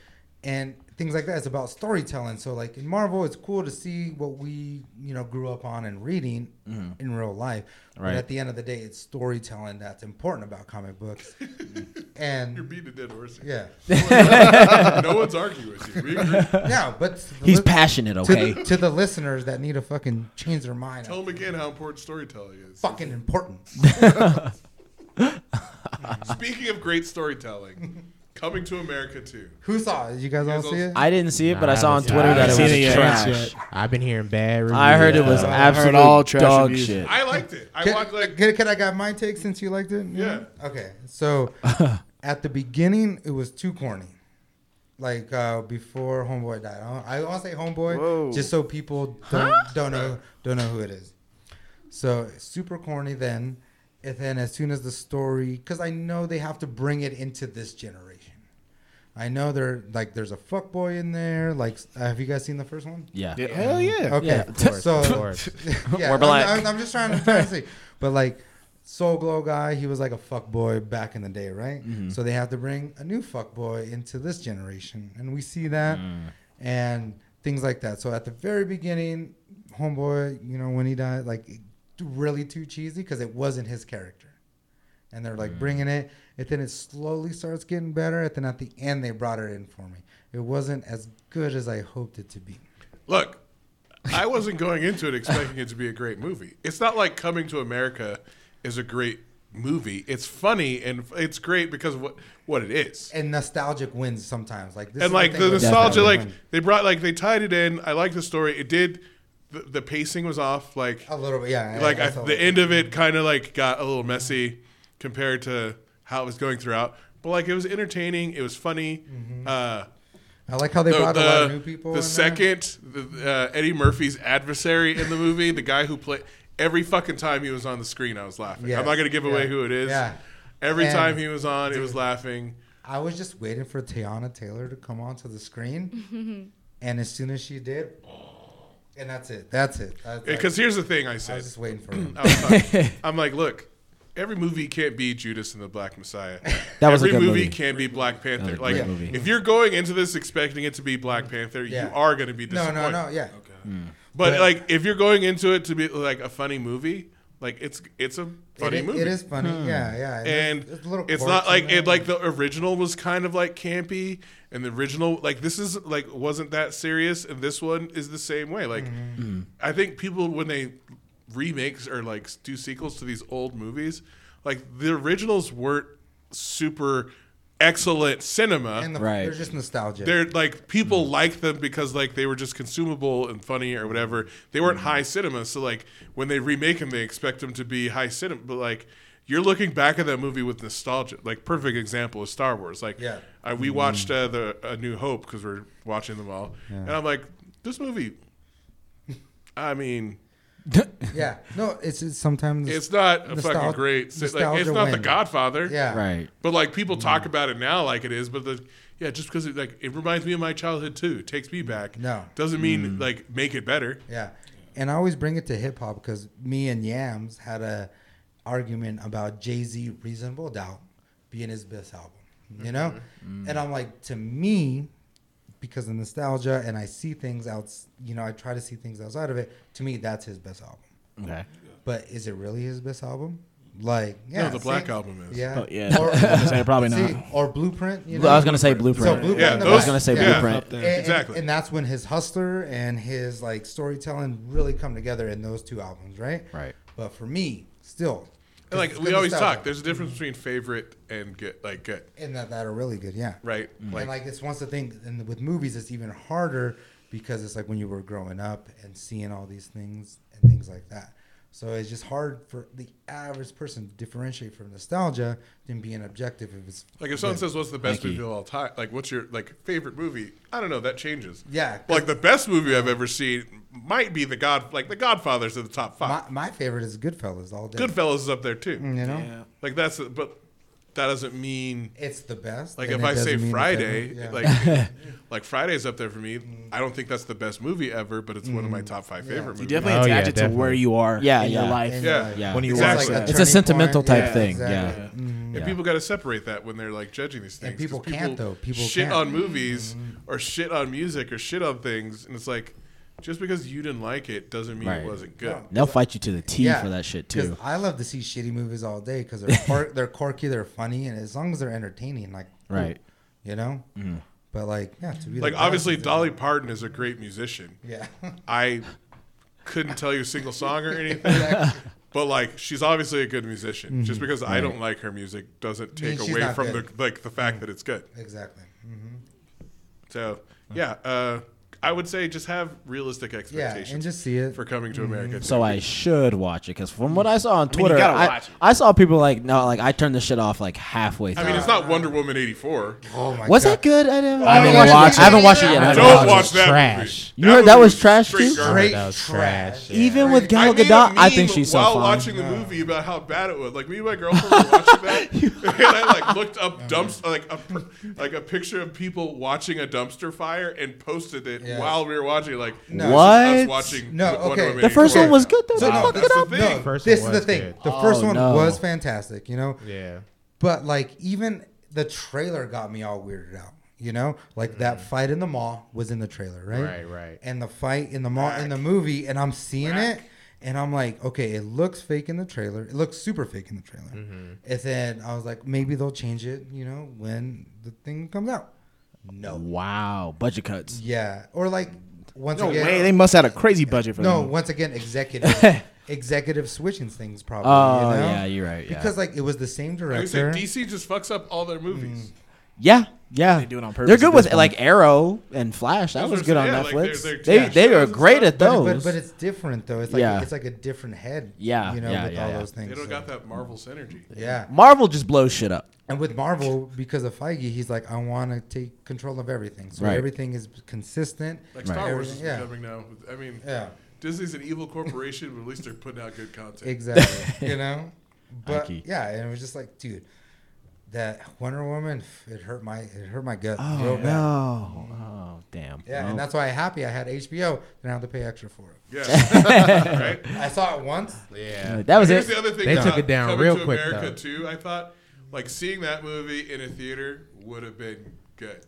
And things like that. It's about storytelling. So like in Marvel, it's cool to see what we you know grew up on and reading in real life.
Mm-hmm. Right.
But at the end of the day, it's storytelling that's important about comic books.
you're
and
beating a dead horse here.
yeah,
no one's arguing with you we agree.
yeah, but to the
He's
li-
passionate,
to,
okay?
the, to the listeners that need to fucking change their mind.
tell them again how important storytelling is
Fucking important.
speaking of great storytelling coming to America too
Who saw it? You guys all
guys all
see it?
I didn't see it, but I
Nah,
saw on
that's-
Twitter
I
that it
haven't
was
seen it yet.
trash.
I've been hearing bad reviews.
I heard it was
Uh,
absolute
all trash
dog
reviews.
shit.
I liked it I
Can,
walked like
can, can I got my take since you liked it?
Yeah.
Okay. So at the beginning, it was too corny. Like uh, before Homeboy died. I, want to say Homeboy just so people don't don't know don't know who it is. So super corny then, and then as soon as the story, because I know they have to bring it into this generation. I know there like there's a fuckboy in there. Like, uh, have you guys seen the first one? Mm-hmm.
Yeah.
Hell yeah.
Okay,
Yeah, of course,
so
course.
yeah,
We're
I'm-
black.
I'm, I'm just trying to, trying to see, but like Soul Glow guy, he was like a fuck boy back in the day, right?
Mm-hmm.
So they have to bring a new fuck boy into this generation, and we see that
Mm.
and things like that. So at the very beginning, homeboy, you know, when he died, like it- really too cheesy because it wasn't his character, and they're
Mm.
like bringing it, and then it slowly starts getting better, and then at the end they brought it in for me. It wasn't as good as I hoped it to be.
Look, I wasn't going into it expecting it to be a great movie. It's not like Coming to America is a great movie. It's funny and f- it's great because of what what it is.
and nostalgic wins sometimes. Like this
And
is
like
thing
the
with
nostalgia,
nostalgic
like
win.
they brought, like they tied it in. I like the story. It did. The, the pacing was off. Like
a little bit, yeah.
like I,
that's all.
the end of it kind of like got a little messy compared to how it was going throughout. But like it was entertaining. It was funny. Uh,
I like how they
the,
brought a lot of
the-
new people.
the
in there.
second the, uh, Eddie Murphy's adversary in the movie, the guy who played every fucking time he was on the screen, I was laughing.
Yeah.
I'm not gonna give away
Yeah.
who it is.
Yeah.
Every
And-
time he was on, it was laughing.
I was just waiting for Tiana Taylor to come onto the screen, and as soon as she did, and that's it. That's it. That's like-
Because here's the thing I
I
said.
was just waiting for him.
I was talking- I'm like, look, every movie can't be Judas and the Black Messiah.
That was a
every
good
movie,
movie.
can be Black Panther.
great
Like,
movie.
if you're going into this expecting it to be Black Panther,
Yeah.
you are going to be
No,
disappointed.
Hmm.
no, no. Yeah,
But
But-
like, if you're going into it to be like a funny movie, Like it's it's a
It
funny
i-
movie.
It is funny.
Hmm.
Yeah, yeah.
and
there's-
it's,
there's little
not
quirks
like
in
it
there.
like the original was kind of like campy and the original like this is like wasn't that serious and this one is the same way like i think people when they remakes or like do sequels to these old movies like the originals weren't super excellent cinema
And the,
Right.
They're just nostalgic.
they're like people like them because like they were just consumable and funny or whatever. They weren't
Mm-hmm.
high cinema, so like when they remake them, they expect them to be high cinema. But like you're looking back at that movie with nostalgia. Like perfect example is Star Wars. Like
Yeah. Mm-hmm.
I, we watched uh, the A New Hope because we're watching them all, and I'm like, this movie. I mean,
yeah. No, it's, it's sometimes
it's not a fucking
Nostal-
great. si- Like, it's
nostalgia
not The
wins.
Godfather.
Yeah. Mm.
Right.
But like people talk about it now like it is, but the yeah, just because it like it reminds me of my childhood too, takes me back.
Mm. No.
doesn't mean like make it better.
Yeah. And I always bring it to hip hop because me and Yams had a argument about Jay Z Reasonable Doubt being his best album. You know?
Mm-hmm.
And I'm like, to me, because of nostalgia and I see things out you know, I try to see things outside of it, to me that's his best album.
Okay.
But is it really his best album? Like yeah,
the Black Album is.
Yeah.
Oh, yeah.
Or,
Say probably
see,
not.
or Blueprint, you know.
I was gonna say blueprint.
So Blueprint
Yeah,
in the
those-
I was gonna say
yeah.
blueprint.
Up there.
And- and-
Exactly.
And, that's when his hustler and his like storytelling really come together in those two albums, right?
Right.
But for me, still,
And, like
it's
we
good
always
nostalgia.
talk, there's a difference between favorite and good, like good,
and that that are really good, yeah.
right? Like,
and like it's once the thing, and with movies, it's even harder because it's like when you were growing up and seeing all these things and things like that. So it's just hard for the average person to differentiate from nostalgia than being objective if it's
like if someone
good.
says what's the best
Nike.
movie of all time, like what's your like favorite movie? I don't know, that changes.
Yeah, 'cause-
like the best movie I've ever seen might be the God, like the Godfather's in the top
my,
five.
my favorite is Goodfellas all day.
Goodfellas is up there too.
you know,
Like that's, but that doesn't mean
it's the best.
Like
and
if
it
I say
doesn't mean it's
Friday,
every- yeah.
like like Friday's up there for me. I don't think that's the best movie ever, but it's one
Mm.
of my top five favorite
You
movies.
definitely
Oh,
attach
yeah,
it to
definitely.
where you are
Yeah,
in
yeah.
your life.
And, like,
Yeah.
When you
it's
watch
like
that.
a
It's a
turning
sentimental
point.
type
Yeah,
thing.
exactly. Mm-hmm.
Yeah.
And people got to separate that when they're like judging these things.
And people
'cause
can't, though. People
shit
can't. Mm-hmm.
on movies or shit on music or shit on things, and it's like just because you didn't like it doesn't mean
Right.
it wasn't good.
They'll fight you to the T
Yeah,
for that shit
'cause
too.
I love to see shitty movies all day because they're quirk, they're quirky, they're funny, and as long as they're entertaining, like cool,
Right. Mm-hmm.
you know. But like, yeah, to be the
Like
best
obviously,
is-
Dolly Parton is a great musician.
Yeah,
I couldn't tell you a single song or anything. But like she's obviously a good musician.
Mm-hmm.
Just because I don't like her music doesn't take
Means she's
away
not
from
good. Mm-hmm.
the like the fact that it's good.
exactly. Mm.
So yeah, uh, I would say just have realistic
Yeah,
expectations
and just see it.
for coming to America.
Mm-hmm. So I should watch it because from what I saw on
mean, you
Twitter, I,
gotta watch it.
I saw people like no, like I turned the shit off like halfway through.
I mean, it's not Wonder Woman eighty four.
oh my
was
god,
that good? I, didn't, I,
haven't
haven't
watched
watched.
it
I haven't
yet.
watched it yet. I haven't
Don't
watched it.
watch that
Trash.
movie.
You heard that
movie
was
is
trash,
straight
too?
garbage.
Great
That was
trash.
trash.
Even with
I
Gal
made a
Gadot, I think
meme
she's so
while
fine.
watching the movie about how bad it was. Like me and my girlfriend were watching that, and I like looked up dumps like a pr- like a picture of people watching a dumpster fire and posted it
Yeah.
while we were watching. Like
No.
this is us
What?
watching
No,
Wonder
okay.
Woman
The first
84.
one was good though.
So
They
no,
fucked
that's
it
the
up.
thing.
No,
First
this
one
is the
was
thing.
good.
The first
Oh,
one
no.
was fantastic, you know.
Yeah.
But like even the trailer got me all weirded out. You know, like
Mm.
that fight in the mall was in the trailer, right?
Right, right.
And the fight in the mall in the movie, and I'm seeing it, and I'm like, okay, it looks fake in the trailer. It looks super fake in the trailer.
Mm-hmm.
And then I was like, maybe they'll change it, you know, when the thing comes out. No.
Wow, budget cuts.
Yeah. Or like once
No
again, uh,
way. They must have had a crazy budget for
no,
that.
once again, executive executive switching things probably.
Oh
you know?
yeah, you're right. Yeah,
Because like it was the same
Like I said,
director. Mm,
DC just fucks up all their movies.
yeah, yeah.
They do it on purpose
They're
at
good with
this point.
like Arrow and Flash. That
That's
was
what
good
I'm
on
saying. Yeah, like,
Netflix.
they're- they're
they
trash
they are
shows and
great
stuff.
at
But,
those.
but, but it's different though. It's like
Yeah.
it's like a different head.
Yeah,
you know,
yeah,
with
yeah,
all
yeah.
those things.
They don't
so-
got that Marvel synergy.
Yeah,
Marvel just blows shit up.
and with Marvel, because of Feige, he's like, I want to take control of everything, so
Right.
everything is consistent.
Like Star Wars is
Everything- yeah.
becoming now. I mean,
Yeah.
Disney's an evil corporation, but at least they're putting out good content.
Exactly. you know? But
Ike.
yeah, and it was just like, dude, that Wonder Woman, it hurt my it hurt my gut
Oh
real bad.
no. Oh damn.
Yeah,
Nope.
and that's why I'm happy I had HBO and I had to pay extra for it.
Yeah. right?
I saw it once.
Yeah.
that was
Here's
it.
the other thing.
They
about
took it down
Coming
real
to
quick,
America
though.
too. I thought like seeing that movie in a theater would have been good.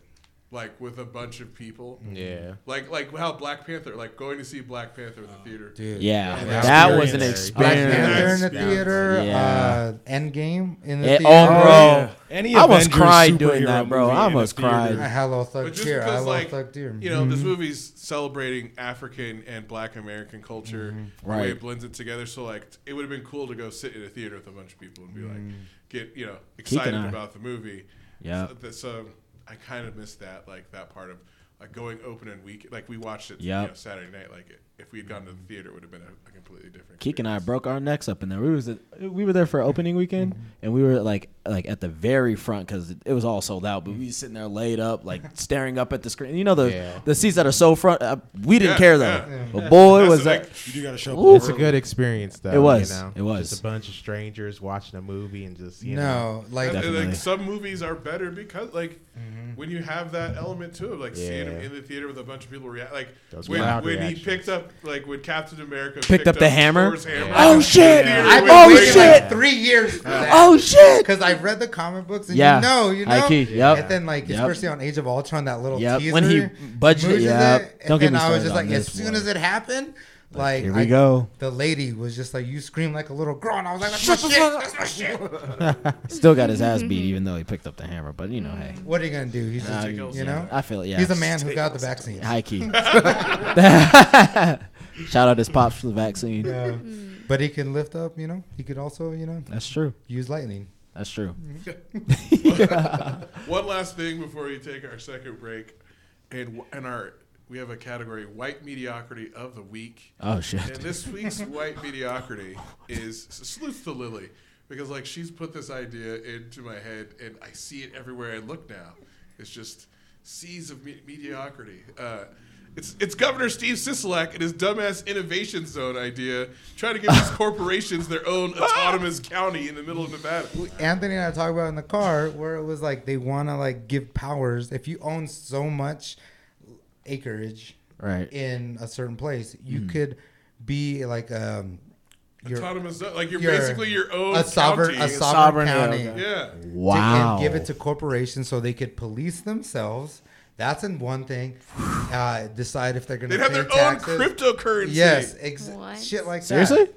like with a bunch of people.
Mm. Yeah.
Like like how Black Panther, like going to see Black Panther in the theater.
Dude.
Yeah,
Yeah.
that was an
Experience.
Black
Yeah.
Panther in
experience.
the
Yeah.
theater.
Yeah.
Uh, Endgame in the
It,
theater.
oh, bro,
Any
I almost
Avengers
cried doing
superhero
that, bro.
movie
I
in a
almost
theater.
cried. Mm-hmm.
I hello thug
But just
deer. I
because,
love
like,
thug deer.
you know, this movie's celebrating African and Black American culture,
Mm-hmm.
the way
Right.
it blends it together. So, like, it would have been cool to go sit in a theater with a bunch of people and be
Mm.
like, get, you know, excited
eye.
about the movie.
Yeah.
So, th- so I kind of missed that, like, that part of, like, going open and week. Like, we watched it,
Yep.
you know, Saturday night. Like, if we had gone to the theater, it would have been a, a completely different
Keek and I
experience.
broke our necks up in there. We was at, we were there for opening weekend,
Mm-hmm.
and we were like like at the very front because it was all sold out. But
Mm-hmm.
we was sitting there laid up, like staring up at the screen. You know the
Yeah.
the seats that are so front. Uh, we didn't
Yeah,
care though.
yeah.
But boy,
That's
was
like-
that
You do gotta show
Ooh.
up.
It's a good experience, though.
It was.
You know?
It was.
Just a bunch of strangers watching a movie and just, you know.
no, like Mm-hmm.
And,
Definitely.
like some movies are better because like when you have that element to it, like seeing him
Yeah.
in the theater with a bunch of people react. Like
Those
when,
loud
when he
reactions.
picked up like when Captain America picked,
up the hammer?
Thor's hammer
Oh,
in the
shit!
theater
I-
with
oh,
Blade,
shit!
like,
Like three years. For that.
oh shit.
Because I've read the comic books and
Yeah.
you know, you know.
High key, yep.
And then like
Yep.
especially on Age of Ultron, that little
Yep,
teaser.
when he budgeted-
moods in
yep.
it, And
Don't get
then
me
I was
started
just
on
like, as
this
soon
one.
as it happened, like
here we
I-
go.
The lady was just like, "You scream like a little girl," and I was like, "That's my shit. That's my shit."
Still got his ass beat, even though he picked up the hammer. But you know, hey,
What are you gonna do? He's just, you know,
I feel it. Yeah,
he's a man who got the vaccine.
High key. Shout out his pops for the vaccine.
Yeah. But he can lift up, you know. He could also, you know,
That's true.
use lightning. Mm-hmm.
That's true.
One last thing before we take our second break, and and our we have a category white mediocrity of the week.
Oh shit.
And this week's white mediocrity is salutes to Lily because like she's put this idea into my head and I see it everywhere I look now. It's just seas of me- mediocrity. Uh, it's, it's Governor Steve Sisolak and his dumbass innovation zone idea, trying to give these corporations their own autonomous county in the middle of Nevada.
Anthony and I talked about in the car where it was like they want to like give powers. If you own so much acreage
Right.
in a certain place, you could be like um your,
autonomous zone, like you're,
your-
basically your own
a sovereign
county.
a sovereign,
Sovereign, yeah,
county.
okay.
yeah.
to-
Wow.
and give it to corporations so they could police themselves. That's in one thing. Uh, decide if they're going to
They'd
pay
have their
taxes.
own cryptocurrency.
Yes, ex-
What?
shit like
Seriously?
that.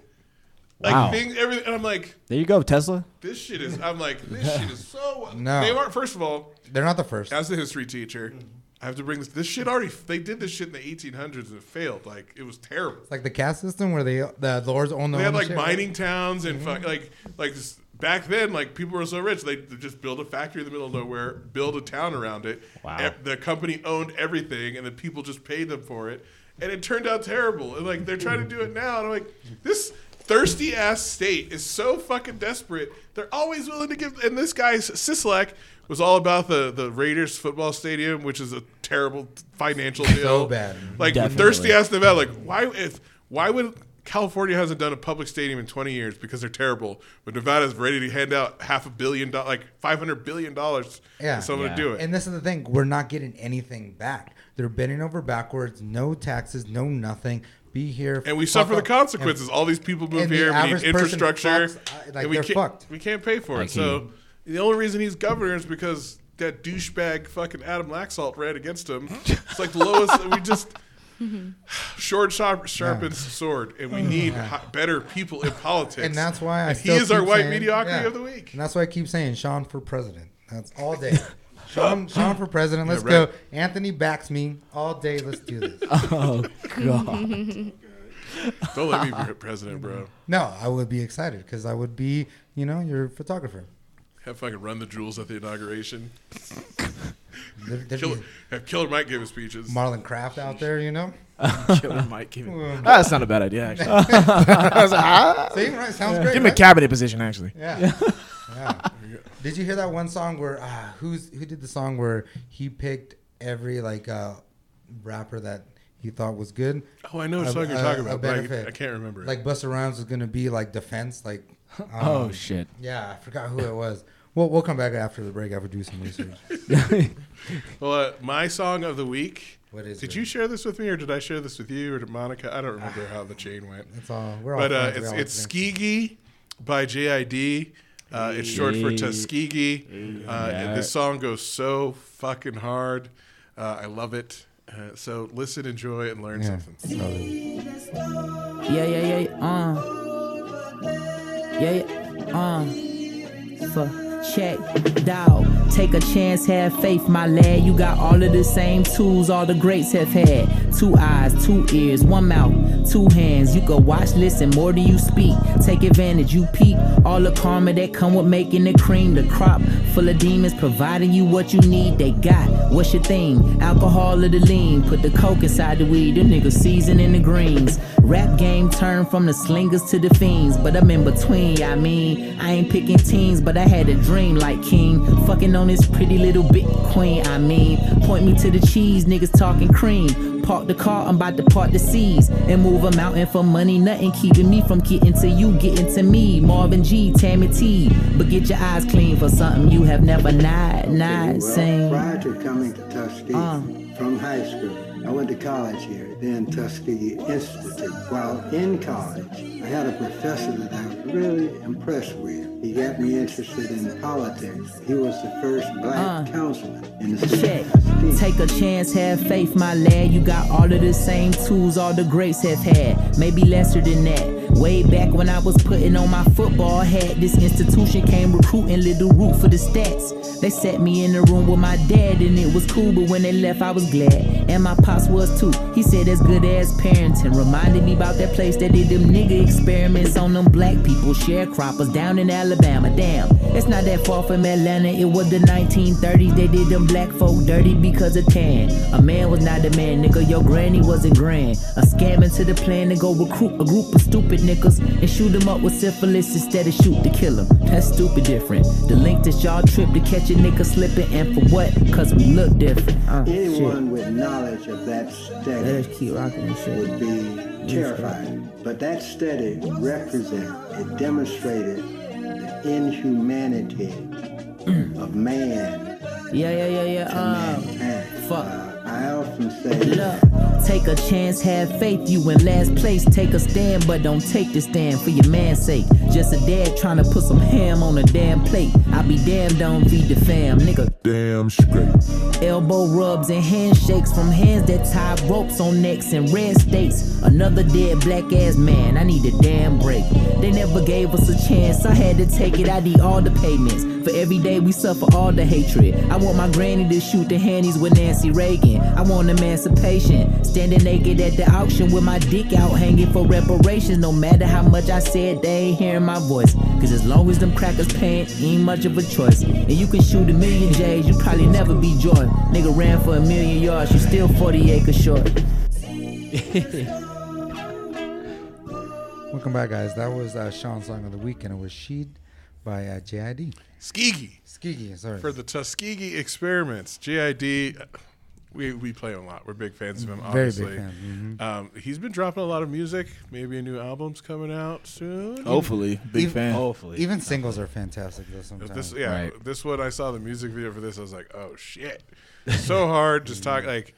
Like
Wow.
things, everything. And I'm like,
There you go, Tesla.
this shit is. I'm like, this shit is so.
No.
They weren't. First of all,
They're not the first.
as a history teacher, I have to bring this. This shit already. They did this shit in the 1800s and it failed. Like it was terrible.
It's like the caste system where they the lords own the Mm-hmm.
They had like mining towns and fuck, like like s- back then, like people were so rich they would just build a factory in the middle of nowhere, build a town around it.
Wow.
E- The company owned everything, and the people just paid them for it, and it turned out terrible. And like they're trying to do it now, and I'm like, this thirsty ass state is so fucking desperate. They're always willing to give. And this guy S- Sislak was all about the the Raiders football stadium, which is a terrible financial deal.
bad.
Like
Definitely.
thirsty ass Nevada. Like why if why would California hasn't done a public stadium in 20 years because they're terrible, but Nevada's ready to hand out half a billion dollars, like 500 billion dollars
Yeah.
to someone
Yeah.
to do it.
And this is the thing, we're not getting anything back. They're bending over backwards, no taxes, no nothing. Be here.
And we
fuck
suffer the
up.
consequences. All these people move
and the
here. We
average
need
person
infrastructure.
fucks, uh, like,
and we
they're
can't,
fucked.
We can't pay for it.
Like he-
so the only reason he's governor is because that douchebag fucking Adam Laxalt ran against him. it's like the lowest. we just short sharp, sharpens sword, and we need hi- better people in politics.
Oh And that's why I
And
still
he is our
keep
white
saying-
mediocrity
yeah.
of the week.
And that's why I keep saying Sean for president. That's all day. Sean, Sean for president. Let's
Yeah, right.
go. Anthony backs me all day. Let's do this.
Oh god.
Don't let me be president, bro.
no, I would be excited because I would be, you know, your photographer.
Have fucking run the jewels at the inauguration.
There, there'd
Killer,
be
have Killer Mike give his speeches.
Marlon Kraft out there, you know.
Killer Mike. Give me, Ah, that's not a bad idea, actually. I was like, ah.
See, right? Sounds great.
Give him a
right?
cabinet position, actually.
Yeah. yeah. Did you hear that one song where uh, who's who did the song where he picked every like uh, rapper that he thought was good?
oh, I know
A-
what song you're
a-
talking
a
about, but I,
benefit.
I can't remember. it.
Like Busta Rhymes was gonna be like defense, like um,
Oh shit.
yeah, I forgot who it was. We'll we'll come back after the break after do some research.
Well, uh, my song of the week.
What is
Did
it?
you share this with me, or did I share this with you, or did Monica? I don't remember how the chain went.
It's all we're all
But uh,
friends, we
it's
all
it's
friends.
Skeegee by JID. Uh, it's short for Tuskegee. Uh, and this song goes so fucking hard. Uh, I love it. Uh, so listen, enjoy, and learn
Yeah.
something.
So,
Yeah, yeah, yeah, uh. Yeah, yeah, uh. Fuck. Check, dog. Take a chance, have faith, my lad. You got all of the same tools all the greats have had. Two eyes, two ears, one mouth, two hands. You can watch, listen more than you speak. Take advantage, you peep. All the karma that come with making the cream, the crop full of demons providing you what you need. They got what's your thing? Alcohol or the lean? Put the coke inside the weed. Them niggas seasoning the greens. Rap game turned from the slingers to the fiends, but I'm in between. I mean, I ain't picking teens, but I had a dream like King, fucking on this pretty little bit queen. I mean, point me to the cheese, niggas talking cream. Park the car, I'm about to part the seas and move a mountain for money. Nothing keeping me from getting to you, getting to me. Marvin G, Tammy T, but get your eyes clean for something you have never not not seen.
Prior to coming to Tuskegee from high school, I went to college here, then Tuskegee Institute. While in college, I had a professor that I was really impressed with. He got me interested in politics. He was the first black councilman in the state
Check.
of Tuskegee.
Take a chance, have faith, my lad. You got all of the same tools all the greats have had. Maybe lesser than that. Way back when I was putting on my football hat, this institution came recruiting Little Root for the stats. They set me in the room with my dad, and it was cool, but when they left, I was glad. And my pops was too. He said that's good ass parenting. Reminded me about that place that did them nigga experiments on them black people, sharecroppers down in Alabama. Damn, it's not that far from Atlanta. It was the 1930s. They did them black folk dirty because of tan. A man was not a man, nigga. Your granny wasn't grand. A scam into the plan to go recruit a group of stupid niggas and shoot them up with syphilis instead of shoot to kill them. That's stupid different. The link that y'all trip to catch a nigga slipping and for what? Cause we look different. Uh, shit.
Anyone with knowledge of that
Let
study
us keep rocking this shit.
would be terrified. But that study represented, it demonstrated the inhumanity of man
Yeah, yeah, yeah, yeah.
to
Uh,
mankind.
fuck.
Uh, I often say
Look, take a chance, have faith. You in last place, take a stand, but don't take the stand for your man's sake. Just a dad trying to put some ham on a damn plate. I be damned, don't feed the fam, nigga.
Damn straight.
Elbow rubs and handshakes from hands that tie ropes on necks in red states. Another dead black ass man, I need a damn break. They never gave us a chance, I had to take it. I need all the payments. For every day we suffer all the hatred. I want my granny to shoot the handies with Nancy Reagan. I want emancipation. Standing naked at the auction with my dick out hanging for reparations. No matter how much I said, they ain't hearing my voice. Cause as long as them crackers paying, ain't much of a choice. And you can shoot a million J's, you probably never be Jordan. Nigga ran for a million yards, you still 40 acres short.
welcome back, guys. That was uh, Sean's song of the week, and it was "Sheed" by uh, JID.
Skeegee
Skiggy, sorry.
for the Tuskegee experiments. GID. uh, We, we play him a lot. We're big fans of him,
Very
obviously.
big mm-hmm. fan.
Um, he's been dropping a lot of music. Maybe a new album's coming out soon.
Hopefully, big
Even-
fan.
Hopefully.
Even singles are fantastic though. Sometimes.
This yeah,
Right.
this one I saw the music video for this. I was like, oh shit, so hard. Just talk like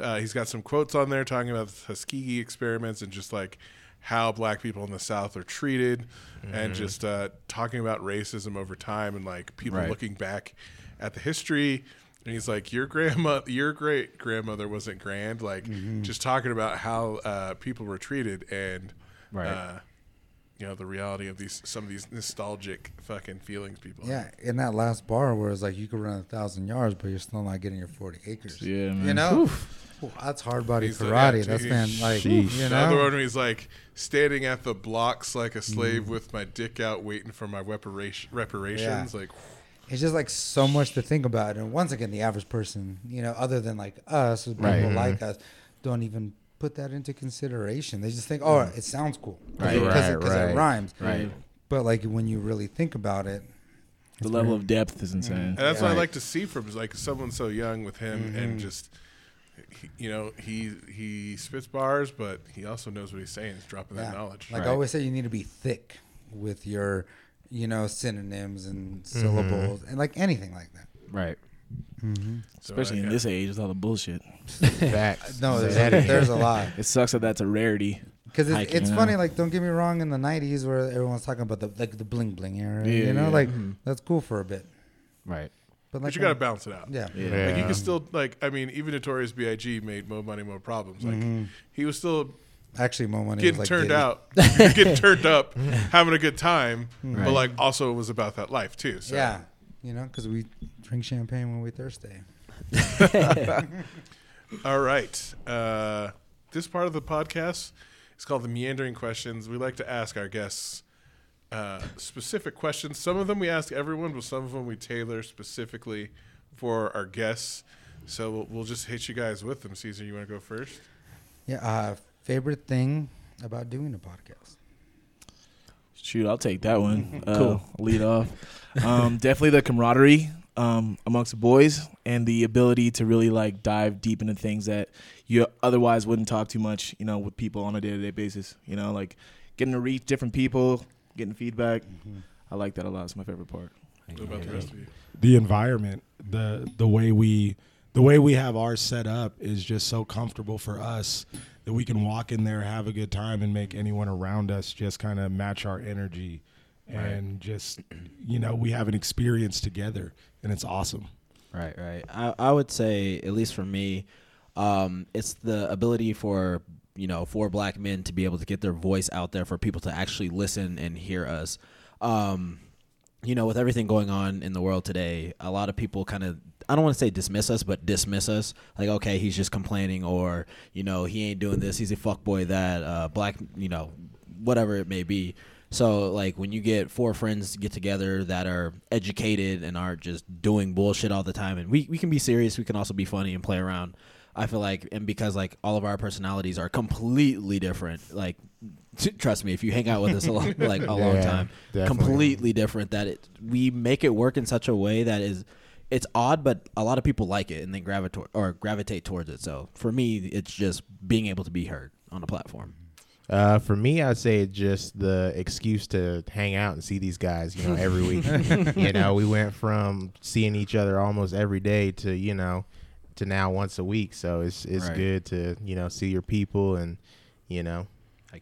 uh, he's got some quotes on there talking about the Tuskegee experiments and just like how black people in the South are treated,
Mm-hmm.
and just uh, talking about racism over time and like people
Right.
looking back at the history. And he's like, your grandma, your great grandmother wasn't grand. Like,
Mm-hmm.
just talking about how uh, people were treated and.
Right.
Uh, you know the reality of these some of these nostalgic fucking feelings people have.
Yeah, in that last bar where it's like you could run a thousand yards, but you're still not getting your forty acres.
Yeah,
You
man.
know, Ooh, that's hard body
He's the-
karate.
yeah,
that's
he-
man, like
sheesh.
you
The other
know.
one he's like standing at the blocks like a
Mm.
slave with my dick out, waiting for my reparation, reparations. Like,
It's just like so much to think about. And once again, the average person, you know, other than like us, or people like us, don't even put that into consideration. They just think, oh, it sounds cool,
Right.
Because it,
Right,
'cause it
right,
rhymes,
right.
But like when you really think about it, Mm-hmm.
The level of depth is insane.
and that's what I like to see from like someone so young with him,
Mm-hmm.
and just he- you know he he spits bars, but he also knows what he's saying. He's dropping that
Yeah.
knowledge.
Like I always say, you need to be thick with your, you know, synonyms and syllables and like anything like that.
Right.
So,
Especially
uh,
in
yeah.
this age, with all the bullshit.
Facts.
No, there's, there's a lot
It sucks that that's a rarity.
because it's,
Hiking,
it's
you
funny.
know?
Like, don't get me wrong. In the '90s, where everyone's talking about the like the bling bling era,
Yeah,
you know,
yeah.
like that's cool for a bit.
Right.
But
But,
like
you got to
I-
balance it out.
Yeah.
Like you
Yeah.
can still like I mean even Notorious B.I.G. made more money, more problems. Like he was still
Mm-hmm. Actually, Mo Money
getting
was like
turned
Diddy.
out, getting turned up, having a good time, but like also it was about that life too. So
Mm-hmm. Yeah, you know, because we drink champagne when we're thirsty.
All right. Uh, this part of the podcast is called the Meandering Questions. We like to ask our guests uh, specific questions. Some of them we ask everyone, but some of them we tailor specifically for our guests. So we'll, we'll just hit you guys with them. Caesar, you want to go first?
Yeah. Uh, favorite thing about doing a podcast?
Shoot, I'll take that one. cool. Lead off. Um, definitely the camaraderie um, amongst the boys and the ability to really like dive deep into things that you otherwise wouldn't talk too much, you know, with people on a day to day basis. You know, like getting to reach different people, getting feedback.
Mm-hmm.
I like that a lot. It's my favorite part.
What about the rest of you?
the environment the the way we the way we have ours set up is just so comfortable for us that we can walk in there have a good time and make anyone around us just kind of match our energy and just you know we have an experience together and it's awesome
Right, right. I, I would say, at least for me, um, it's the ability for you know for black men to be able to get their voice out there for people to actually listen and hear us. Um, you know, with everything going on in the world today, a lot of people kind of I don't want to say dismiss us, but dismiss us. Like, okay, he's just complaining, or you know, he ain't doing this. He's a fuckboy. That uh, black, you know, whatever it may be. So like when you get four friends to get together that are educated and aren't just doing bullshit all the time and we, we can be serious, we can also be funny and play around. I feel like and because like all of our personalities are completely different, like t- trust me, if you hang out with us a long, like a long
Yeah,
time,
definitely.
completely different that it we make it work in such a way that is it's odd but a lot of people like it and they gravitate or gravitate towards it. So for me, it's just being able to be heard on a platform.
Uh, for me, I'd say just the excuse to hang out and see these guys, you know, every week. you know, we went from seeing each other almost every day to, you know, to now once a week. So it's it's
Right.
good to, you know, see your people and, you know,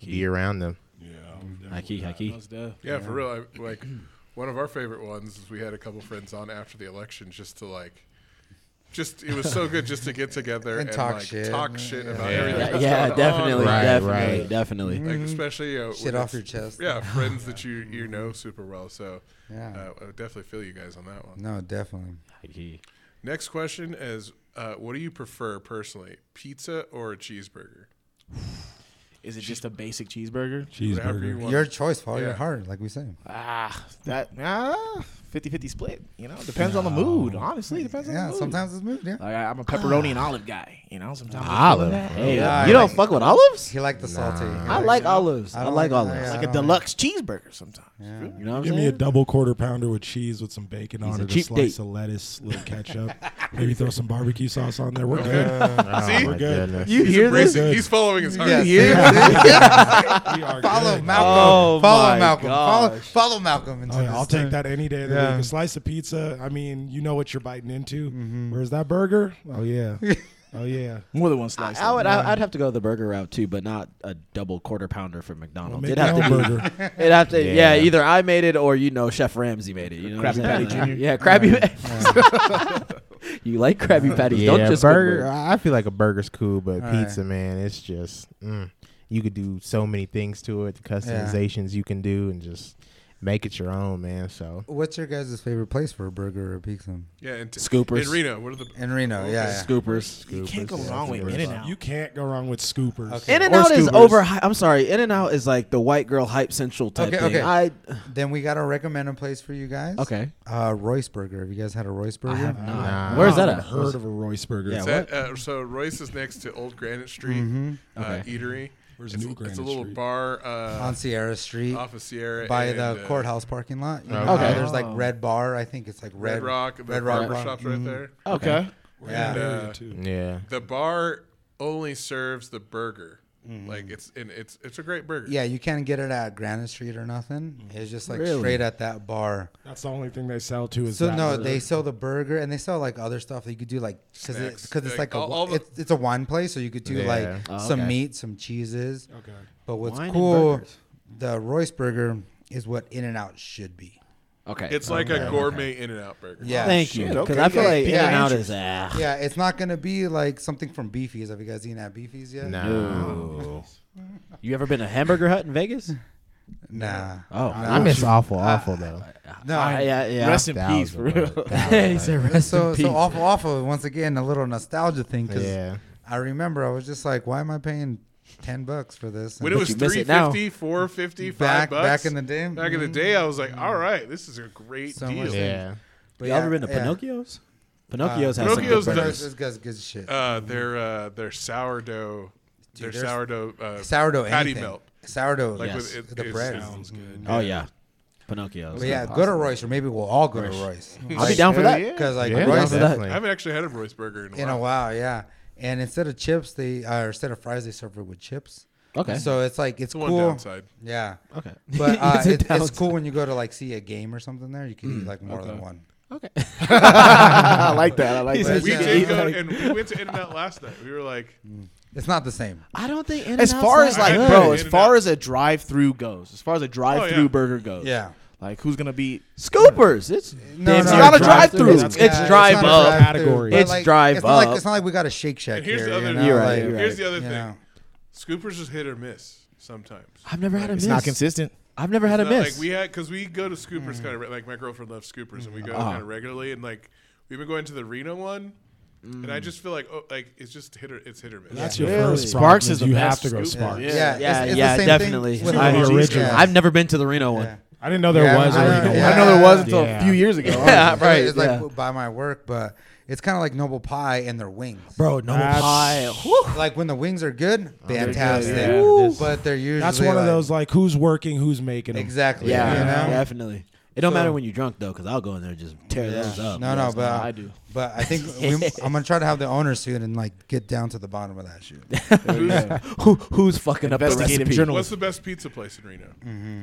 be around them.
Mm-hmm.
Haki, haki.
Yeah, for real. I, like one of our favorite ones is we had a couple friends on after the election just to like. Just it was so good just to get together and,
And talk
like
shit.
talk shit about
Yeah.
everything.
yeah,
that's
yeah,
going on.
definitely,
Right,
definitely,
right.
definitely.
like especially uh,
Mm-hmm. Shit
when
off
it's-
your chest.
Yeah, friends that you you know super well. So
Yeah.
uh, I would definitely feel you guys on that one.
No, definitely.
Next question is, uh, what do you prefer personally, pizza or a cheeseburger?
Is it just a basic cheeseburger?
Whatever you
cheeseburger
want.
Your choice, follow your
Yeah.
heart, like we say.
Ah, that ah, 50-50 split. You know, depends on the mood. Honestly, depends on the
Yeah,
mood.
sometimes it's mood. Yeah.
Like, I, I'm a pepperoni and olive guy. You know, sometimes I feel
Olive.
that.
Hey,
Yeah,
you
I
don't
like-
fuck with olives?
He liked the salty. He
I
liked-
like olives. I,
don't
like,
like-
olives.
yeah,
like a
I don't
deluxe cheeseburger sometimes.
You know what I'm
Give
saying?
me a double quarter pounder with cheese with some bacon on it,
a
a
cheap
slice
date.
of lettuce, little ketchup, maybe throw some barbecue sauce on there. We're good.
Oh,
See?
my
good.
goodness.
you hear this?
Racing- He's following his heart.
Yes.
We are
Follow
good.
Oh
Malcolm. follow
my
Malcolm. Follow,
gosh.
follow Malcolm. into
Oh, yeah,
this
I'll take
thing.
that any day of the
Yeah.
week. A slice of pizza. I mean, you know what you're biting into.
Mm-hmm.
Where's that burger? Oh yeah. oh yeah.
More than one slice.
I would, I, I'd have to go the burger route too, but not a double quarter pounder from McDonald's.
Make
it'd,
your
have
own
to be,
burger.
it'd have to, yeah.
Yeah.
Either I made it or you know Chef Ramsay made it. You know,
Krabby
what I'm
Patty
saying?
Junior
Yeah, Krabby. you like Krabby Patties?
Yeah,
don't just
burger.
Google
I I feel like a burger's cool, but
All right.
pizza, man, it's just mm, you could do so many things to it, the customizations you can do, and just make it your own, man. So
What's your guys' favorite place for a burger or a pizza?
Yeah, and t-
Scoopers.
in Reno. What are the
In Reno,
Okay.
yeah.
it.
yeah.
Scoopers.
you can't go wrong with In and Out.
You can't go wrong with scoopers.
Okay.
In and
Or
Out is
Scoopers.
over. I'm sorry. In and Out is like the white girl hype central type
Okay,
thing.
okay.
I
Then we got to recommend a place for you guys.
okay.
Uh, Royce Burger. Have you guys had a Royce Burger?
have not.
Nah.
Where's that
I've
at?
heard of a Royce burger.
Yeah,
That, uh, so Royce is next to Old Granite Street
Mm-hmm.
uh,
Okay.
Eatery.
Where's
it's,
New
it's
Granite
a little
Street?
bar uh,
On Sierra Street
off of Sierra
by
and,
the
uh,
courthouse parking lot. You know,
Okay.
how There's like
Oh.
Red Bar. I think it's like
Red,
Red,
Rock. The
Red Rock
barber
Bar. Mm-hmm.
shop's right there.
Okay.
Yeah.
And, uh,
yeah,
the bar only serves the burger. Like it's and it's it's a great burger.
Mm-hmm. Yeah, you can't get it at Granite Street or nothing. It's just like
Really?
straight at that bar.
That's the only thing they sell to is
So
that
no,
burger.
they sell the burger and they sell like other stuff that you could do like because
Snacks.
because it's
Like,
like a,
all- all the-
it's, it's a wine place, so you could do
Yeah.
like
Oh,
some
okay.
meat, some cheeses.
Okay.
But what's
Wine and
cool,
burgers.
the Royce Burger is what In and Out should be.
Okay.
It's like a gourmet In and Out burger.
Yeah.
Thank you.
shit,
Because
okay,
I feel
yeah,
like
yeah,
In and Out
interest-
is ah.
Yeah, it's not gonna be like something from Beefy's. Have you guys eaten at Beefy's yet?
No. You ever been to Hamburger Hut in Vegas?
Nah.
Oh,
I miss awful, awful though.
No.
I- yeah, yeah.
Rest in peace, for
Thousand,
real.
He said, "Rest in
so
peace."
so awful awful once again a little nostalgia thing because
Yeah.
I remember I was just like, why am I paying ten bucks for this?
When
And
it was
you miss
three
it now.
fifty, four fifty, five
back
bucks
back in the day,
back in the
mhm.
day, I was like, all right, this is a great
So much
deal.
Yeah.
But
Y'all ever
yeah,
been to
yeah.
Pinocchio's? Pinocchio's has
Pinocchio's
some good
does-
burgers.
This guy's good shit.
Uh, their uh, their sourdough,
Dude,
their
there's-
sourdough uh,
sourdough
patty
anything.
melt.
Sourdough,
Like
like
Yes.
with it,
the
it
bread.
sounds good.
Oh yeah, Pinocchio's.
But yeah, go to Royce, or maybe we'll all go to Royce.
I'll be down for that.
Because like
Yeah,
Royce,
that.
I
definitely.
haven't actually had a Royce burger in a
in a
while.
while, yeah. And instead of chips, they uh, or instead of fries, they serve it with chips.
Okay.
So it's like it's
It's the one
cool.
downside.
Yeah.
okay.
But uh,
It's a
it, it's
downside.
cool when you go to like see a game or something there. You can eat like more than one.
Okay.
Mm, I like that. I like
He's
that.
We
Yeah.
did go and we went to In and Out last night. We were like,
It's not the same.
I don't think In-N-Out's
As far as
that
like,
good.
I
bro,
haven't
as
been
far
to-
as a drive-through goes, as far
Oh,
as a drive-through burger goes,
Yeah.
like who's gonna be?
Scoopers. It's
No,
it's
no,
not a
it's
drive-through.
drive-through.
It's,
Yeah,
it's
Yeah,
drive
not a
up.
drive-thru,
Category.
but,
It's
like,
drive
it's not like-
up.
it's not like we got a Shake Shack
and here's
here.
the other.
you know,
You're right,
like,
you're
Here's the other
you
thing.
know.
Scoopers is hit or miss sometimes.
I've never had a
It's
miss.
not consistent.
I've never had a
It's not
miss.
Like we had because we go to Scoopers kind of re- like my girlfriend loves Scoopers and we go kind of regularly and like we've been going to the Reno one. And I just feel like oh like it's just hit or it's hit or miss.
That's your
Really?
first
Sparks
problem
is the
you
best
have to go
scoop.
Sparks.
Yeah,
Yeah.
yeah,
it's, it's
yeah,
the same
definitely.
Thing with
I,
the
Royce.
original.
Yeah.
I've never been to the Reno one.
Yeah.
I didn't know there
Yeah,
was.
I
a
don't-
Reno.
yeah.
I know there was until a few years ago.
Yeah,
It's
right.
It's
yeah.
like by my work, but it's kind of like Noble Pie and their wings.
Bro, no
That's-
pie. Whew.
Like when the wings are Oh, good,
Oh,
fantastic.
yeah.
Woo.
This-
But they're usually
That's one
like,
of those like who's working, who's making them.
exactly.
Yeah,
you know?
definitely. It don't
So-
matter when you're drunk though, because I'll go in there and just tear
Yeah.
those up.
No, no, but
how I do.
But I think we, I'm gonna try to have the owner soon and like get down to the bottom of that shit.
Who, who's fucking up the
Investigative
recipe?
journalism.
What's the best pizza place in Reno?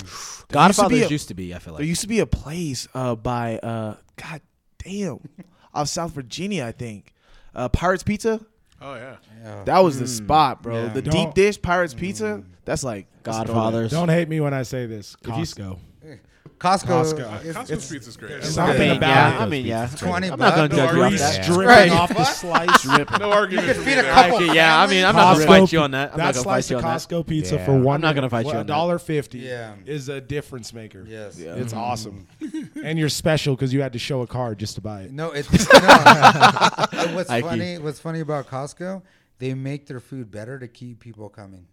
Godfather's
There used to
used
be a-
to, be. I feel
There
like.
used to be a place uh, by uh, God damn, off South Virginia, I think. Uh, Pirates Pizza.
Oh yeah.
That was the spot, bro.
Yeah. Hmm.
The
Don't-
deep dish Pirates Pizza. That's like
Godfather's.
Don't hate me when I say this. Costco.
Costco,
Costco.
is-
Costco's
it's
pizza's great.
it's
I
not
love it.
I
Something
mean,
about
yeah.
it.
I mean, yeah.
twenty
I'm
bucks.
not gonna
No
judge you on
argument.
that.
dripping
Right.
off the slice.
No argument.
You could
from
feed
me
a
there.
couple.
Okay, yeah, I mean, I'm not gonna
Costco-
fight you on that. I'm not
that
gonna
slice
fight you
of
on that.
Costco pizza
Yeah.
for one.
not gonna fight you
A
on that.
dollar fifty.
Yeah.
is a difference maker.
Yes.
it's awesome, and you're special because you had to show a card just to buy it.
No, it's no. And what's
Ike.
funny. What's funny about Costco? They make their food better to keep people coming.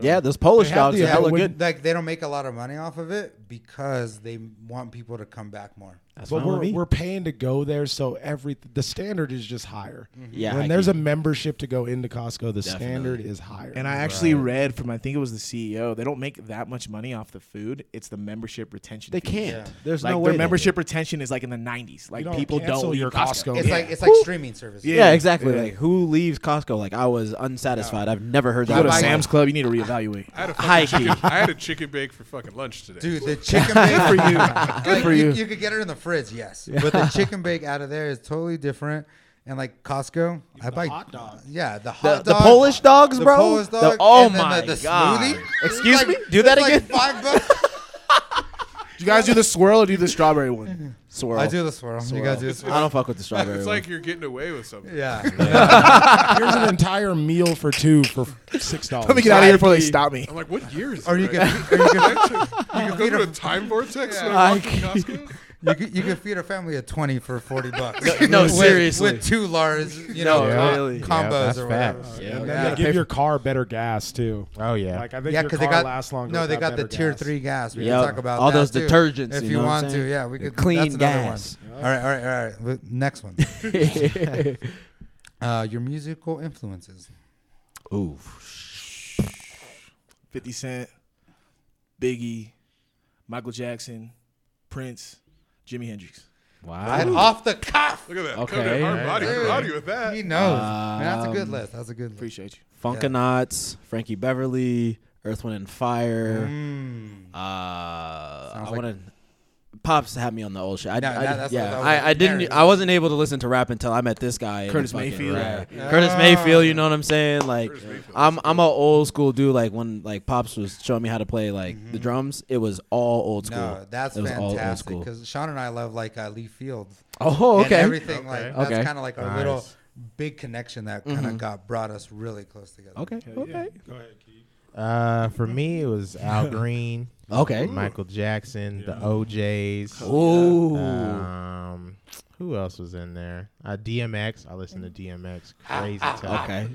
Yeah, those Polish
They have
dogs
the-
are hella
when-
good.
Like they don't make a lot of money off of it because they want people to come back more.
That's
But
fine with
we're,
me.
we're paying to go there, so every the standard is just higher.
Mm-hmm.
Yeah,
when
I
there's
get
a membership to go into Costco, the standard is higher.
And I actually read from I think it was the CEO. They don't make that much money off the food. It's the membership retention.
They
fee.
can't.
Yeah.
There's
like
no way.
their
they
membership retention is like in the 90s. Like
You don't
people
cancel
don't
your
leave Costco.
Costco.
It's
Yeah.
like it's like streaming services.
do.
Yeah.
Yeah, exactly.
Yeah.
Like who leaves Costco? Like I was unsatisfied. I've never heard
You go
that.
to
before.
Sam's Club, you need to reevaluate.
I had a
High
fucking
key.
chicken. I had a chicken bake for fucking lunch today.
Dude, the chicken bake for you.
for
you,
you.
you could get it in the fridge, yes. But the chicken bake out of there is totally different. And like Costco, I buy
hot dog.
Yeah, the
The,
hot
the
dog,
Polish dogs,
the
bro.
Polish
The-
dog,
oh
and then
my
the, the
god!
Smoothie. It's
Excuse
like-
me. Do that
it's
again.
Like five bucks.
Do you guys do the swirl or do the strawberry one?
Swirl.
I do the swirl. You guys do the swirl.
I don't fuck with the strawberry.
it's
one.
like you're getting away with something.
Yeah.
here's an entire meal for two for six dollars.
Let me get out of here before they stop me.
I'm like, what year is
or you
it? right?
could, or you could,
you can go to a time vortex when I
I
walk in Costco.
you could, you could feed a family of twenty for forty bucks.
no,
With-
seriously.
with two large, you
No,
know,
Yeah.
com-
really. Yeah,
combos
that's
or whatever.
facts.
Yeah,
And
yeah.
then they give your car better gas too.
Oh yeah.
Like I think
yeah,
your
because
car
they got
lasts longer.
No, they
without
got the
better
tier
gas.
three gas. We
Yeah,
can talk about
all
that,
those
too,
detergents,
if
you
you,
know what I'm
want to.
saying?
Yeah, we
The
could.
clean
that's another
gas.
One. All right, all right, all right. Well, Next one. uh, your musical influences.
Ooh,
50 Cent, Biggie, Michael Jackson, Prince, Jimi Hendrix.
And
wow.
off the cuff.
Look at that.
Okay.
Coconut hard body.
Dude.
Body with that.
He knows.
Um,
Um,
Man, that's a good list. That's a good list.
Appreciate you.
Funkonauts, Frankie Beverly, Earth, Wind, and Fire. Uh, I
Sounds Mm. like-
want to Pops had me on the old shit. I,
No,
I-
that- that's
yeah,
what I was
I, I didn't.
comparing.
I wasn't able to listen to rap until I met this guy, and
Curtis
fucking-
Mayfield.
yeah.
Yeah.
Curtis
Ah.
Mayfield. You know what I'm saying? Like, I'm I'm an old school dude. Like when like Pops was showing me how to play like the drums, it was all old school.
Mm-hmm. No, that's
it was
fantastic
All old school.
because Sean and I love like uh, Lee Fields.
Oh,
And
okay.
everything like
Okay.
that's
Okay. Mm-hmm.
kind of like our
Nice.
little big connection that kind of got brought us really close together.
okay. Okay.
Go ahead, Keith.
Uh, for me, it was Al Green,
Okay.
Michael Jackson, the OJ's.
Ooh.
Um, who else was in there? Uh, DMX. I listened to DMX. Crazy time.
okay.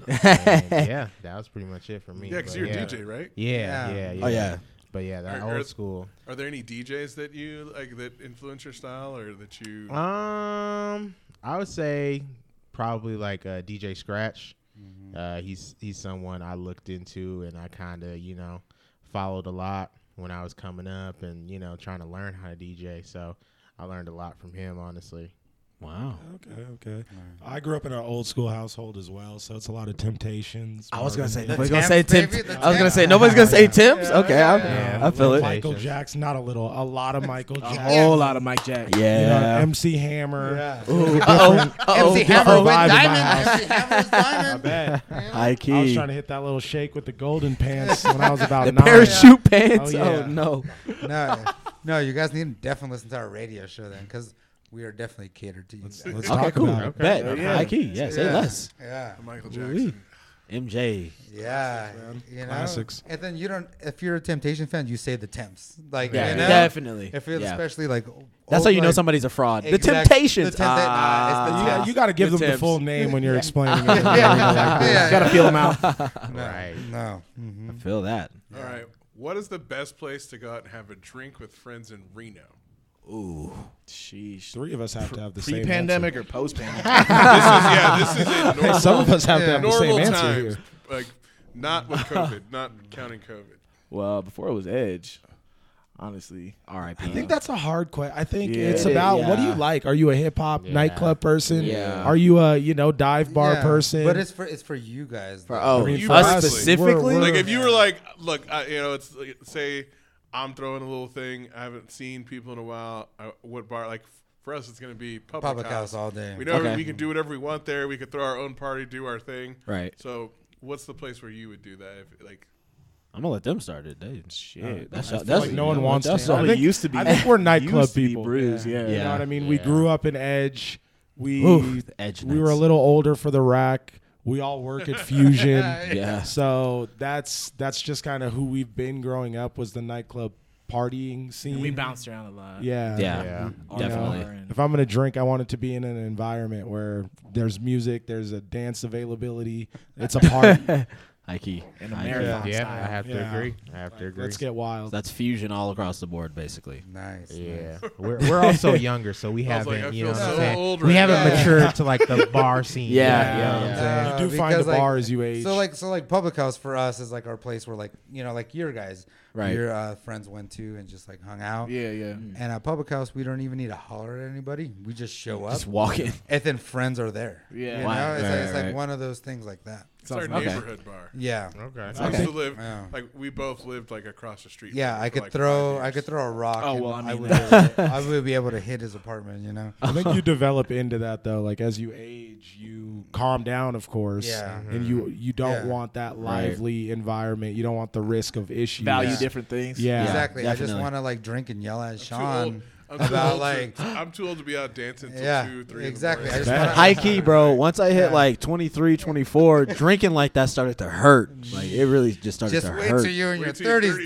And, yeah, that was pretty much it for me.
Ah, Yeah, because
but
you're a
yeah.
DJ, right?
Yeah,
Yeah.
yeah, yeah.
Oh, yeah.
But yeah, that
Or- or-
old school.
Are there any DJs that you like that influence your style or that you?
Uh, Um, I would say probably like uh, DJ Scratch.
Mm-hmm.
Uh, he's he's someone I looked into and I kind of you know followed a lot when I was coming up and you know trying to learn how to DJ. So I learned a lot from him, honestly.
Wow.
Okay, okay. I grew up in an old school household as well, so it's a lot of temptations.
I was gonna say
Marvin,
nobody's
The
gonna say
Temps,
Tim's.
baby, the
I was gonna
Temps.
say nobody's gonna say Tim's.
Yeah,
Okay,
yeah,
I,
yeah.
I feel
Yeah. Like-
it.
Michael
Temptations.
Jackson, not a little, a lot of Michael
A
Jackson.
whole lot of Mike Jack.
You know,
Yeah.
MC Hammer.
Yeah.
Uh-oh. Uh-oh.
MC Hammer
different
went
vibe in my
diamond.
house.
MC Hammer was diamond.
Bad.
High key.
I was trying to hit that little shake with the golden pants when I was about
the
nine.
parachute pants.
Oh,
Oh,
yeah.
no.
no, no, you guys need to definitely listen to our radio show then, because we are definitely catered to you. guys.
Let's
Okay,
talk
cool.
about it. Oh,
Bet.
yeah.
High key. Yeah, say
Yeah.
less.
Yeah,
Michael
Ooh-wee.
Jackson.
MJ.
yeah, you know?
Classics.
And then you don't. If you're a Temptation fan, you say the Temps, like
Yeah,
you know?
definitely.
If it's
Yeah.
especially like
That's
old,
how you know
like-
somebody's a fraud. The
Exact-
Temptations.
the Tempta- nah, it's the
Ah.
You got- you got to give
The
them the
Timbs.
full name when you're explaining it.
Yeah, yeah, yeah.
Got to feel them out. Mm-hmm.
No,
Right.
No.
I feel that.
All right. What is the best place to go out and have a drink with friends in Reno?
Ooh.
Sheesh.
Three of us have to have the same
Pre-pandemic or post-pandemic?
this is yeah. This is in
answer.
normal,
Some of us have to have the
normal
same answer
times,
here.
like not with COVID, not counting COVID.
well, before it was Edge, honestly.
R.I.P.
I think that's a hard question. I think
Yeah.
it's about what do you
Yeah.
like? Are you a hip hop
Yeah.
nightclub person?
Yeah.
Are you a you know dive bar
Yeah,
person?
But it's for it's for you guys.
For,
though.
oh,
mean,
us
for us, like,
specifically.
we're-
Like if you were like, look, I, you know, it's like, say I'm throwing a little thing. I haven't seen people in a while. I, what bar? Like for us, it's gonna be public,
Public house all day.
We know
Okay.
we can do whatever we want there. We could throw our own party, do our thing.
Right.
So, what's the place where you would do that? If like,
I'm gonna let them start it. They, shit. that's that's,
like no one wants
that's
to.
all
I
Probably
they-
think-
used to be.
I think we're nightclub
used to be
people.
Brews, yeah.
You know
Yeah.
what I mean? We
Yeah.
grew up in Edge. We
Ooh, the Edge
we were a
nights.
little older for the rack. We all work at Fusion.
Yeah.
So that's that's just kind of who we've been growing up was the nightclub partying scene.
We bounced around a lot.
yeah.
Yeah.
Yeah.
You know,
Definitely.
If I'm gonna drink, I want it to be in an environment where there's music, there's a dance availability. It's a party.
High key.
In
High key.
America.
Yeah, I have to
Yeah.
agree. I have to agree.
Let's get wild.
That's fusion all across the board, basically.
Nice.
yeah, we're, we're also younger, so we
I was
haven't,
like, I
you know,
feel
what I'm
so
saying?
old
we
right
haven't
now.
matured to like the bar scene.
Yeah,
you know
yeah,
what I'm
yeah.
saying?
Uh,
you do find
because,
a
like-
bar as you age.
So like so like public house for us is like our place where like you know like your guys
Right.
your uh, friends went to and just like hung out.
Yeah, yeah.
Mm.
And at public house we don't even need to holler at anybody. We just show up
Just walking.
and then friends are there.
Yeah.
You
Wow.
know? It's,
Right,
like, it's like
right.
one of those things like that.
it's our
Okay.
neighborhood bar.
Yeah.
Okay.
I used to live
Yeah.
like we both lived like across the street.
Yeah,
from
I
it for,
could
like,
throw
five
I could throw a rock.
Oh,
and
well, I
I
mean,
would, be able to- I would be able to hit his apartment, you know.
I think you develop into that though. Like as you age, you calm down, of course.
Yeah.
And you you don't
Yeah.
want that lively environment. You don't want the risk of issues.
Value
Yeah.
different things.
Yeah.
exactly. I just
definitely.
want to like drink and yell at
years. I'm too
Sean
old- I'm too
about
old
like
to, I'm too old to be out dancing till
yeah,
two, three. in the
exactly. I
morning.
just wanna-
High key, bro. Once I hit like 23, 24, drinking like that started to hurt. Like it really just started
Just
to
wait
hurt.
till you're in
Wait
your
till you're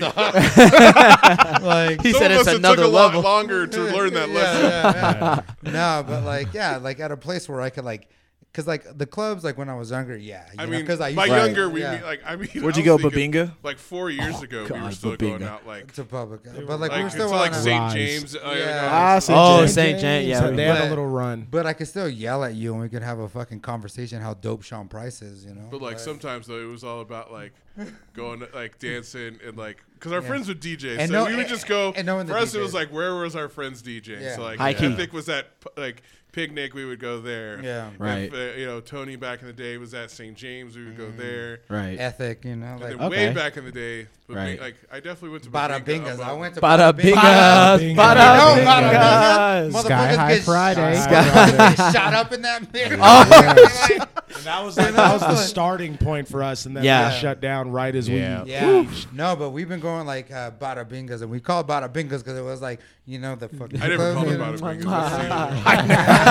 30.
30s, dog. like,
he
Some
said
of
it's
us, it
another
took a lot
level.
longer to learn that
Yeah,
lesson.
yeah, yeah. no, but like, yeah, like at a place where I could like, cause like the clubs, like when I was younger, yeah. You
I
know,
mean,
'cause I used
by
to-
younger, we
yeah,
mean, like I mean,
Where'd you
I was
go,
thinking,
Babinga?
Like four years ago, we were
God,
still going
Babinga.
out like
to public, but like,
like
we were
it's
still
like
on a-
St.
Rise.
James. uh,
Yeah.
no,
Ah, St.
Oh,
James.
St. James. Yeah, we-
They had
But-
a little run.
But I could still yell at you, and we could have a fucking conversation how dope Sean Price is, you know.
But like sometimes though, it was all about like going like dancing and like because our friends would DJ,
And
so
no-
we would just go.
and knowing the
for us, it
DJs.
was like where was our friends DJ?
Yeah.
So like
High
I
key.
think was that like picnic, we would go there.
Yeah.
Right.
If, uh, you know, Tony back in the day was at St. James, we would go there.
Right.
Mm. Ethic, you know,
And
like
then way
Okay.
back in the day, but
Right.
like I definitely went to
bada
Babinka
bingas.
up
I
on-
went to
Bada bingas,
bingas.
bada
You know, bada
bingas.
Motherfuckers
Sky High
get
Friday.
shot- shot up in that mirror.
Oh,
And that was like, that was the starting point for us, and then
Yeah.
we shut down right as
Yeah.
we.
Yeah. No, but we've been going like uh, Bada Bingas, and we call it Bada Bingas because it was like, you know, the fucking.
I never
club,
called
you
it
know?
Bada Bingas.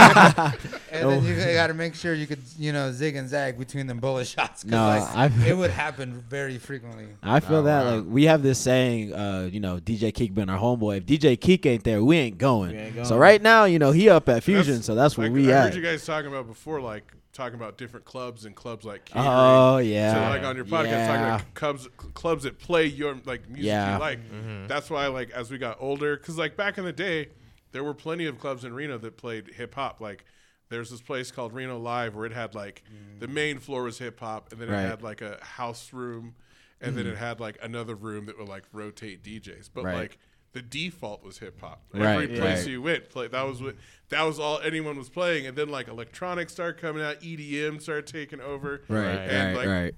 And then you
Oh.
got to make sure you could, you know, zig and zag between them bullet shots. 'cause,
No,
like,
I've-
it would happen very frequently.
I feel that like we have this saying, uh, you know, DJ Keek been our homeboy. If DJ Keek ain't there, we ain't going. So right now, you know, he up at Fusion, so that's where
I,
we
I
at.
heard you guys talking about before, like talking about different clubs and clubs like catering.
oh
So
yeah.
like on your podcast,
yeah.
talking about clubs, clubs that play your like music
Yeah.
you like. That's why like as we got older, because like back in the day, there were plenty of clubs in Reno that played hip hop. Like there's this place called Reno Live where it had like the main floor was hip hop, and then
Right. Mm.
it had like a house room, and then it had like another room that would like rotate DJs. But
Right.
like the default was hip hop.
Right,
Every place
right.
you went, play, that was what that was all anyone was playing, and then like electronics started coming out, EDM started taking over,
right,
and
right,
like
right.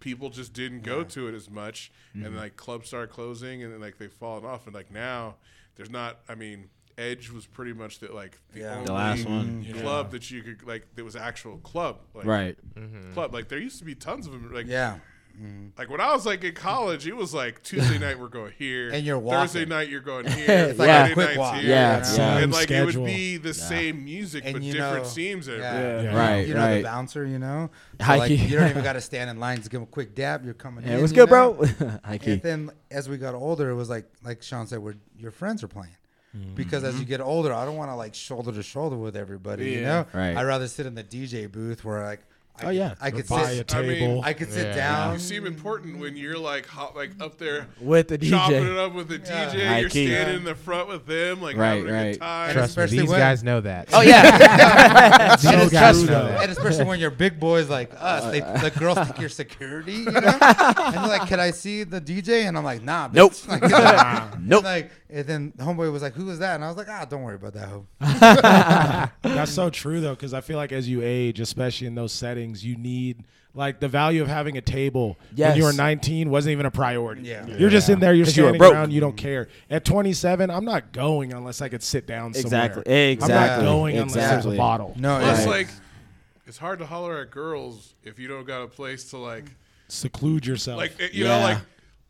people just didn't go to it as much
Mm-hmm.
and like clubs started closing and then like they've fallen off and like now there's not i mean edge was pretty much the like the
Yeah. Mm-hmm.
only
The last one.
club that you could like that was actual club like
Right.
club like there used to be tons of them like
Mm-hmm. Yeah. Mm-hmm.
like when i was like in college it was like tuesday night we're going here
And you're
thursday
walking.
night you're going here
It's
like a
friday
quick
night's
walk.
here
Yeah,
That
yeah.
same
and like it
schedule.
would be the same music
And
but
you
different
know-
scenes every
yeah.
Yeah.
Right,
You know
right.
the bouncer, you know? So,
High
like,
key.
you don't even got to stand in line. Just give 'em a quick dab. You're coming
Yeah,
in.
what's
you
good,
know?
bro? High key.
And then as we got older, it was like like Sean said, where your friends are playing.
Mm-hmm.
Because as you get older, I don't want to like shoulder to shoulder with everybody. You know,
Right.
I'd rather sit in the DJ booth where like, I
Oh,
could-
yeah.
I could
Buy a
sit,
I mean,
table.
I could sit
Yeah.
down.
You seem important when you're like hot, like up there
With the
chopping
DJ.
it up with the DJ.
High
You're
key.
standing in the front with them, like
Right,
having a
right.
good time.
And
Trust me,
especially
these
when-
guys know that.
Oh yeah.
these
and
guys
especially,
know that.
and especially when you're big boys like us, they, the girls think you're security, you know? and they're like, "Can I see the DJ?" And I'm like, "Nah, bitch.
Nope.
Like, get the- and
Nope.
Like, and then homeboy was like, "Who was that?" And I was like, "Ah, don't worry about that." Hoe.
That's so true though, because I feel like as you age, especially in those settings, you need like the value of having a table
Yes.
when you were 19 wasn't even a priority.
Yeah. Yeah.
you're just in there, you're
'Cause you were
standing
broke.
around, you don't care. At 27, I'm not going unless I could sit down
Exactly,
somewhere. I'm not
exactly,
going unless there's
exactly.
a bottle.
No,
Plus,
yeah.
like, it's hard to holler at girls if you don't got a place to like,
seclude yourself.
like you know,
Yeah.
like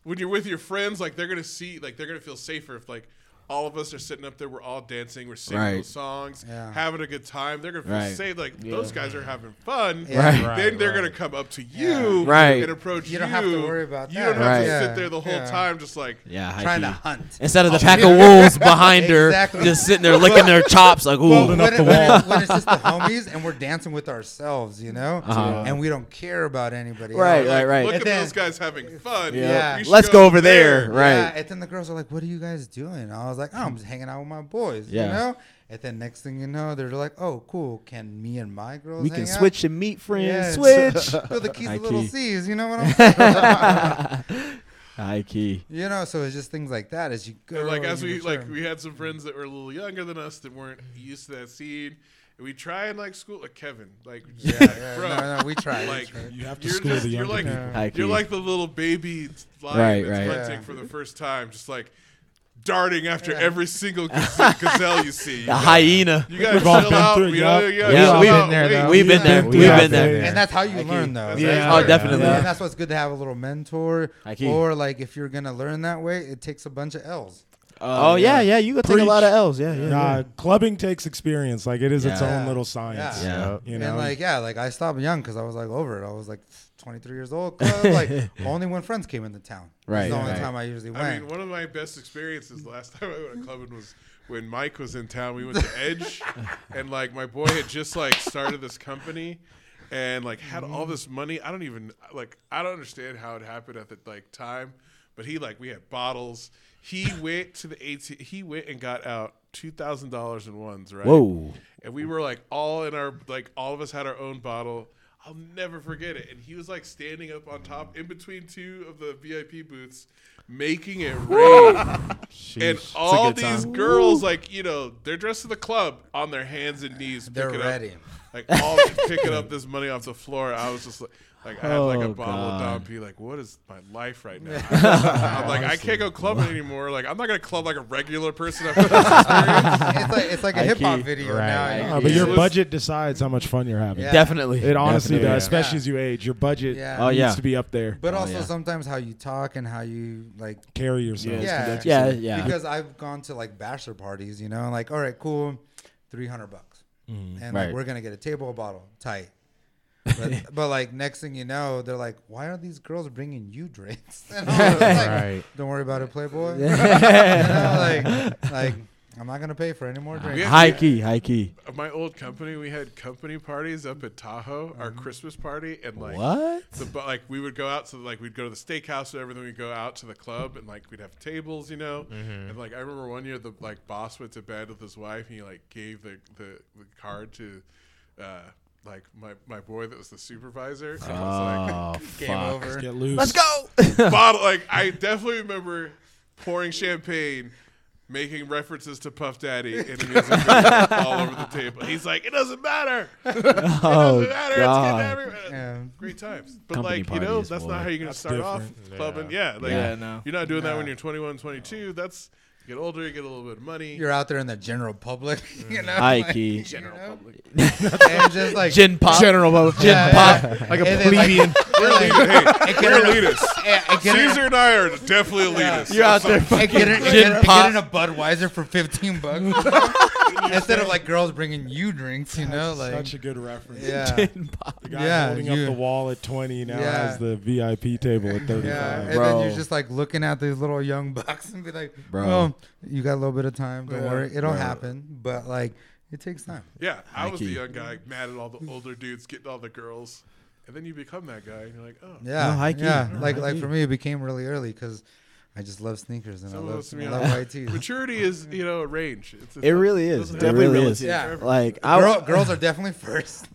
when you're with your friends, like they're gonna see, like they're gonna feel safer if like. All of us are sitting up there. We're all dancing. We're singing
Right.
those songs,
Yeah.
having a good time. They're gonna feel
Right.
safe. Like those guys are having fun.
Yeah.
Right.
Then they're gonna come up to you,
Right.
and approach you.
You don't have to worry about
You
that.
don't have
Right.
to
Yeah.
sit there the whole
Yeah.
time, just like
Yeah. High
trying
key.
to hunt.
Instead of the pack of wolves behind her,
Exactly.
just sitting there licking their chops, like ooh.
Well, when, it, when, it- when it's just the homies and we're dancing with ourselves, you know, and we don't care about anybody.
Uh-huh. Right,
else.
right, right.
Look
And
at
then-
those guys having fun.
Yeah.
You should
Let's go over there.
Yeah,
Right.
and then the girls are like, "What are you guys doing?" I was like, "Oh, I'm just hanging out with my boys." You
Yeah.
know. And then next thing you know, they're like, "Oh, cool. Can me and my girls?
We can
hang out?"
switch and meet friends.
Yeah,
Switch.
Throw the keys
High
to little
key.
C's. You know what I'm saying?
High key.
you know. So it's just things like that. As you go,
And, like as
you
we
mature.
like we had some friends that were a little younger than us that weren't used to that scene. And we try and like school like Kevin. Like yeah,
Yeah,
bro.
no, no, we tried.
Like
You have to
you're
school
just
the
you're
younger
like
people.
High key.
you're like the little baby lion
Right,
that's
right.
hunting
Yeah.
for the first time, just like darting after every single gaz- gazelle you see. You
A
gotta-
hyena.
You gotta
We've all
chill
been
out.
through it,
You know,
y'all.
you gotta
Yeah,
chill
we've
out.
been there,
Hey,
though.
We've been there.
Yeah.
We've
Yeah.
been there.
and that's how you learn, though.
Yeah.
That's
Oh,
how-
definitely.
And that's what's good to have a little mentor,
High key.
or like if you're gonna learn that way, it takes a bunch of L's.
Oh yeah, yeah. You go take a lot of
Preach.
L's. Yeah, yeah.
Nah, clubbing takes experience. Like it is its
Yeah.
own little science.
Yeah.
Yeah.
You know,
and like yeah, like I stopped young because I was like over it. I was like 23 years old. Club. Like only when friends came into town.
Right,
It's the only
right.
time I usually went.
I mean, one of my best experiences last time I went to clubbing was when Mike was in town. We went to Edge, and like my boy had just like started this company, and like had
Mm-hmm.
all this money. I don't even like I don't understand how it happened at the like time, but he like we had bottles. He went to the AT. He went and got out two thousand dollars in ones. Right.
Whoa.
And we were like all in our like all of us had our own bottle. I'll never forget it. And he was like standing up on top in between two of the VIP booths, making it rain. and
Sheesh.
all
It's a good
these
time.
girls, like, you know, they're dressed to the club on their hands and knees.
They're
picking
ready.
Up, like, all picking up this money off the floor. I was just like, like I had like a
Oh,
bottle
God.
of Dom P. Like, what is my life right now? I'm like, I can't go clubbing anymore. Like, I'm not gonna club like a regular person. after this experience.
it's like it's like a
High
hip hop
key.
video
Right, Oh,
now.
high
Uh,
You-
but
Yeah.
your
Let's-
budget decides how much fun you're having.
Yeah.
Definitely.
It honestly
Definitely,
does,
yeah.
especially as you age. Your budget
Yeah.
Oh,
needs
yeah.
to be up there.
But
Oh,
also
yeah.
sometimes how you talk and how you like
Carry yourself.
Yeah.
yeah,
conduct
Yeah, yeah.
Because I've gone to like bachelor parties, you know, like all right, cool, three hundred bucks,
Mm-hmm.
and like
Right.
we're gonna get a table, a bottle, tight. But, but like next thing you know, they're like, "Why are these girls bringing you drinks?" And I was like,
Right.
Don't worry about it, Playboy. you know, like, like I'm not gonna pay for any more drinks.
Yeah.
High key, high key.
my old company, we had company parties up at Tahoe, our Christmas party, and like
Mm-hmm. What?
the bu- like we would go out to like we'd go to the steakhouse and everything. We'd go out to the club and like we'd have tables, you know.
Mm-hmm.
And like I remember one year, the like boss went to bed with his wife, and he like gave the the, the card to. Uh, like my, my boy that was the supervisor. And I was like,
Oh,
Game
fuck.
over.
Get loose.
go.
bottle. Like I definitely remember pouring champagne, making references to Puff Daddy in a music video all over the table. He's like, it doesn't matter. It
Oh,
doesn't matter.
God.
It's getting everywhere.
Yeah.
Great times. But
Company
like, you know,
parties,
that's
boy.
not how you're gonna
That's
start
different.
off clubbing. Yeah. Like
Yeah, no.
you're not doing that when you're 21, 22. That's you get older, you get a little bit of money. Mm.
You're out there in the general public, you know,
High
like,
key.
general public.
and just like
Gin pop.
General public.
Yeah, yeah, yeah.
Like
And
a
then,
plebeian.
We're
Hey, we're elitists.
elitists.
Caesar and I are definitely elitists.
You're out there.
I get, it, I
Gin
get, it,
pop.
I get in a Budweiser for fifteen bucks instead of like girls bringing you drinks. You know, like
Such a good reference.
yeah,
The guy
Yeah,
holding
you-
up the wall at 20 now
Yeah.
has the VIP table at 35.
yeah. And
Bro.
then you're just like looking at these little young bucks and be like,
Bro.
"Well, you got a little bit of time. Don't
Yeah,
worry, it'll happen." But like, it takes time.
Yeah, I was the
Nike.
young guy, mad at all the older dudes getting all the girls, and then you become that guy, and you're like, oh,
Yeah,
high key.
yeah.
No,
like,
high
like
key.
for me, it became really early because I just love sneakers and
Someone
I
else
love,
to be
I
on-
love white tees.
maturity is you know a range. It's, it's
It really is.
doesn't have-
It
Definitely
really
relative.
is.
Yeah.
Like I
Girl,
was,
girls are definitely first.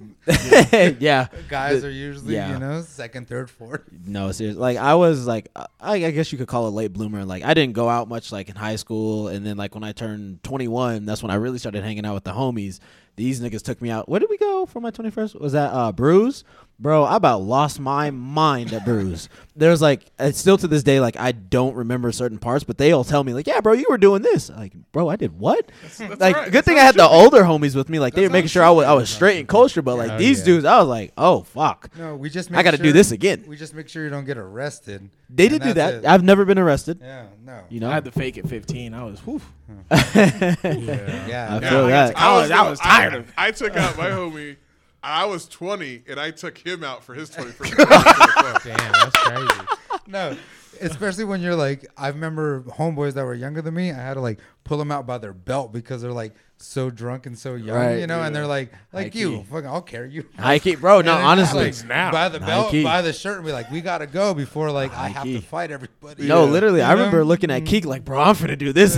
yeah.
Guys are usually,
yeah.
you know, second, third, fourth.
No, seriously. Like I was like I, I guess you could call it late bloomer. Like I didn't go out much like in high school, and then like when I turned 21, that's when I really started hanging out with the homies. These niggas took me out. Where did we go for my 21st? Was that uh Brews? Bro, I about lost my mind at Brews. There's like it's still to this day like I don't remember certain parts, but they all tell me like, "Yeah, bro, you were doing this." Like, "Bro, I did what?" like
right.
good
That's
thing
how
I
it
had the
should be.
older homies with me. Like they were making sure I was I was straight and culture, but like
Oh,
these
yeah.
dudes, I was like, "Oh, fuck."
No, we just.
I
Make
gotta do
sure-
this again.
We just make sure you don't get arrested.
They
and
did do
that's
that.
it.
I've never been arrested.
yeah, no.
You
I
know,
had the fake at 15. I was, whew.
yeah,
I
yeah.
feel that.
I was- I was tired of-
I took out my homie. I was 20, and I took him out for his 21st. birthday.
Damn, that's crazy.
no. Especially when you're like, I remember homeboys that were younger than me. I had to like pull them out by their belt because they're like so drunk and so young,
Right.
you know. And they're like, like
High
you,
key.
fucking, I'll carry you.
I keep, bro. No,
And then
honestly,
just, like, by the belt,
Nike.
by the shirt, and be like, we gotta go before like I have to
Nike.
fight everybody.
no, literally.
You
I remember
know?
looking at Keek like, bro, I'm finna do this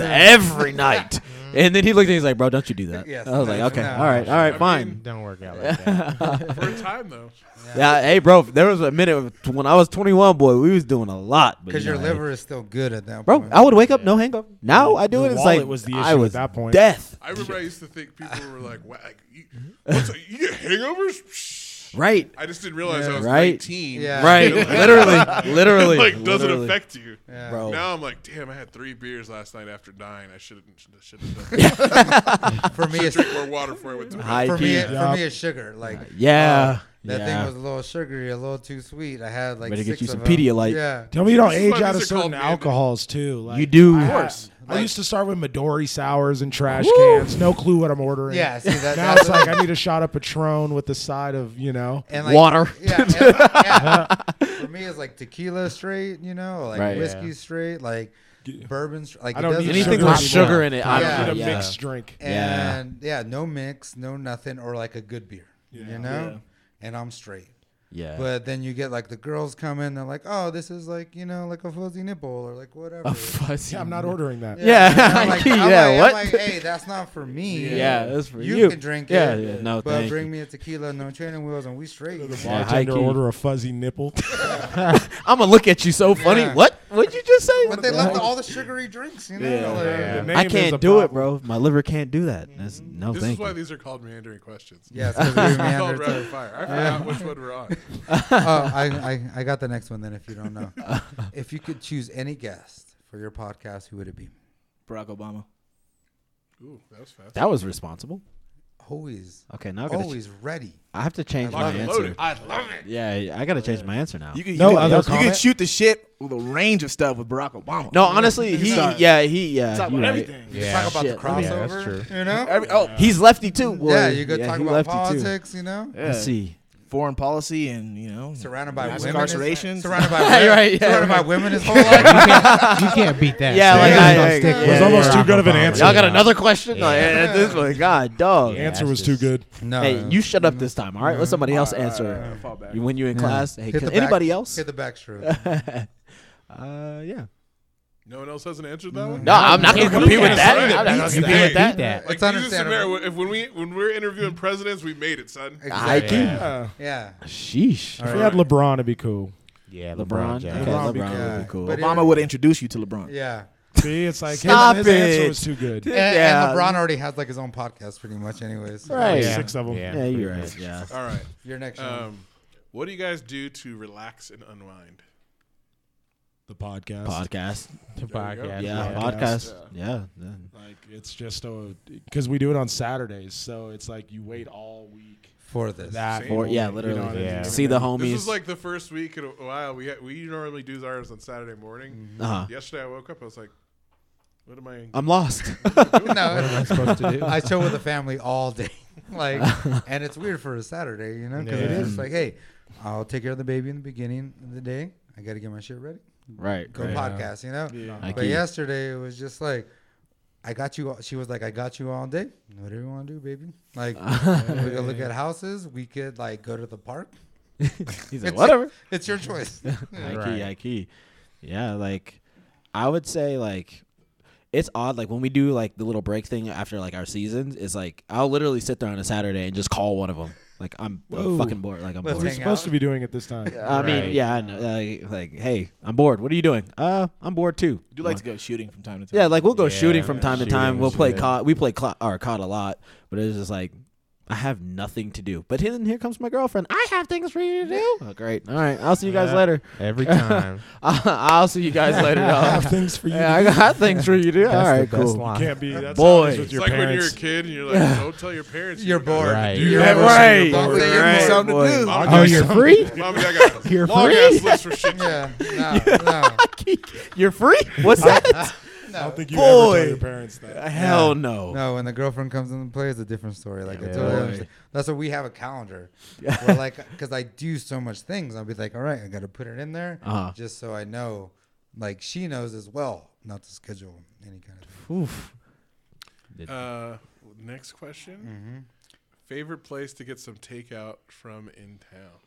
every night. And then he looked at me, he's like, bro, don't you do that.
Mm-hmm. Yes,
I was like,
no,
okay,
no.
all right, all right, fine.
Don't work out like that.
for a time though.
yeah, hey, bro, there was a minute of- when I was 21, boy, we was doing a lot. but,
because
you
your
know,
liver is still good at that
hey, bro,
point.
I would wake up, no hangover. Now I do
Your
it. It's
wallet
like
was the
I
issue at
was
that point.
death.
I remember I used to think people were like, "Wow, like, you, what's a, you get hangovers?" Psh.
Right,
I just didn't realize I was
Right.
19.
Yeah.
right. literally, literally.
like, doesn't
literally.
affect you.
Yeah.
Bro.
Now I'm like, damn, I had three beers last night after nine. I shouldn't, should have done. that.
for me,
Should
it's
drink more water before I went to bed.
High
for me,
key.
it- for me, it's sugar. Like
Yeah,
uh, that
yeah.
thing was a little sugary, a little too sweet. I had like
Better get
six
you some
of 'em.
Pedialyte.
Yeah,
Tell me you don't
This is why
age out of
these are called
certain
man-
alcohols too. Like,
You do.
I,
Of course.
I used to start with Midori sours and trash cans. No clue what I'm ordering.
yeah. See that?
Now
that's
it's like I need a shot of Patron with the side of you know.
and
Water.
Yeah, and, yeah. For me, it's like tequila straight. You know, like
Right.
whiskey straight, like bourbon. Straight, like
I don't
it
need
doesn't
Anything
Sugar
with
anymore.
sugar in it, I
Yeah.
I
don't
need a
know. Yeah.
mixed drink.
Yeah.
And yeah, no mix, no nothing, or like a good beer. You know, and I'm straight.
Yeah.
But then you get like the girls come in, they're like, oh, this is like, you know, like a fuzzy nipple or like whatever.
a fuzzy.
Yeah, I'm not ordering that.
Yeah.
And I'm like, I'm
Yeah,
like- I'm
what?
like, hey, that's not for me.
Yeah, that's for
you.
you.
can drink
Yeah,
it.
yeah, no,
But
thank
bring me a tequila, no training wheels, and we straight.
Yeah, high
Bartender
key.
order a fuzzy nipple.
I'm gonna look at you so funny.
Yeah.
What? What'd you just say?
But they love the, all the sugary drinks, you know? like-
The name
I
is
can't
a
do it,
problem.
bro. My liver can't do that. That's no
This
thank
is why
you.
these are called meandering questions.
Yes, 'cause we
It's called
meandered to-
rapid fire. I forgot which one we're on.
oh, I, I, I got the next one then if you don't know. if you could choose any guest for your podcast, who would it be?
Barack Obama.
Ooh, that was fast.
That was responsible.
Always,
Okay, now I gotta. ch-
always ready.
I have to change my
Lock and
answer.
loaded. I love it.
Yeah, yeah, I gotta change my answer now.
You could,
No
you,
other
could, you could
comment?
shoot the shit with a range of stuff with Barack Obama.
no, honestly, he.
Sorry.
Yeah, he. Yeah,
talk
you
about
right.
everything.
Yeah.
talk about the crossover.
Shit,
yeah, that's true.
You know?
Every, oh,
He's lefty too. Well,
yeah, you could talk
he
about
lefty too.
politics, you know?
yeah.
Let's see.
foreign policy and you know
Surrounded by
mass
women. is-
incarceration.
Surrounded by women.
Right, yeah.
surrounded by women his whole life.
You can't beat that.
Yeah,
so
like,
you're
I-
gonna
I-
stick with
yeah,
It was almost
Barack
too good of an
Obama.
answer.
Y'all got another question? Like, eh, this one, God, dog.
The answer was too
just-
good.
no.
Hey, you shut up this time, all right? Let somebody else answer.
fall back.
You- When you're in
Yeah.
class, hey,
Hit the
can
back-
anybody else?
Hit the backstroke.
Uh, yeah.
No one else hasn't answered that one.
No, I'm not gonna compete with that.
Right.
I'm not gonna
You
compete with
can't beat
that.
that.
Like Jesus
It's
and
understandable.
Mary, if when we when we're interviewing presidents, we made it, son.
I
Exactly.
can.
Yeah.
Yeah.
Sheesh.
If we had LeBron, it'd be cool.
Yeah,
LeBron.
LeBron
Okay,
James.
LeBron,
LeBron,
would
yeah.
be cool.
But it-
Obama would introduce you to LeBron.
Yeah.
See, it's like
Stop
his, his answer
it.
was too good.
And, and
Yeah.
LeBron already has like his own podcast pretty much anyways. So
Right.
Yeah. Six of them.
Yeah, you're right. Yeah.
All right.
Your next one.
Um, what do you guys do to relax and unwind?
The podcast.
Podcast.
The podcast.
Yeah,
Yeah.
podcast. Yeah. yeah.
Like it's just a because we do it on Saturdays, so it's like you wait all week.
for this.
That
Or yeah,
you know
literally.
what I mean?
Yeah.
See the
This
homies.
is like the first week in a while. We we normally do ours on Saturday morning.
uh-huh.
Yesterday, I woke up. I was like, "What am I?"
I'm lost.
no,
Am I supposed to do?
I chill with the family all day. Like, and it's weird for a Saturday, you know, because it
Yeah.
is like, hey, I'll take care of the baby in the beginning of the day. I got to get my shit ready.
right.
Go
right.
podcast, you know.
I
But
get it.
yesterday it was just like, I got you. all- She was like, I got you all day. Whatever you want to do, baby. Like, we could look at houses. We could like go to the park.
He's
It's
like, whatever.
It's your choice.
Ikey,
Right.
Ikey. Yeah, like I would say like it's odd like when we do like the little break thing after like our seasons it's like I'll literally sit there on a Saturday and just call one of them. Like I'm, I'm
Whoa.
fucking bored. Like I'm
Let's
We're
bored.
hang
supposed
out.
to be doing it this time.
I mean,
Right.
yeah, I know. Like, like, hey, I'm bored. What are you doing? Uh, I'm bored too.
You do like to go shooting from time to time.
Yeah, like we'll go
Yeah.
shooting from time to time.
Shooting,
We'll play
shooting.
COD. We play COD, or COD a lot, but it's just like I have nothing to do. But then here comes my girlfriend. I have things for you to do. Oh, great. All right. I'll see you guys
Yeah.
later.
Every time.
I'll see you guys later.
I
dog.
have things for you.
Yeah, I got things for you, dude. All
That's the
right,
best
cool.
line.
Can't be. That's
Boy.
how it is with
It's
it's
your
like when you're a
parents.
kid and you're like, "Don't tell your parents."
You're
you got
bored.
nothing to
Right.
do."
You're
Mom
boy.
Right.
Don't say you're
right,
bored.
Something to
boy.
do.
and
Oh,
dad-
you're
free?
Mom and dad got this
You're
long
free?
ass list for shit.
yeah. No. No.
You're free? What's that?
I don't think you ever
Boy. Uh,
tell your parents that.
Hell no.
No, when the girlfriend comes in and play, it's a different story. Like I
Yeah.
totally
Right.
understand. That's why we have a calendar. Where like, because I do so much things, I'll be like, all right, I got to put it in there,
Uh-huh.
just so I know. Like she knows as well, not to schedule any kind of.
Oof.
Uh, next question.
Mm-hmm.
Favorite place to get some takeout from in town?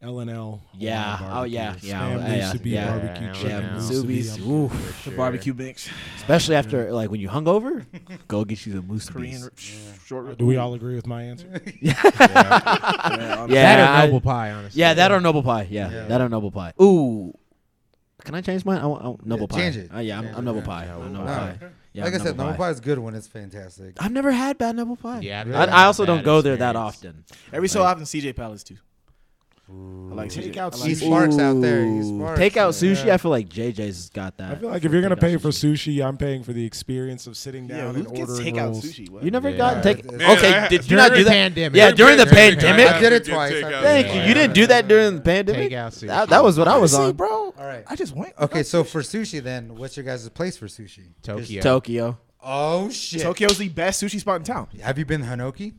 L and L.
Yeah. Oh, yeah. Yeah.
Spam
Yeah.
used to be
Yeah.
barbecue
Yeah.
chicken.
Yeah,
used to be
Musubis.
amazing.
Oof.
The barbecue bench,
Especially after, like, when you hungover, go get you the moose
Korean
beef.
short.
Do we all agree with my answer?
Yeah.
that
I-
or noble pie, honestly.
Yeah, that or noble pie. Yeah,
Yeah.
that or noble pie. Ooh, can I change mine? I want, I want noble pie.
change it.
Uh, yeah, I'm,
Change it,
I'm noble
yeah.
pie. I'm
No.
noble pie. Yeah,
like I
I'm
said, noble pie is good when it's fantastic.
I've never had bad noble pie.
Yeah, I've
I,
never
I
had
also
a
don't
bad
go there that
experience.
often.
Every so often, CJ Palace too. I like
Take
CJ.
out
I
He
Ooh.
like
sparks out there. He
Ooh,
sparks.
Takeout sushi.
Yeah.
I feel like JJ's got that.
I feel like if you're gonna
Takeout
pay for sushi, I'm paying for the experience of sitting down
yeah, who
and
gets
ordering
takeout
rolls.
sushi? What?
you never
Yeah.
got
Yeah.
take.
Man, I-
Okay, did you
during
not do
the
that?
pandemic.
Yeah, during the
During the
pandemic.
I did it
Get
twice.
takeout.
I-
Thank you. You didn't do that during the pandemic.
Takeout sushi.
That, that was what I was
See,
on.
bro.
All right.
I just went.
Okay, so for sushi, then what's your guys' place for sushi?
Tokyo.
Tokyo.
Oh shit!
Tokyo's the best sushi spot in town.
Have you been Hanoki?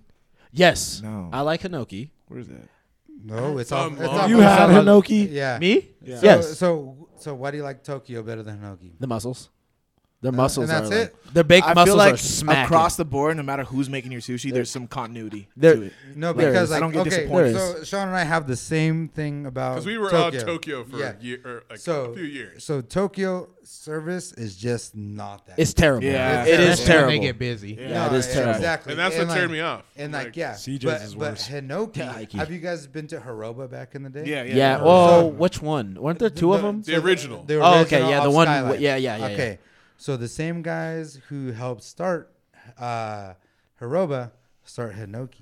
Yes.
No.
I like Hanoki.
Where is that?
No, it's off.
Come
It's
on.
off
You
it's
had
off-
Hinoki.
Yeah.
Me?
So,
Yes.
So so why do you like Tokyo better than Hanoki?
The mussels. Their
and
muscles
that's
are like-
it?
their baked
I
muscles
feel like
are smacking.
across the board, no matter who's making your sushi, there's some continuity
There-
to it.
No,
There
because
is.
like,
I don't get
okay,
disappointed.
There
So Sean and I have the same thing about
Because we were
Tokyo.
out Tokyo for
Yeah.
a year, or like
so
a few years.
So Tokyo service is just not that.
It's terrible.
Yeah.
it
That's
is
when
terrible.
They get busy.
good.
yeah, it is terrible.
Exactly,
And that's what
like-
turned me off.
And like,
Like,
yeah,
CJ's
but,
is
but
worse.
Hinoki.
Taiki.
Have you guys been to Haroba back in the day?
Yeah, yeah.
yeah.
yeah.
Well,
So-
which one? Weren't there two of them?
The original.
The
Oh, okay,
original
yeah, the
of
one-
Skyline.
yeah, yeah, yeah, yeah.
Okay, so the same guys who helped start uh, Haroba start Hinoki.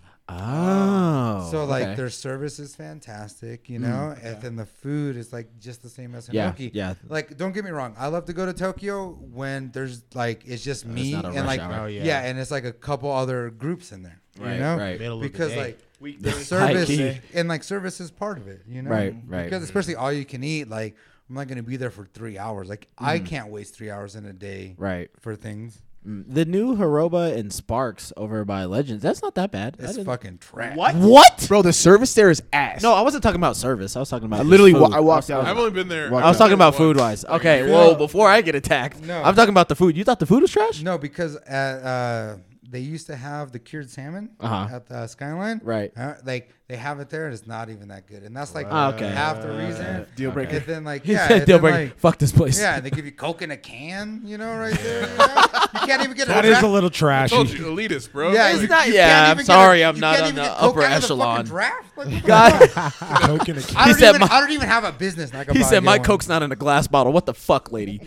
Oh.
So like
okay. Mm.
their service is fantastic, you know, and then the food is like just the same as
Yeah,
Hinoki.
yeah.
Like don't get me wrong, I love to go to Tokyo when there's like it's just me
not a
and
rush
like
hour.
Oh,
yeah.
yeah.
and it's like a couple other groups in there,
Right,
you know,
right.
Middle of the
because
day.
like the
Weekday.
service
High-key.
and like service is part of it, you know,
Right, right.
Because especially all you can eat, like I'm not gonna be there for three hours. Like
Mm.
I can't waste three hours in a day
right.
for things.
Mm. The new Haroba and Sparks over by Legends. That's not that bad. I
It's
didn't-
fucking trash.
What?
What?
Bro, the service there is ass.
No, I wasn't talking about service. I was talking about
I literally
just
wa-
food.
I walked out.
I've only been there.
I was talking about food wise. Okay, whoa! Before I get attacked,
No.
I'm talking about the food. You thought the food was trash?
No, because at, uh, they used to have the cured salmon
Uh-huh.
at the Skyline.
Right.
Uh, like they have it there, and it's not even that good. And that's like
Ah, okay.
half the reason.
Deal breaker.
And then like
He
yeah,
said,
and
"Deal
then,
breaker.
like-
Fuck this place."
yeah, and they give you coke in a can, you know, right there. You, know? you can't even get
That
a
is
draft-
a little
I told
trashy.
you, elitist, bro.
Yeah,
Like,
you,
not-
you
yeah,
can't
I'm
even get
sorry,
a,
I'm
you
not
can't
on
even
the
get coke
upper
out of the fucking
echelon.
Draft? Like, what the
God.
fuck?
Coke in a can.
I
He
don't
said
even.
my-
I don't even have a business. and I could
He
probably
said,
get
"My
one."
coke's not in a glass bottle." What the fuck, lady?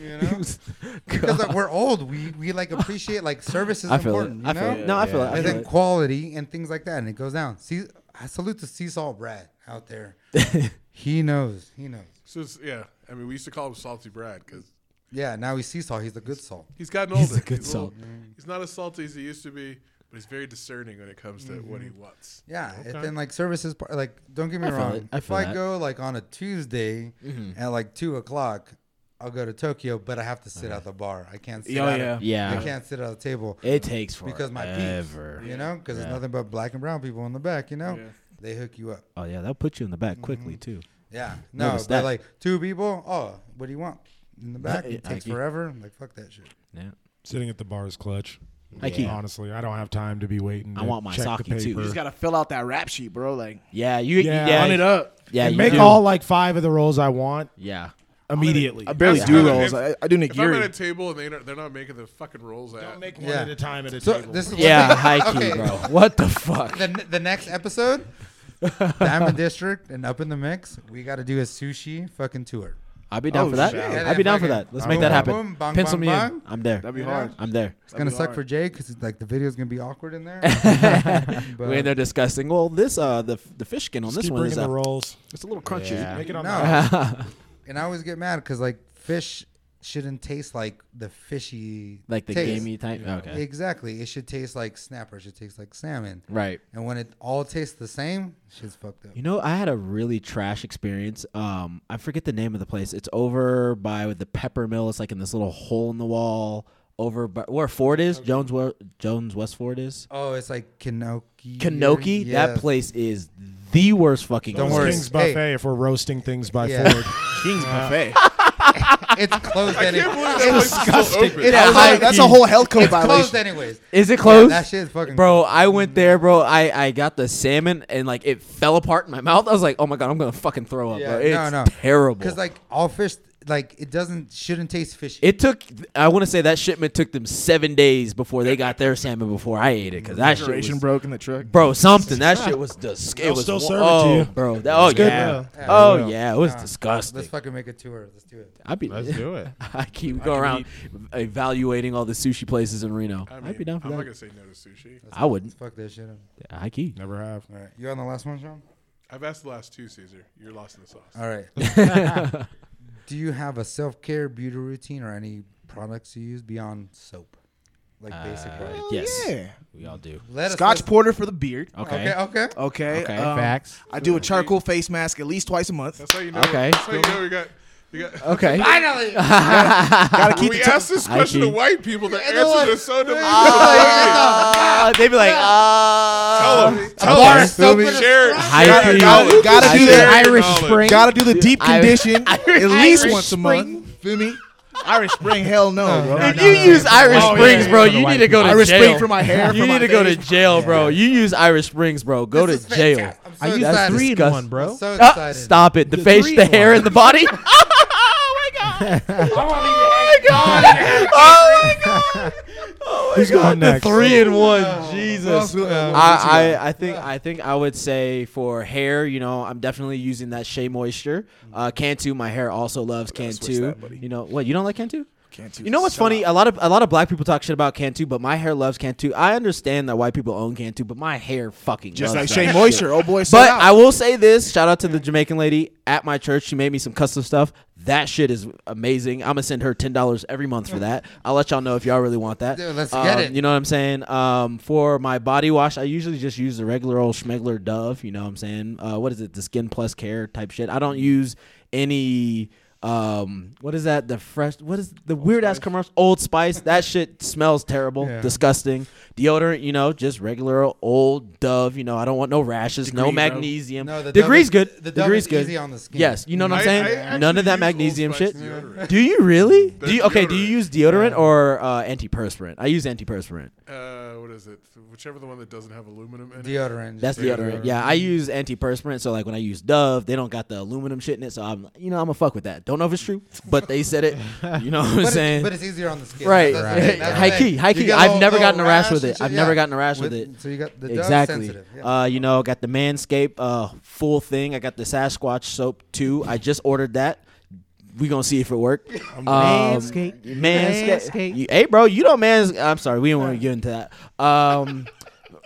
because like, we're old. We we like appreciate like service is
I feel it.
important.
I
you know?
feel it. No, I feel it. I
and
feel
then
it.
quality and things like that, and it goes down. See, I salute the sea salt Brad out there. he knows. He knows.
so it's- yeah, I mean, we used to call him Salty Brad because
Yeah, now he's sea salt. He's the good salt.
he's gotten older.
He's a good
a little-
salt.
he's not as salty as he used to be, but he's very discerning when it comes to what he wants.
Mm-hmm. Yeah, and then like service is part. Like, don't get me
I feel
wrong.
it. I
if
feel
I
that. Mm-hmm.
go like on a Tuesday at like two o'clock, I'll go to Tokyo, but I have to sit at the bar. I can't. Sit
Oh,
Yeah,
at
yeah.
A,
Yeah.
I can't sit at a table.
It takes forever.
because my peeps, you know, because there's nothing but black and brown people in the back, you know, they hook you up.
Oh yeah, that'll put you in the back quickly too.
Mm-hmm. Yeah, no,
Notice
but
that.
like two people. Oh, what do you want in the back? It takes
Ike.
forever. I'm like fuck that shit.
Yeah.
Sitting at the bar is clutch.
I keep-
Honestly, I don't have time to be waiting.
I
to
want my
check the
sake, too.
paper.
You
You just gotta fill out that rap sheet, bro. Like,
Yeah, you. Yeah,
Yeah.
yeah,
Run it
up.
Yeah,
and
you
make
do.
all like five of the rolls I want
Yeah.
immediately.
I barely
That's
do
kinda-
rolls.
if-
I, I do
If I'm at a
nigiri.
table and they don't, they're not making the fucking rolls out.
Don't make
Yeah.
one at a time at a
So
table.
this is one
Yeah,
thing-
high key,
okay,
bro. What the fuck?
The, the next episode, Diamond District and up in the mix, we got to do a sushi fucking tour.
I'd be down
Oh,
for that.
shit.
I'd be down for that. Let's
Boom,
make that
boom,
happen.
boom, bong,
Pencil
bong,
me in.
bong.
I'm there.
That'd be hard.
I'm there.
It's gonna
be
suck
hard.
for Jay because like the video's gonna be awkward in there. But-
We're in there discussing. Well, this uh, the the fish skin on
Just
this
keep
one
bringing
is uh,
the
a
rolls.
It's a little crunchy.
Yeah.
Make it on the house.
no, and I always get mad because like fish shouldn't taste like the fishy
like the
taste.
gamey type. Okay.
Exactly. It should taste like snapper. It should taste like salmon.
Right.
And when it all tastes the same, shit's fucked up.
You know, I had a really trash experience. Um, I forget the name of the place. It's over by the Pepper Mill. It's like in this little hole in the wall over by where Ford is. Jones where Jones West Ford is.
Oh, it's like Kanoki.
Kanoki. That
Yes.
place is the worst fucking.
Don't
place.
worry.
King's
Hey.
Buffet if we're roasting things by
Yeah.
Ford.
King's buffet.
It's closed anyway.
can't believe that place is still open.
It-
That's
it's
a-
like-
that's a whole health code
it's closed
violation.
anyways.
Is it
Yeah,
closed?
that shit is fucking.
Bro, I went there, bro. I, I got the salmon and like it fell apart in my mouth. I was like, oh my god, I'm gonna fucking throw up,
Yeah,
bro. It's
no, no.
terrible.
because like all fish, like it doesn't shouldn't taste fishy.
It took. I want to say that shipment took them seven days before they got their salmon before I ate it because that shit
Refrigeration
was,
broke in the truck.
bro, something. That shit was disgusting. It
They'll
was
still
wa-
serve it to
oh,
you.
bro. that- oh
good,
yeah.
bro. Yeah,
Oh
they will.
yeah, it was
Nah,
disgusting.
Let's fucking make a tour. Let's do it.
I'd be.
Let's do it.
I keep going around evaluating all the sushi places in Reno. I
I
would be down for
am not
that.
gonna say no to sushi.
I wouldn't.
Let's fuck that shit up.
I keep.
Never have.
All right, you on the last one, Sean?
I've asked the last two, Caesar. You're lost in the sauce.
All right. do you have a self care beauty routine or any products you use beyond soap, like basic products?
yes,
Yeah.
Uh, we all do.
Let us-
Scotch
let's-
porter for the beard.
Okay.
Okay. Okay.
Okay.
Okay.
um,
Facts.
I do a charcoal face mask at least twice a month.
That's how you know.
Okay.
That's how you know we got. You got
Okay.
Finally.
Gotta keep
we
the
asked this
I
question to
keep-
white people. The
And they're like,
answers are so different.
Uh, they'd be like,
Tell
ah.
'em. Tell
bar
them.
is so good as
Share.
High
share
key.
knowledge.
Gotta do
Share
the
Irish
knowledge.
spring.
Gotta do the deep
I-
condition at least
Irish
once a month. Feel me? Irish Spring, hell no, bro.
no,
If
no,
you
no,
use
no.
Irish
Oh, yeah,
Springs,
yeah,
bro,
for the
you
white
need to go to
Irish
jail.
Spring for my hair,
You
for
need
my
to go to
face.
jail, bro. You use Irish Springs, bro. Go to jail.
I'm so
I used
that's
that three in
disgusting.
one, bro.
So
Ah,
excited.
stop it. The,
The
face,
three
the hair,
one.
and the body. oh my god. Oh my god. Oh my god. Oh
Who's going next?
Three in one.
else
Jesus.
we- uh,
I, I, I think I think I would say for hair, you know, I'm definitely using that Shea Moisture.
Mm.
Uh, Cantu, my hair also loves Cantu. you know what? You don't like Cantu?
Cantu,
You know what's
shut
funny? A lot of a lot of black people talk shit about Cantu, but my hair loves Cantu. I understand that white people own Cantu, but my hair fucking
Just like
loves
Shea
that shit.
Moisture, oh boy.
But
shout out.
I will say this: shout out to the Jamaican lady at my church. She made me some custom stuff. That shit is amazing. I'm gonna send her ten dollars every month for that. I'll let y'all know if y'all really want that.
Dude, let's
Um,
get it.
You know what I'm saying? Um, for my body wash, I usually just use the regular old Schmegler Dove. You know what I'm saying? Uh, what is it? The Skin Plus Care type shit. I don't
Mm-hmm.
use any. Um, what is that? The fresh, what is the weird ass commercial? Old Spice. That shit smells terrible, disgusting. Deodorant, you know, just regular old Dove. You know, I don't want no rashes, no
Degree, bro.
magnesium.
No, the Dove
Degree's
is-
good.
the Dove
Degree's
is
good.
easy on the skin.
Yes, you know what I'm
I- I
saying.
actually
None of
use
that
Old
magnesium
Spice
shit.
deodorant.
Do you really? Do
That's
you okay? Do you
deodorant.
use deodorant or uh, antiperspirant? I use antiperspirant.
Uh, what is it? Whichever the one that doesn't have aluminum in it.
Deodorant.
That's deodorant. Yeah, I use antiperspirant. So like when I use Dove, they don't got the aluminum shit in it. So I'm, you know, I'm a fuck with that. Don't know if it's true, but they said it. You know what I'm
But
saying?
it's, but it's easier on the skin.
Right.
That's the
Right.
thing. That's the
High
thing.
key, high
You
key.
get a
I've
little-
never
little
gotten a rash with
and
it.
shit,
I've never
yeah.
gotten a rash with it.
So you got the Dove's
exactly.
sensitive. Yeah.
Uh, you know, got the Manscaped uh, full thing. I got the Sasquatch soap too. I just ordered that. We gonna see if it worked. Um, Manscaped, Manscaped. You- Hey, bro, you don't mans. I'm sorry, we don't want to get into that. Um,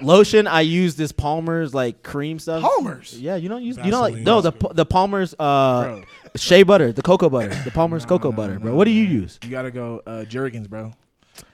lotion. I use this Palmer's like cream stuff.
Palmer's?
Yeah, you don't use. You don't like
Vaseline.
no the the Palmer's uh, shea butter, the cocoa butter, the Palmer's cocoa butter, bro. what do you use?
you gotta go uh, Jergens, bro.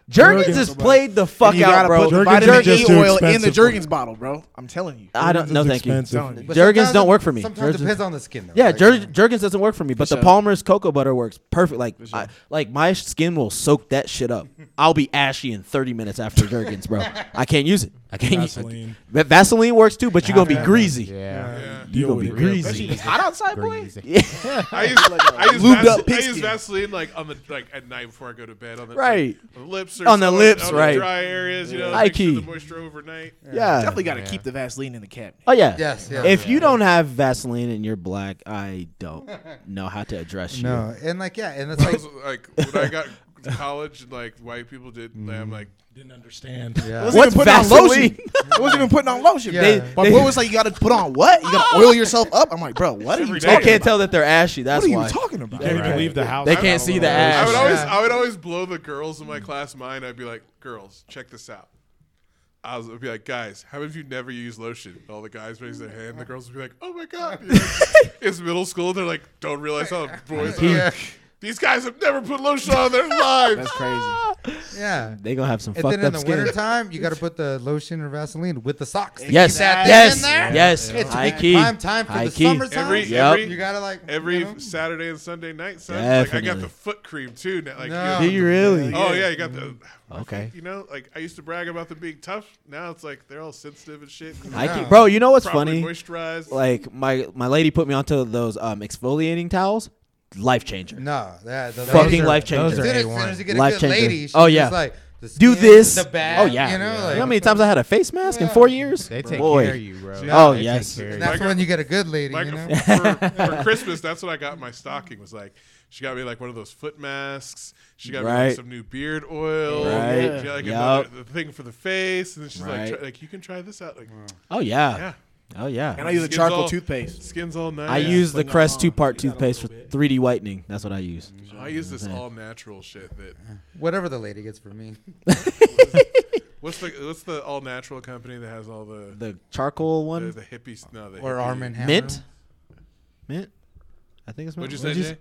Jergens has played the fuck
you
out,
gotta put
bro.
the
Jergens
vitamin
is just
E
too
oil in the
expensive for
Jergens bottle, bro. I'm telling you.
I don't.
It's
No, thank you.
expensive.
But
Jergens
sometimes
don't
it-
work for me.
Sometimes
Jergens-
it depends on the skin. Though,
Yeah,
right?
Jer- Jergens doesn't work for me, but the
sure.
Palmer's cocoa butter works perfectly. Like, I, like my skin will soak that shit up. I'll be ashy in 30 minutes after Jergens, bro. I can't use it. I can't use
Vaseline.
it. Va- Vaseline works too, but you're gonna be greasy.
Yeah.
Yeah.
You're gonna be
Deal with it.
greasy.
Hot outside, boy.
Greasy.
I use, I use,
Lubed
Vas-
up
I
pig
use
skin.
Vaseline like on the like at night before I go to bed on the
Right.
like, on the lips or
On the
so,
lips,
on
right.
the dry areas you know
High
make sure
key.
the moisture overnight
Yeah.
Definitely gotta keep the Vaseline in the cabinet.
Oh yeah.
Yes, yes,
if you don't have Vaseline and you're black, I don't know how to address you.
No, and like yeah, and it's
That
like
was, like when I got to college like white people did I'm like
Didn't understand.
Mm. yeah.
I wasn't even putting on
Vaseline?
lotion. I wasn't even putting on lotion.
Yeah.
They-
They-
my
they-
boy was like, "You gotta put on what? You gotta oil yourself up." I'm like, "Bro, what are you
Every
They
day.
talking
can't
about?
tell that they're ashy. That's
What are you
why.
talking about?"
Can't even leave the house.
They can't see the
I
ash.
would always
Yeah.
I would always blow the girls in my class mind I'd be like girls check this out I was would be like guys how have you never used lotion all the guys raise their hand the girls would be like oh my god You're like, it's middle school they're like don't realize how boys are
yeah,
these guys have never put lotion on their lives
That's crazy.
yeah.
They gonna have some
And
fucked
then in
up
the
skin.
wintertime, you got to put the lotion or Vaseline with the socks.
Yes,
Keep that
yes,
thing in there.
yes.
It's
High key.
prime time for
High
the
key.
summertime.
Every-
Yep.
every-
you gotta like
every
you know?
Saturday and Sunday night. Son. Like I got
Definitely.
the foot cream too. Now, like,
No.
you
Do you really?
oh yeah, you got the.
Okay.
You know, like I used to brag about them being tough. Now it's like they're all sensitive and shit.
I keep, bro, you know what's
Properly
funny?
Moisturized.
Like my my lady put me onto those um exfoliating towels. Life changer.
no, that, the,
Fucking
those are-
life
As
those
changer.
are-
soon as,
A1.
soon as you get
Life
a good
changer.
lady, she's
Oh, yeah.
just like the
Do
skin,
this.
The bag,
oh yeah.
You know, like,
how many times I had a face mask in four years?
They take
Boy.
care of you, bro.
Oh,
They take
yes.
care of
and
you.
that's when you get a good lady.
like
you know?
for, for Christmas, that's what I got in my stocking. Was like she got me like one of those foot masks. She got me
Right.
like, some new beard oil.
Right.
She got like
Yup.
another the thing for the face, and then she's
Right.
like, try, like you can try this out. Like,
Oh yeah.
yeah,
Oh yeah.
And I use a
Skin's
charcoal
all-
toothpaste.
skin's all nice.
I use the
Putting that
Crest
on.
two part toothpaste for 3D whitening. That's what I use.
I use this all natural shit that
Whatever the lady gets for me.
What's the what's the all natural company that has all the
The charcoal
the,
one,
the hippies? No, the
Or
hippie-
Arm and Hammer.
mint, mint. I think it's mint.
What'd you say, Jay?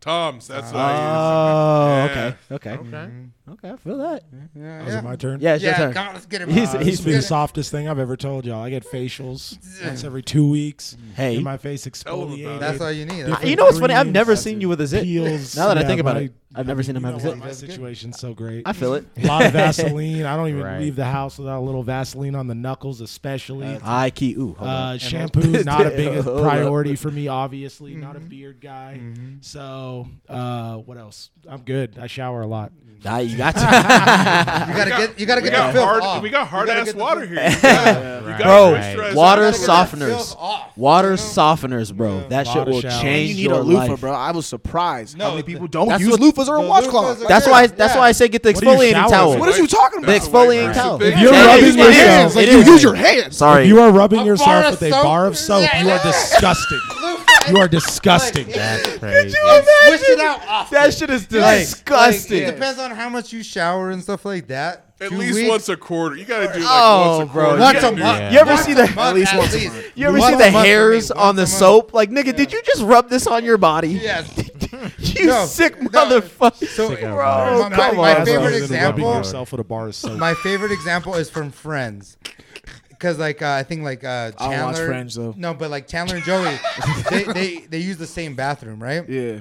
Tom's. That's
Uh,
what I Mm-hmm.
Oh,
Yeah.
okay, okay, okay. I feel that.
Yeah,
Is it
yeah.
my turn?
Yeah, it's your
yeah
turn.
come on, let's get it.
He's-
bro.
he's
This has been the softest thing I've ever told y'all. I get facials once every two weeks.
Hey.
Get my face
them about it.
exfoliated.
That's all you need.
Different
You know what's funny? I've
creams,
never seen you with a zit.
Peels.
Now that I
Yeah,
think about
my-
it. I've never seen him have a
Well,
sip.
my situation's so great.
I feel it.
a lot of Vaseline. I don't even
Right.
leave the house without a little Vaseline on the knuckles, especially.
I key ooh. hold on.
Uh, shampoo not a big
Hold up.
priority for me. Obviously, not a
Mm-hmm.
beard guy. So, uh, what else? I'm good. I shower a lot.
Nah, you got to.
You gotta get you gotta
We
get
got
the filth
hard.
off.
We got hard
gotta
ass
get the
water
filth-
here. You got- you got
bro,
moisturizer.
water
Gotta get that
softeners.
filth off,
Water
you know?
softeners, bro. That shit
Water
will
shower.
change
you need
your
a loofah,
life.
bro. I was surprised
No,
how many
the-
people don't
that's
use
what-
loofahs or a
the
washcloth.
loofahs are-
That's
Yeah,
why. That's
yeah.
why I say get the
What do you
exfoliating
shower
towel.
with?
What are you talking
The
about?
That's a white
exfoliating
person
towel.
thing. If
you're
It
rubbing
is,
my
it is,
hands like
it
you
is.
use
your hands.
Sorry.
If you are rubbing
A bar
yourself
of
with a
soap?
bar of soap,
Yeah,
you are
yeah.
disgusting. you are disgusting.
That's crazy.
Swish it out off.
That shit is
Like-
disgusting.
Like, it depends on how much you shower and stuff like that.
At
Two
least
weeks?
once a quarter. You gotta do like
Oh,
once a
bro.
quarter.
Once
You gotta
a
do
month.
that.
You ever see the
At least once.
You ever see the hairs on the soap? Like, nigga, did you just rub this on your body?
Yes.
you
No,
sick
no.
motherfucker.
So,
Bro,
my, my-
come
my
That's
on, bro.
better
favorite
than rubbing
example.
yourself with a bar of soap.
My favorite example is from Friends. Because like uh, I think like uh, Chandler,
I don't watch Friends, though.
No, but like Chandler and Joey, they, they they use the same bathroom, right?
Yeah.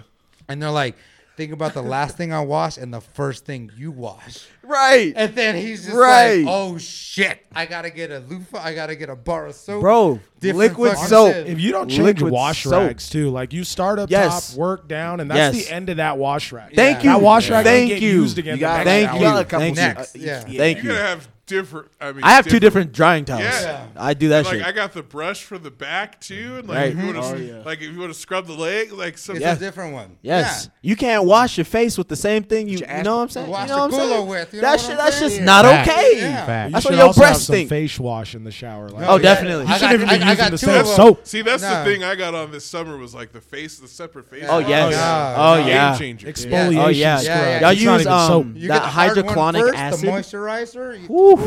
And they're like, think about the last thing I wash and the first thing you wash.
Right.
And then he's just
Right.
like, oh shit, I gotta get a loofah, I gotta get a bar of soap.
Bro,
Different
liquid
fucking
soap.
shit.
If you don't change
Liquid
wash
soap.
rags too, like you start up
Yes.
top, work down, and that's
Yes.
the end of that wash rag.
Thank
That
you.
wash rag
Thank
can get
you.
used again.
You
the
got-
next
thank
hour.
you.
got a couple
Thank
next.
shit-
Yeah.
Thank
You're
you.
gonna have different. I mean,
I have two different drying towels.
Yeah.
I do that
like
shit.
I got the brush for the back too, and like
Right.
if you want to,
Oh, yeah.
like if you want to scrub the leg, like some.
it's
Yeah.
a different one.
yes.
Yeah.
You can't wash your face with the same thing you, you
ass
know what I'm saying?
wash
You know what
your
I'm
culo
saying?
with, you know
that
what
shit
I'm
that's just
saying?
not
Fact.
okay.
Yeah.
Fact.
You
That's
should
what your
also have
breasts
some
think.
face wash in the shower. Like,
Oh, definitely.
You
I
shouldn't
got-
even be
I- I
using
got
the
two
same
of 'em.
soap.
See, that's the
Nah.
thing I got on this summer was like the face, the separate face.
Oh
wash.
yes.
yeah.
Oh
Game
yeah.
changer.
Exfoliation.
Oh yeah.
Yeah, yeah,
Y'all
It's not
use
even
um
soap.
You
that
get the hard one
hydrochlonic
first,
acid.
The moisturizer. you-
Woo.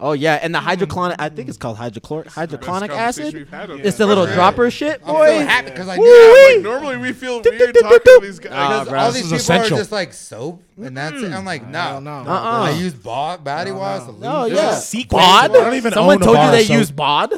Oh yeah, and the
Mm.
hydrochlonic I think it's called hydrochlor hydrochlonic acid. It's the little dropper shit,
I'm
boy.
so happy because I knew
Woo-wee.
that
Like, normally we feel weird
do,
talking
do.
to these guys.
Nah,
because
bro,
all
this
these
Ah, is
people
essential. Mm-hmm.
are just like soap and that's it. I'm like, no,
no, no.
Uh-uh.
I use bo- body wash. No,
Oh
There's a
yeah.
sequence
Bod?
to it. I don't
even
Someone
own a
told you
bar,
they
so-
use bod?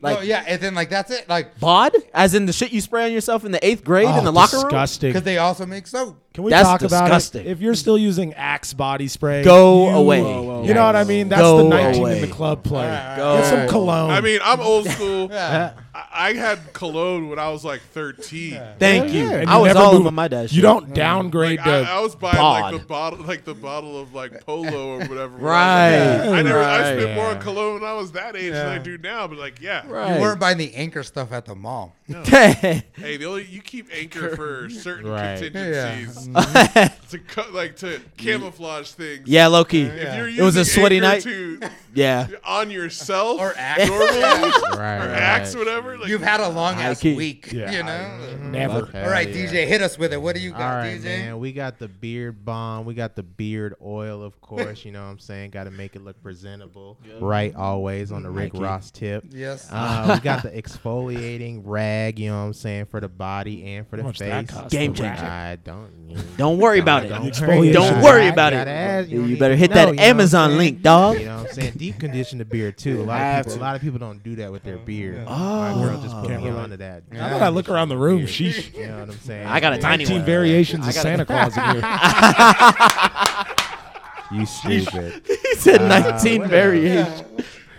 Like
oh, yeah, and then like that's it. Like
bod? As in the shit you spray on yourself in the eighth grade
Oh,
in the locker room?
disgusting.
because they also make soap.
Can we
That's
talk
disgusting.
about it? If you're still using Axe body spray,
Go
you-
away.
You know what I mean? That's the
Go
19
away.
in the club play.
Go
Get some
away.
cologne.
I mean, I'm old school.
Yeah.
I, I had cologne when I was like 13.
Thank you.
And
I
you
was
never
all
move-
over my dad's
You
shit.
don't downgrade
I,
the.
I was buying like the
bod.
bottle, like the bottle of like Polo or whatever.
Right.
I never. I
Right.
spent more on cologne when I was that age than I do now. But like, yeah.
You
Right.
weren't buying the anchor stuff at the mall.
Hey, the only you keep anchor for certain
Right.
contingencies to cut like to camouflage things.
yeah, low key.
If you're
It was a
using
sweaty
anchor
night.
to-
Yeah.
on yourself
Or axe.
normally,
Right, right.
axe, whatever. Like,
You've had a long ass
key.
week,
Yeah.
you know. Mm-hmm.
Never.
Okay,
All right,
yeah.
DJ, hit us with it. What do you got,
All right,
DJ?
man. We got the beard bomb. We got the beard oil, of course. you know what I'm saying? Got to make it look presentable. Right, always on the Rick Ross tip.
Yes.
Uh, we got the exfoliating rag, you know what I'm saying, for the body and for the
How much
face.
that cost?
Game changer.
I don't.
Don't worry about it.
Don't
worry
Don't
about
worry
it.
about
You gotta
it.
ask, you
You
don't
better
even
hit
know,
that
you know what I'm
Amazon
saying?
link, dog.
You know what I'm saying? Deep condition the beard too. A lot
Have
of people,
to.
a lot of people don't do that with their beard. Oh, My girl just put me onto that.
Now that I look around the room, sheesh.
You know what I'm saying?
I got a tiny
19
one.
variations of Santa Claus in here.
You stupid. Uh,
He said 19 variations.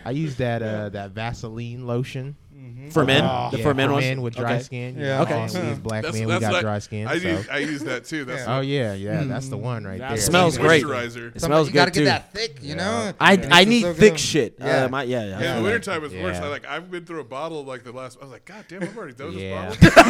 I use that uh, that Vaseline lotion. Oh.
For men? the
Yeah,
for men ones?
with dry
Okay.
skin.
Mm-hmm. Yeah.
Yeah. Okay.
Okay.
we as black
that's,
men, we
that's
got
like-
dry skin.
I
so.
use I use that too. That's
oh yeah, yeah. That's the one right there.
Hmm. Smells
the
great.
moisturizer.
It
Some-
smells
you gotta
good
get that
too.
thick, you know.
I,
Makes
I
it
need
so
thick
good.
shit. Yeah.
Yeah.
Uh, my, yeah, yeah. I
Yeah,
feel
the
that.
wintertime is worse.
Yeah.
I, like I've been through a bottle like the last. I was like, God damn, I've already done
Yeah.
this bottle.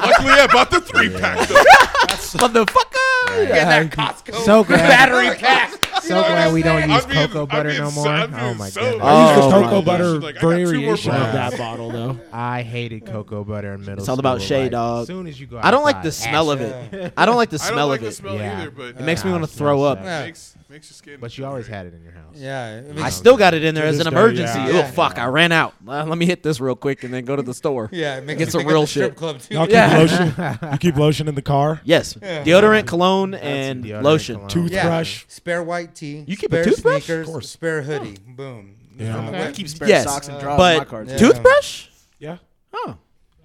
Luckily, I bought the three pack. though.
Motherfucker!
Get that Costco
So glad-
battery pack.
So glad we don't
I'm
use
being-
cocoa
I'm
butter
being
no
so-
more.
I'm being
oh my
so-
god.
I use the
Oh, my
cocoa
gosh.
butter
Like, I got two more
variation of
bottles.
that bottle, though.
I hated cocoa butter in middle
all about
school,
shea,
like,
dog.
As soon as you go
I don't like the
outside,
smell of it. I don't like the
I don't
smell
like
of
the
it.
smell
Yeah.
either, but
It makes me
Nah,
want
it
to throw
smells
up.
Yeah.
makes makes your skin.
But you always had it in your house.
Yeah, it
I
makes-
still got it in there
To
as
this
an
day,
emergency.
yeah.
Oh fuck! I ran out. Uh, let me hit this real quick and then go to the store.
yeah, it makes
Get
me
some
think of
real
the strip
shit.
Club too.
Y'all keep lotion. You keep lotion in the car.
Yes, deodorant, cologne, and
deodorant,
lotion.
cologne.
Toothbrush.
Yeah. Spare white tee.
You keep a
spare
toothbrush?
sneakers,
Of course.
Spare hoodie. Boom.
Yeah.
I keep spare
Yes,
socks and draws in my
but
car. too.
Yeah.
toothbrush.
Yeah.
Oh,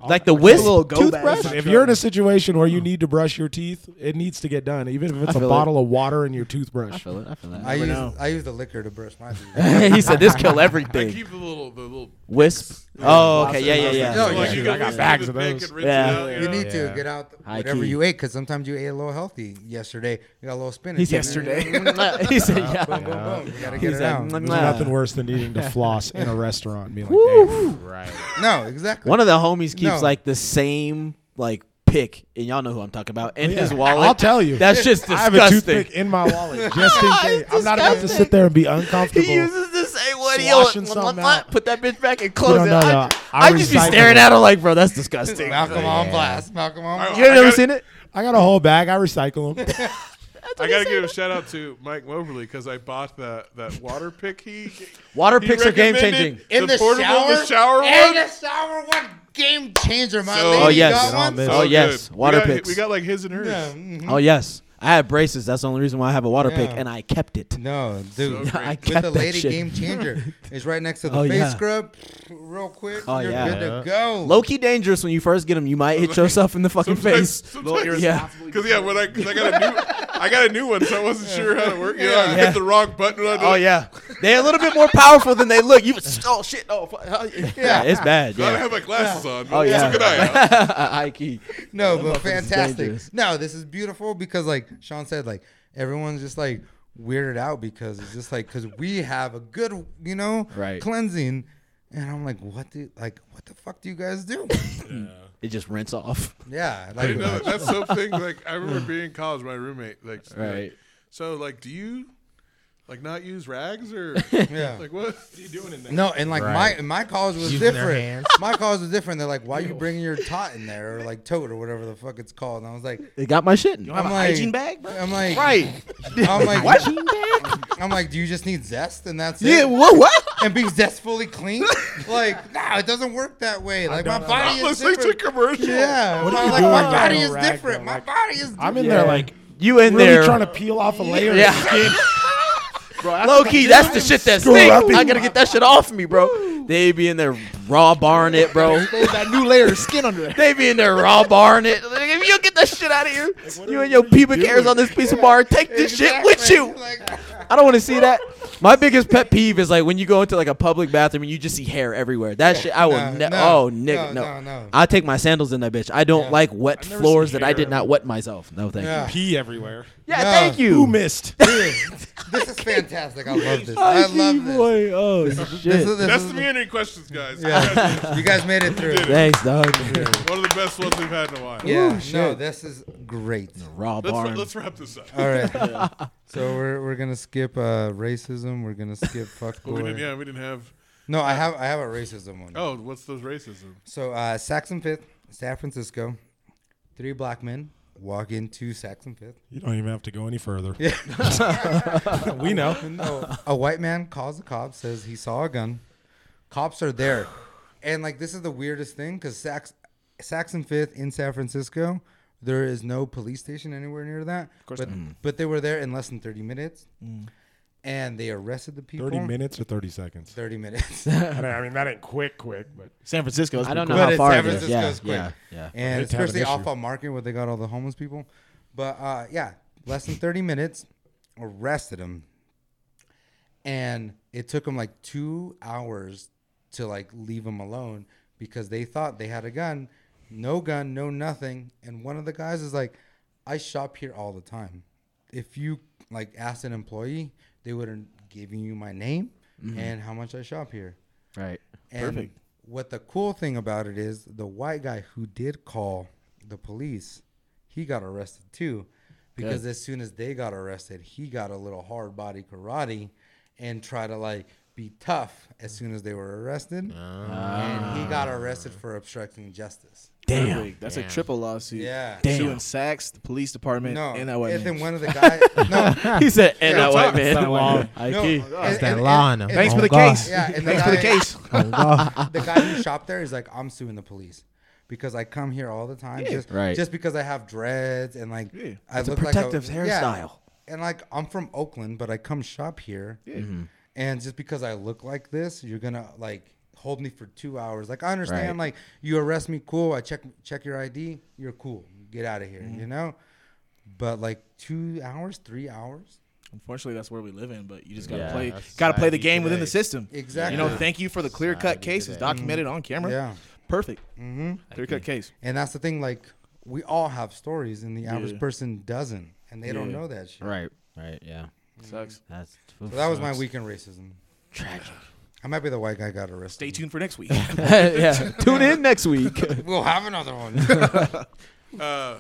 like the wisp
little go
toothbrush.
bags.
If you're in a situation where you need to brush your teeth, it needs to get done, even if it's a
feel it.
bottle of water and your toothbrush.
I feel it. I feel
I
that.
use
know.
I use the liquor to brush my teeth.
he said this kill
I
everything.
keep the little the little.
Wisp. Oh, okay. Yeah, yeah,
No, yeah.
yeah.
you
I
can
got
rinse
bags
the
of
pick
those.
and rinse it
Yeah.
out,
You need to
Yeah.
get out
High
whatever
key.
you ate because sometimes you ate a little healthy yesterday. You got a little spinach.
He said he said
Boom,
yeah.
boom, boom. You gotta get
He's
it
like,
out.
"Mwah,
There's
mwah."
nothing worse than needing to floss in a restaurant and be like, "Damn."
Right.
No, exactly.
One of the homies keeps
No.
like the same like pick, and y'all know who I'm talking about, in his wallet.
Oh, I'll tell you.
That's just
I have a
disgusting.
toothpick in my wallet just in case. I'm not about to sit there and be uncomfortable.
He uses the same one. He
Sloshing
goes,
something
"Mwah, mwah,
out.
put that bitch back and close
don't
it.
know,
I,
no. I
I just be
recycle
staring
it.
at him like, bro, that's disgusting.
Malcolm on
Yeah.
blast. Malcolm on blast.
You ain't
I
never
gotta-
seen it?
I got a whole bag. I recycle them.
I gotta give a shout out to Mike Moberly because I bought that that water pick he.
Water
he
picks are game
recommended,
changing.
In the,
portable,
shower.
the shower
In
one.
the shower one. Game changer, my
So-
lady.
Oh,
yes.
Got
Get
one?
this.
So
Oh, yes.
good.
Water
we got,
picks.
We got like his and hers.
Yeah,
Mm-hmm.
mhm.
Oh yes, I had braces. That's the only reason why I have a water pick,
Yeah.
and I kept it.
No, dude.
great.
I
with
kept
the
that
lady
shit.
game changer. It's right next to the
Oh,
face
yeah.
scrub. Real quick.
Oh,
you're
yeah.
good to go.
Low key dangerous when you first get them. You might hit yourself in the fucking face.
Sometimes,
Yeah.
Because yeah, when I, cause I got a new, I got a new one, so I wasn't sure how to work. You know, I
Yeah.
hit the wrong button. when I did
Oh
it.
yeah, they're a little bit more powerful than they look. You oh shit, oh fuck. oh, yeah. yeah, it's bad.
Glad I
Yeah.
have my glasses on.
Oh yeah,
Took an eye out.
High key.
No, but
motherfucker's
fantastic.
dangerous.
No, this is beautiful because, like Sean said, like everyone's just like weirded out because it's just like because we have a good, you know,
Right.
cleansing, and I'm like, what do like what the fuck do you guys do?
It just rinse off.
yeah,
I didn't know that.
like
That's something. Like I remember being in college. My roommate, like, said,
Right.
So like, do you like not use rags or
Yeah.
like what? What are you doing in there?
no, and like
Right.
my my college was
Using their
different.
hands.
My college was different. They're like, why you bringing your tot in there or like tote or whatever the fuck it's called? And I was like,
It got my shit. in.
I'm like hygiene bag. I'm like,
Right.
I'm like, I'm like, do you just need zest and that's it?
What? What?
and be zestfully clean? like, nah, it doesn't work that way. Like, my body
Unless
is
they
different.
took commercial.
Yeah,
What are
my-
you
like,
doing
my
with
body
that
is
rag,
different.
though?
My
Like,
body is.
I'm in
Yeah.
there like
You in
really
there?
trying to peel off a layer. of
Yeah.
skin.
Low key, that's the shit that stinks.
up in-
I gotta get that shit off me, bro. They be in there raw barring it, bro. that new layer of skin under there. They be in there raw barring it. Like, if you get that shit out of here, you and your pubic hairs on this piece of bar, take this shit with you.
Like,
I don't want to see that. My biggest pet peeve is like when you go into like a public bathroom and you just see hair everywhere. That shit, I will
no,
never.
no,
oh, nigga,
no, no,
no.
no.
I take my sandals in that bitch. I don't like wet
never
floors
seen
that I
hair.
did not wet myself. No, thank you.
yeah.
pee everywhere.
Yeah,
No.
thank you.
Who missed?
This is fantastic. I love this. I love this.
boy. Oh
This
shit.
is, this
That's
is-
the meandering questions, guys.
yeah. you guys made it through.
Thanks, dog.
One of the best ones we've had in a while.
Yeah, no, this is great.
Raw barn.
Let's, let's wrap this up.
All right, so we're, we're gonna skip uh, racism. We're gonna skip fuck
Well, we didn't,
boy.
yeah, we didn't have.
No, I have I have a racism one.
Oh, what's those racism?
So uh, Saxon Fifth, San Francisco. Three black men walk into Saxon Fifth.
You don't even have to go any further. we know.
No, a white man calls the cops, says he saw a gun. Cops are there, and like this is the weirdest thing because Sax, Saxon Fifth in San Francisco, there is no police station anywhere near that. Of course but,
Mm.
but they were there in less than thirty minutes, and they arrested the people.
30 Mm. minutes or 30 seconds?
Thirty minutes.
I mean, I mean, that ain't quick, quick, but
San Francisco. is
I don't
pretty
know
But
how
it's
far
San
it is. Yeah,
Francisco's quick.
yeah, yeah.
and
They'd have an
especially off
issue.
on market where they got all the homeless people. But uh, yeah, less than 30 minutes, arrested him. And it took him like two hours to like leave him alone because they thought they had a gun, no gun, no nothing. And one of the guys is like, I shop here all the time. If you like asked an employee, they would have given you my name and how much I shop here.
Right.
And what the cool thing about it is the white guy who did call the police, he got arrested too. Because as soon as they got arrested, he got a little hard body karate and tried to like be tough as soon as they were arrested. And he got arrested for obstructing justice.
Damn, Ah. that's a triple lawsuit.
Yeah.
Damn. suing Sachs, the police department,
No.
and that white
and
man.
then one of the guys no,
He said, "And that white
that law.
man." High
no
key.
and-
that
and-
law
and-
on him.
and-
Thanks for the
Oh,
case.
Yeah, and the
Thanks for the
guy-
case.
Oh
the guy who shopped there is like, I'm suing the police because I come here all the time, just
Right.
just because I have dreads and like I
It's a
look
protective
like a
hairstyle.
and like I'm from
Mm-hmm.
Oakland, but I come shop here, and just because I look like this, you're gonna like hold me for two hours. Like I understand,
Right.
like you arrest me, cool. I check check your ID, you're cool. Get out of here,
Mm-hmm.
you know. But like two hours, three hours.
Unfortunately, that's where we live in, but you just gotta
Yeah,
play,
that's
gotta play the
society
game within
today.
the system.
Exactly. Mm-hmm.
You know, thank you for the clear cut
Society
cases
today.
documented on camera.
Yeah.
perfect.
Mm-hmm.
Clear cut case.
And that's the thing. Like we all have stories, and the average
Yeah.
person doesn't, and they don't
Yeah.
know that shit.
Right. Right. Yeah.
Sucks.
That's.
So that was my weekend racism.
Tragic.
I might be the white guy got arrested.
Stay tuned for next week.
yeah. Tune in next week.
We'll have another one.
Uh,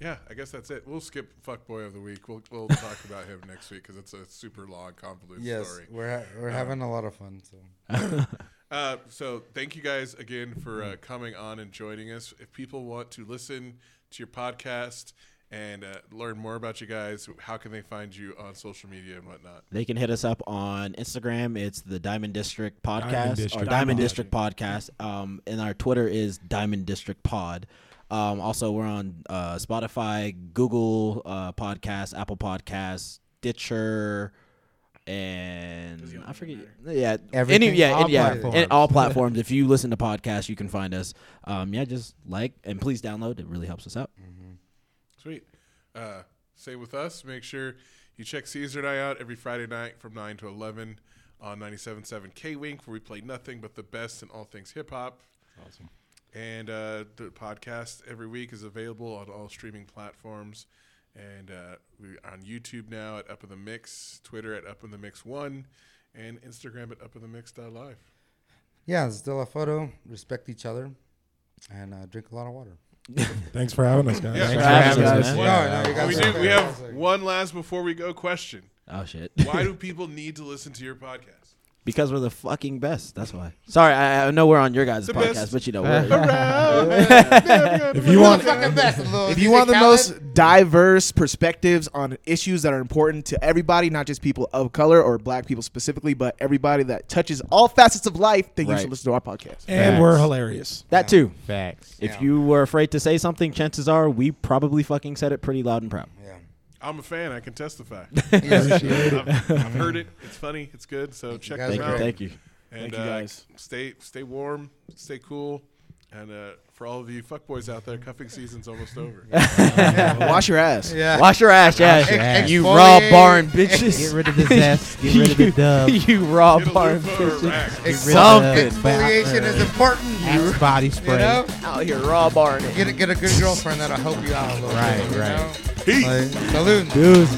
yeah, I guess that's it. We'll skip fuckboy of the week. We'll we'll talk about him next week because it's a super long, convoluted
yes,
story.
we're ha-
Uh-huh.
we're having a lot of fun. So
Uh, so thank you guys again for uh, coming on and joining us. If people want to listen to your podcast and uh, learn more about you guys, how can they find you on social media and whatnot?
They can hit us up on Instagram. It's the Diamond District Podcast
District
or Diamond
Pod.
District Podcast. Um, and our Twitter is Diamond District Pod. Um, also, we're on uh, Spotify, Google uh, Podcasts, Apple Podcasts, Stitcher, and I forget. Yeah,
Everything,
Any, yeah,
all
and- yeah,
platforms.
and all platforms. if you listen to podcasts, you can find us. Um, yeah, just like and please download. It really helps us out.
Sweet. Uh, stay with us. Make sure you check Caesar and I out every Friday night from 9 to 11 on 97.7 K Wink, where we play nothing but the best in all things hip hop.
Awesome.
And uh, the podcast every week is available on all streaming platforms. And uh, we're on YouTube now at Up in the Mix, Twitter at Up in the Mix One, and Instagram at Up in the Mix Live.
yeah, it's still a photo. Respect each other, and uh, drink a lot of water.
Thanks for having us, guys.
Yeah. Thanks
for having us, man.
No, no, you
we
guys
do.
are-
We have one last before we go question.
Oh shit!
Why do people need to listen to your podcast?
Because we're the fucking best. That's why. Sorry, I, I know we're on your guys'
The
podcast,
best.
but you know, we're,
if
you want-
fucking best, little
If you want the most diverse perspectives on issues that are important to everybody, not just people of color or black people specifically, but everybody that touches all facets of life, then you
Right.
should listen to our podcast.
And
Facts.
we're hilarious.
that too.
Facts.
If
Yeah.
you were afraid to say something, chances are we probably fucking said it pretty loud and proud.
Yeah.
I'm a fan. I can testify.
Yeah.
I've, I've heard it. It's funny. It's good. So check
guys
them
Thank
are
out.
you, thank you.
And
Thank you, guys.
Uh, stay stay warm. Stay cool. And uh, for all of you fuckboys out there, cuffing season's almost over.
Wash your ass.
Yeah.
Wash your ass, yeah.
your ass.
You raw
Exfoliate.
barn bitches.
Get rid of the zest. Get rid of the dub.
you raw
Get a
barn
loofah or a
bitches.
rack.
Get rid
Something.
of the ba-
Exfoliation is important. You,
Axe body spray.
you know,
Out here raw barn.
get a, get a good girlfriend that'll help you out a little
Right,
bit. you
right.
know?
Peace.
Like, salute.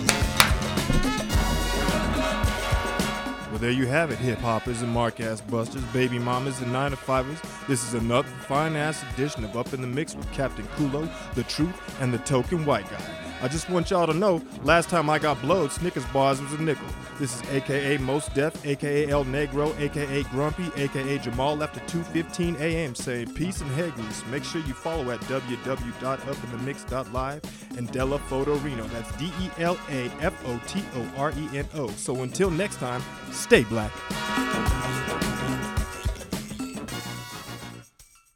Well, there you have it, hip hoppers and mark ass busters, baby mamas and nine to fivers. This is another fine ass edition of Up in the Mix with Captain Kulo, the Truth, and the Token White Guy. I just want y'all to know, last time I got blowed, Snickers bars was a nickel. This is AKA Most Deaf, AKA El Negro, AKA Grumpy, AKA Jamal after 2.15 a.m. saying peace and head grease. Make sure you follow at www.upinthemix.live and Della Fotorino. That's E D-E-L-A-F-O-T-O-R-E-N-O. So until next time, stay black.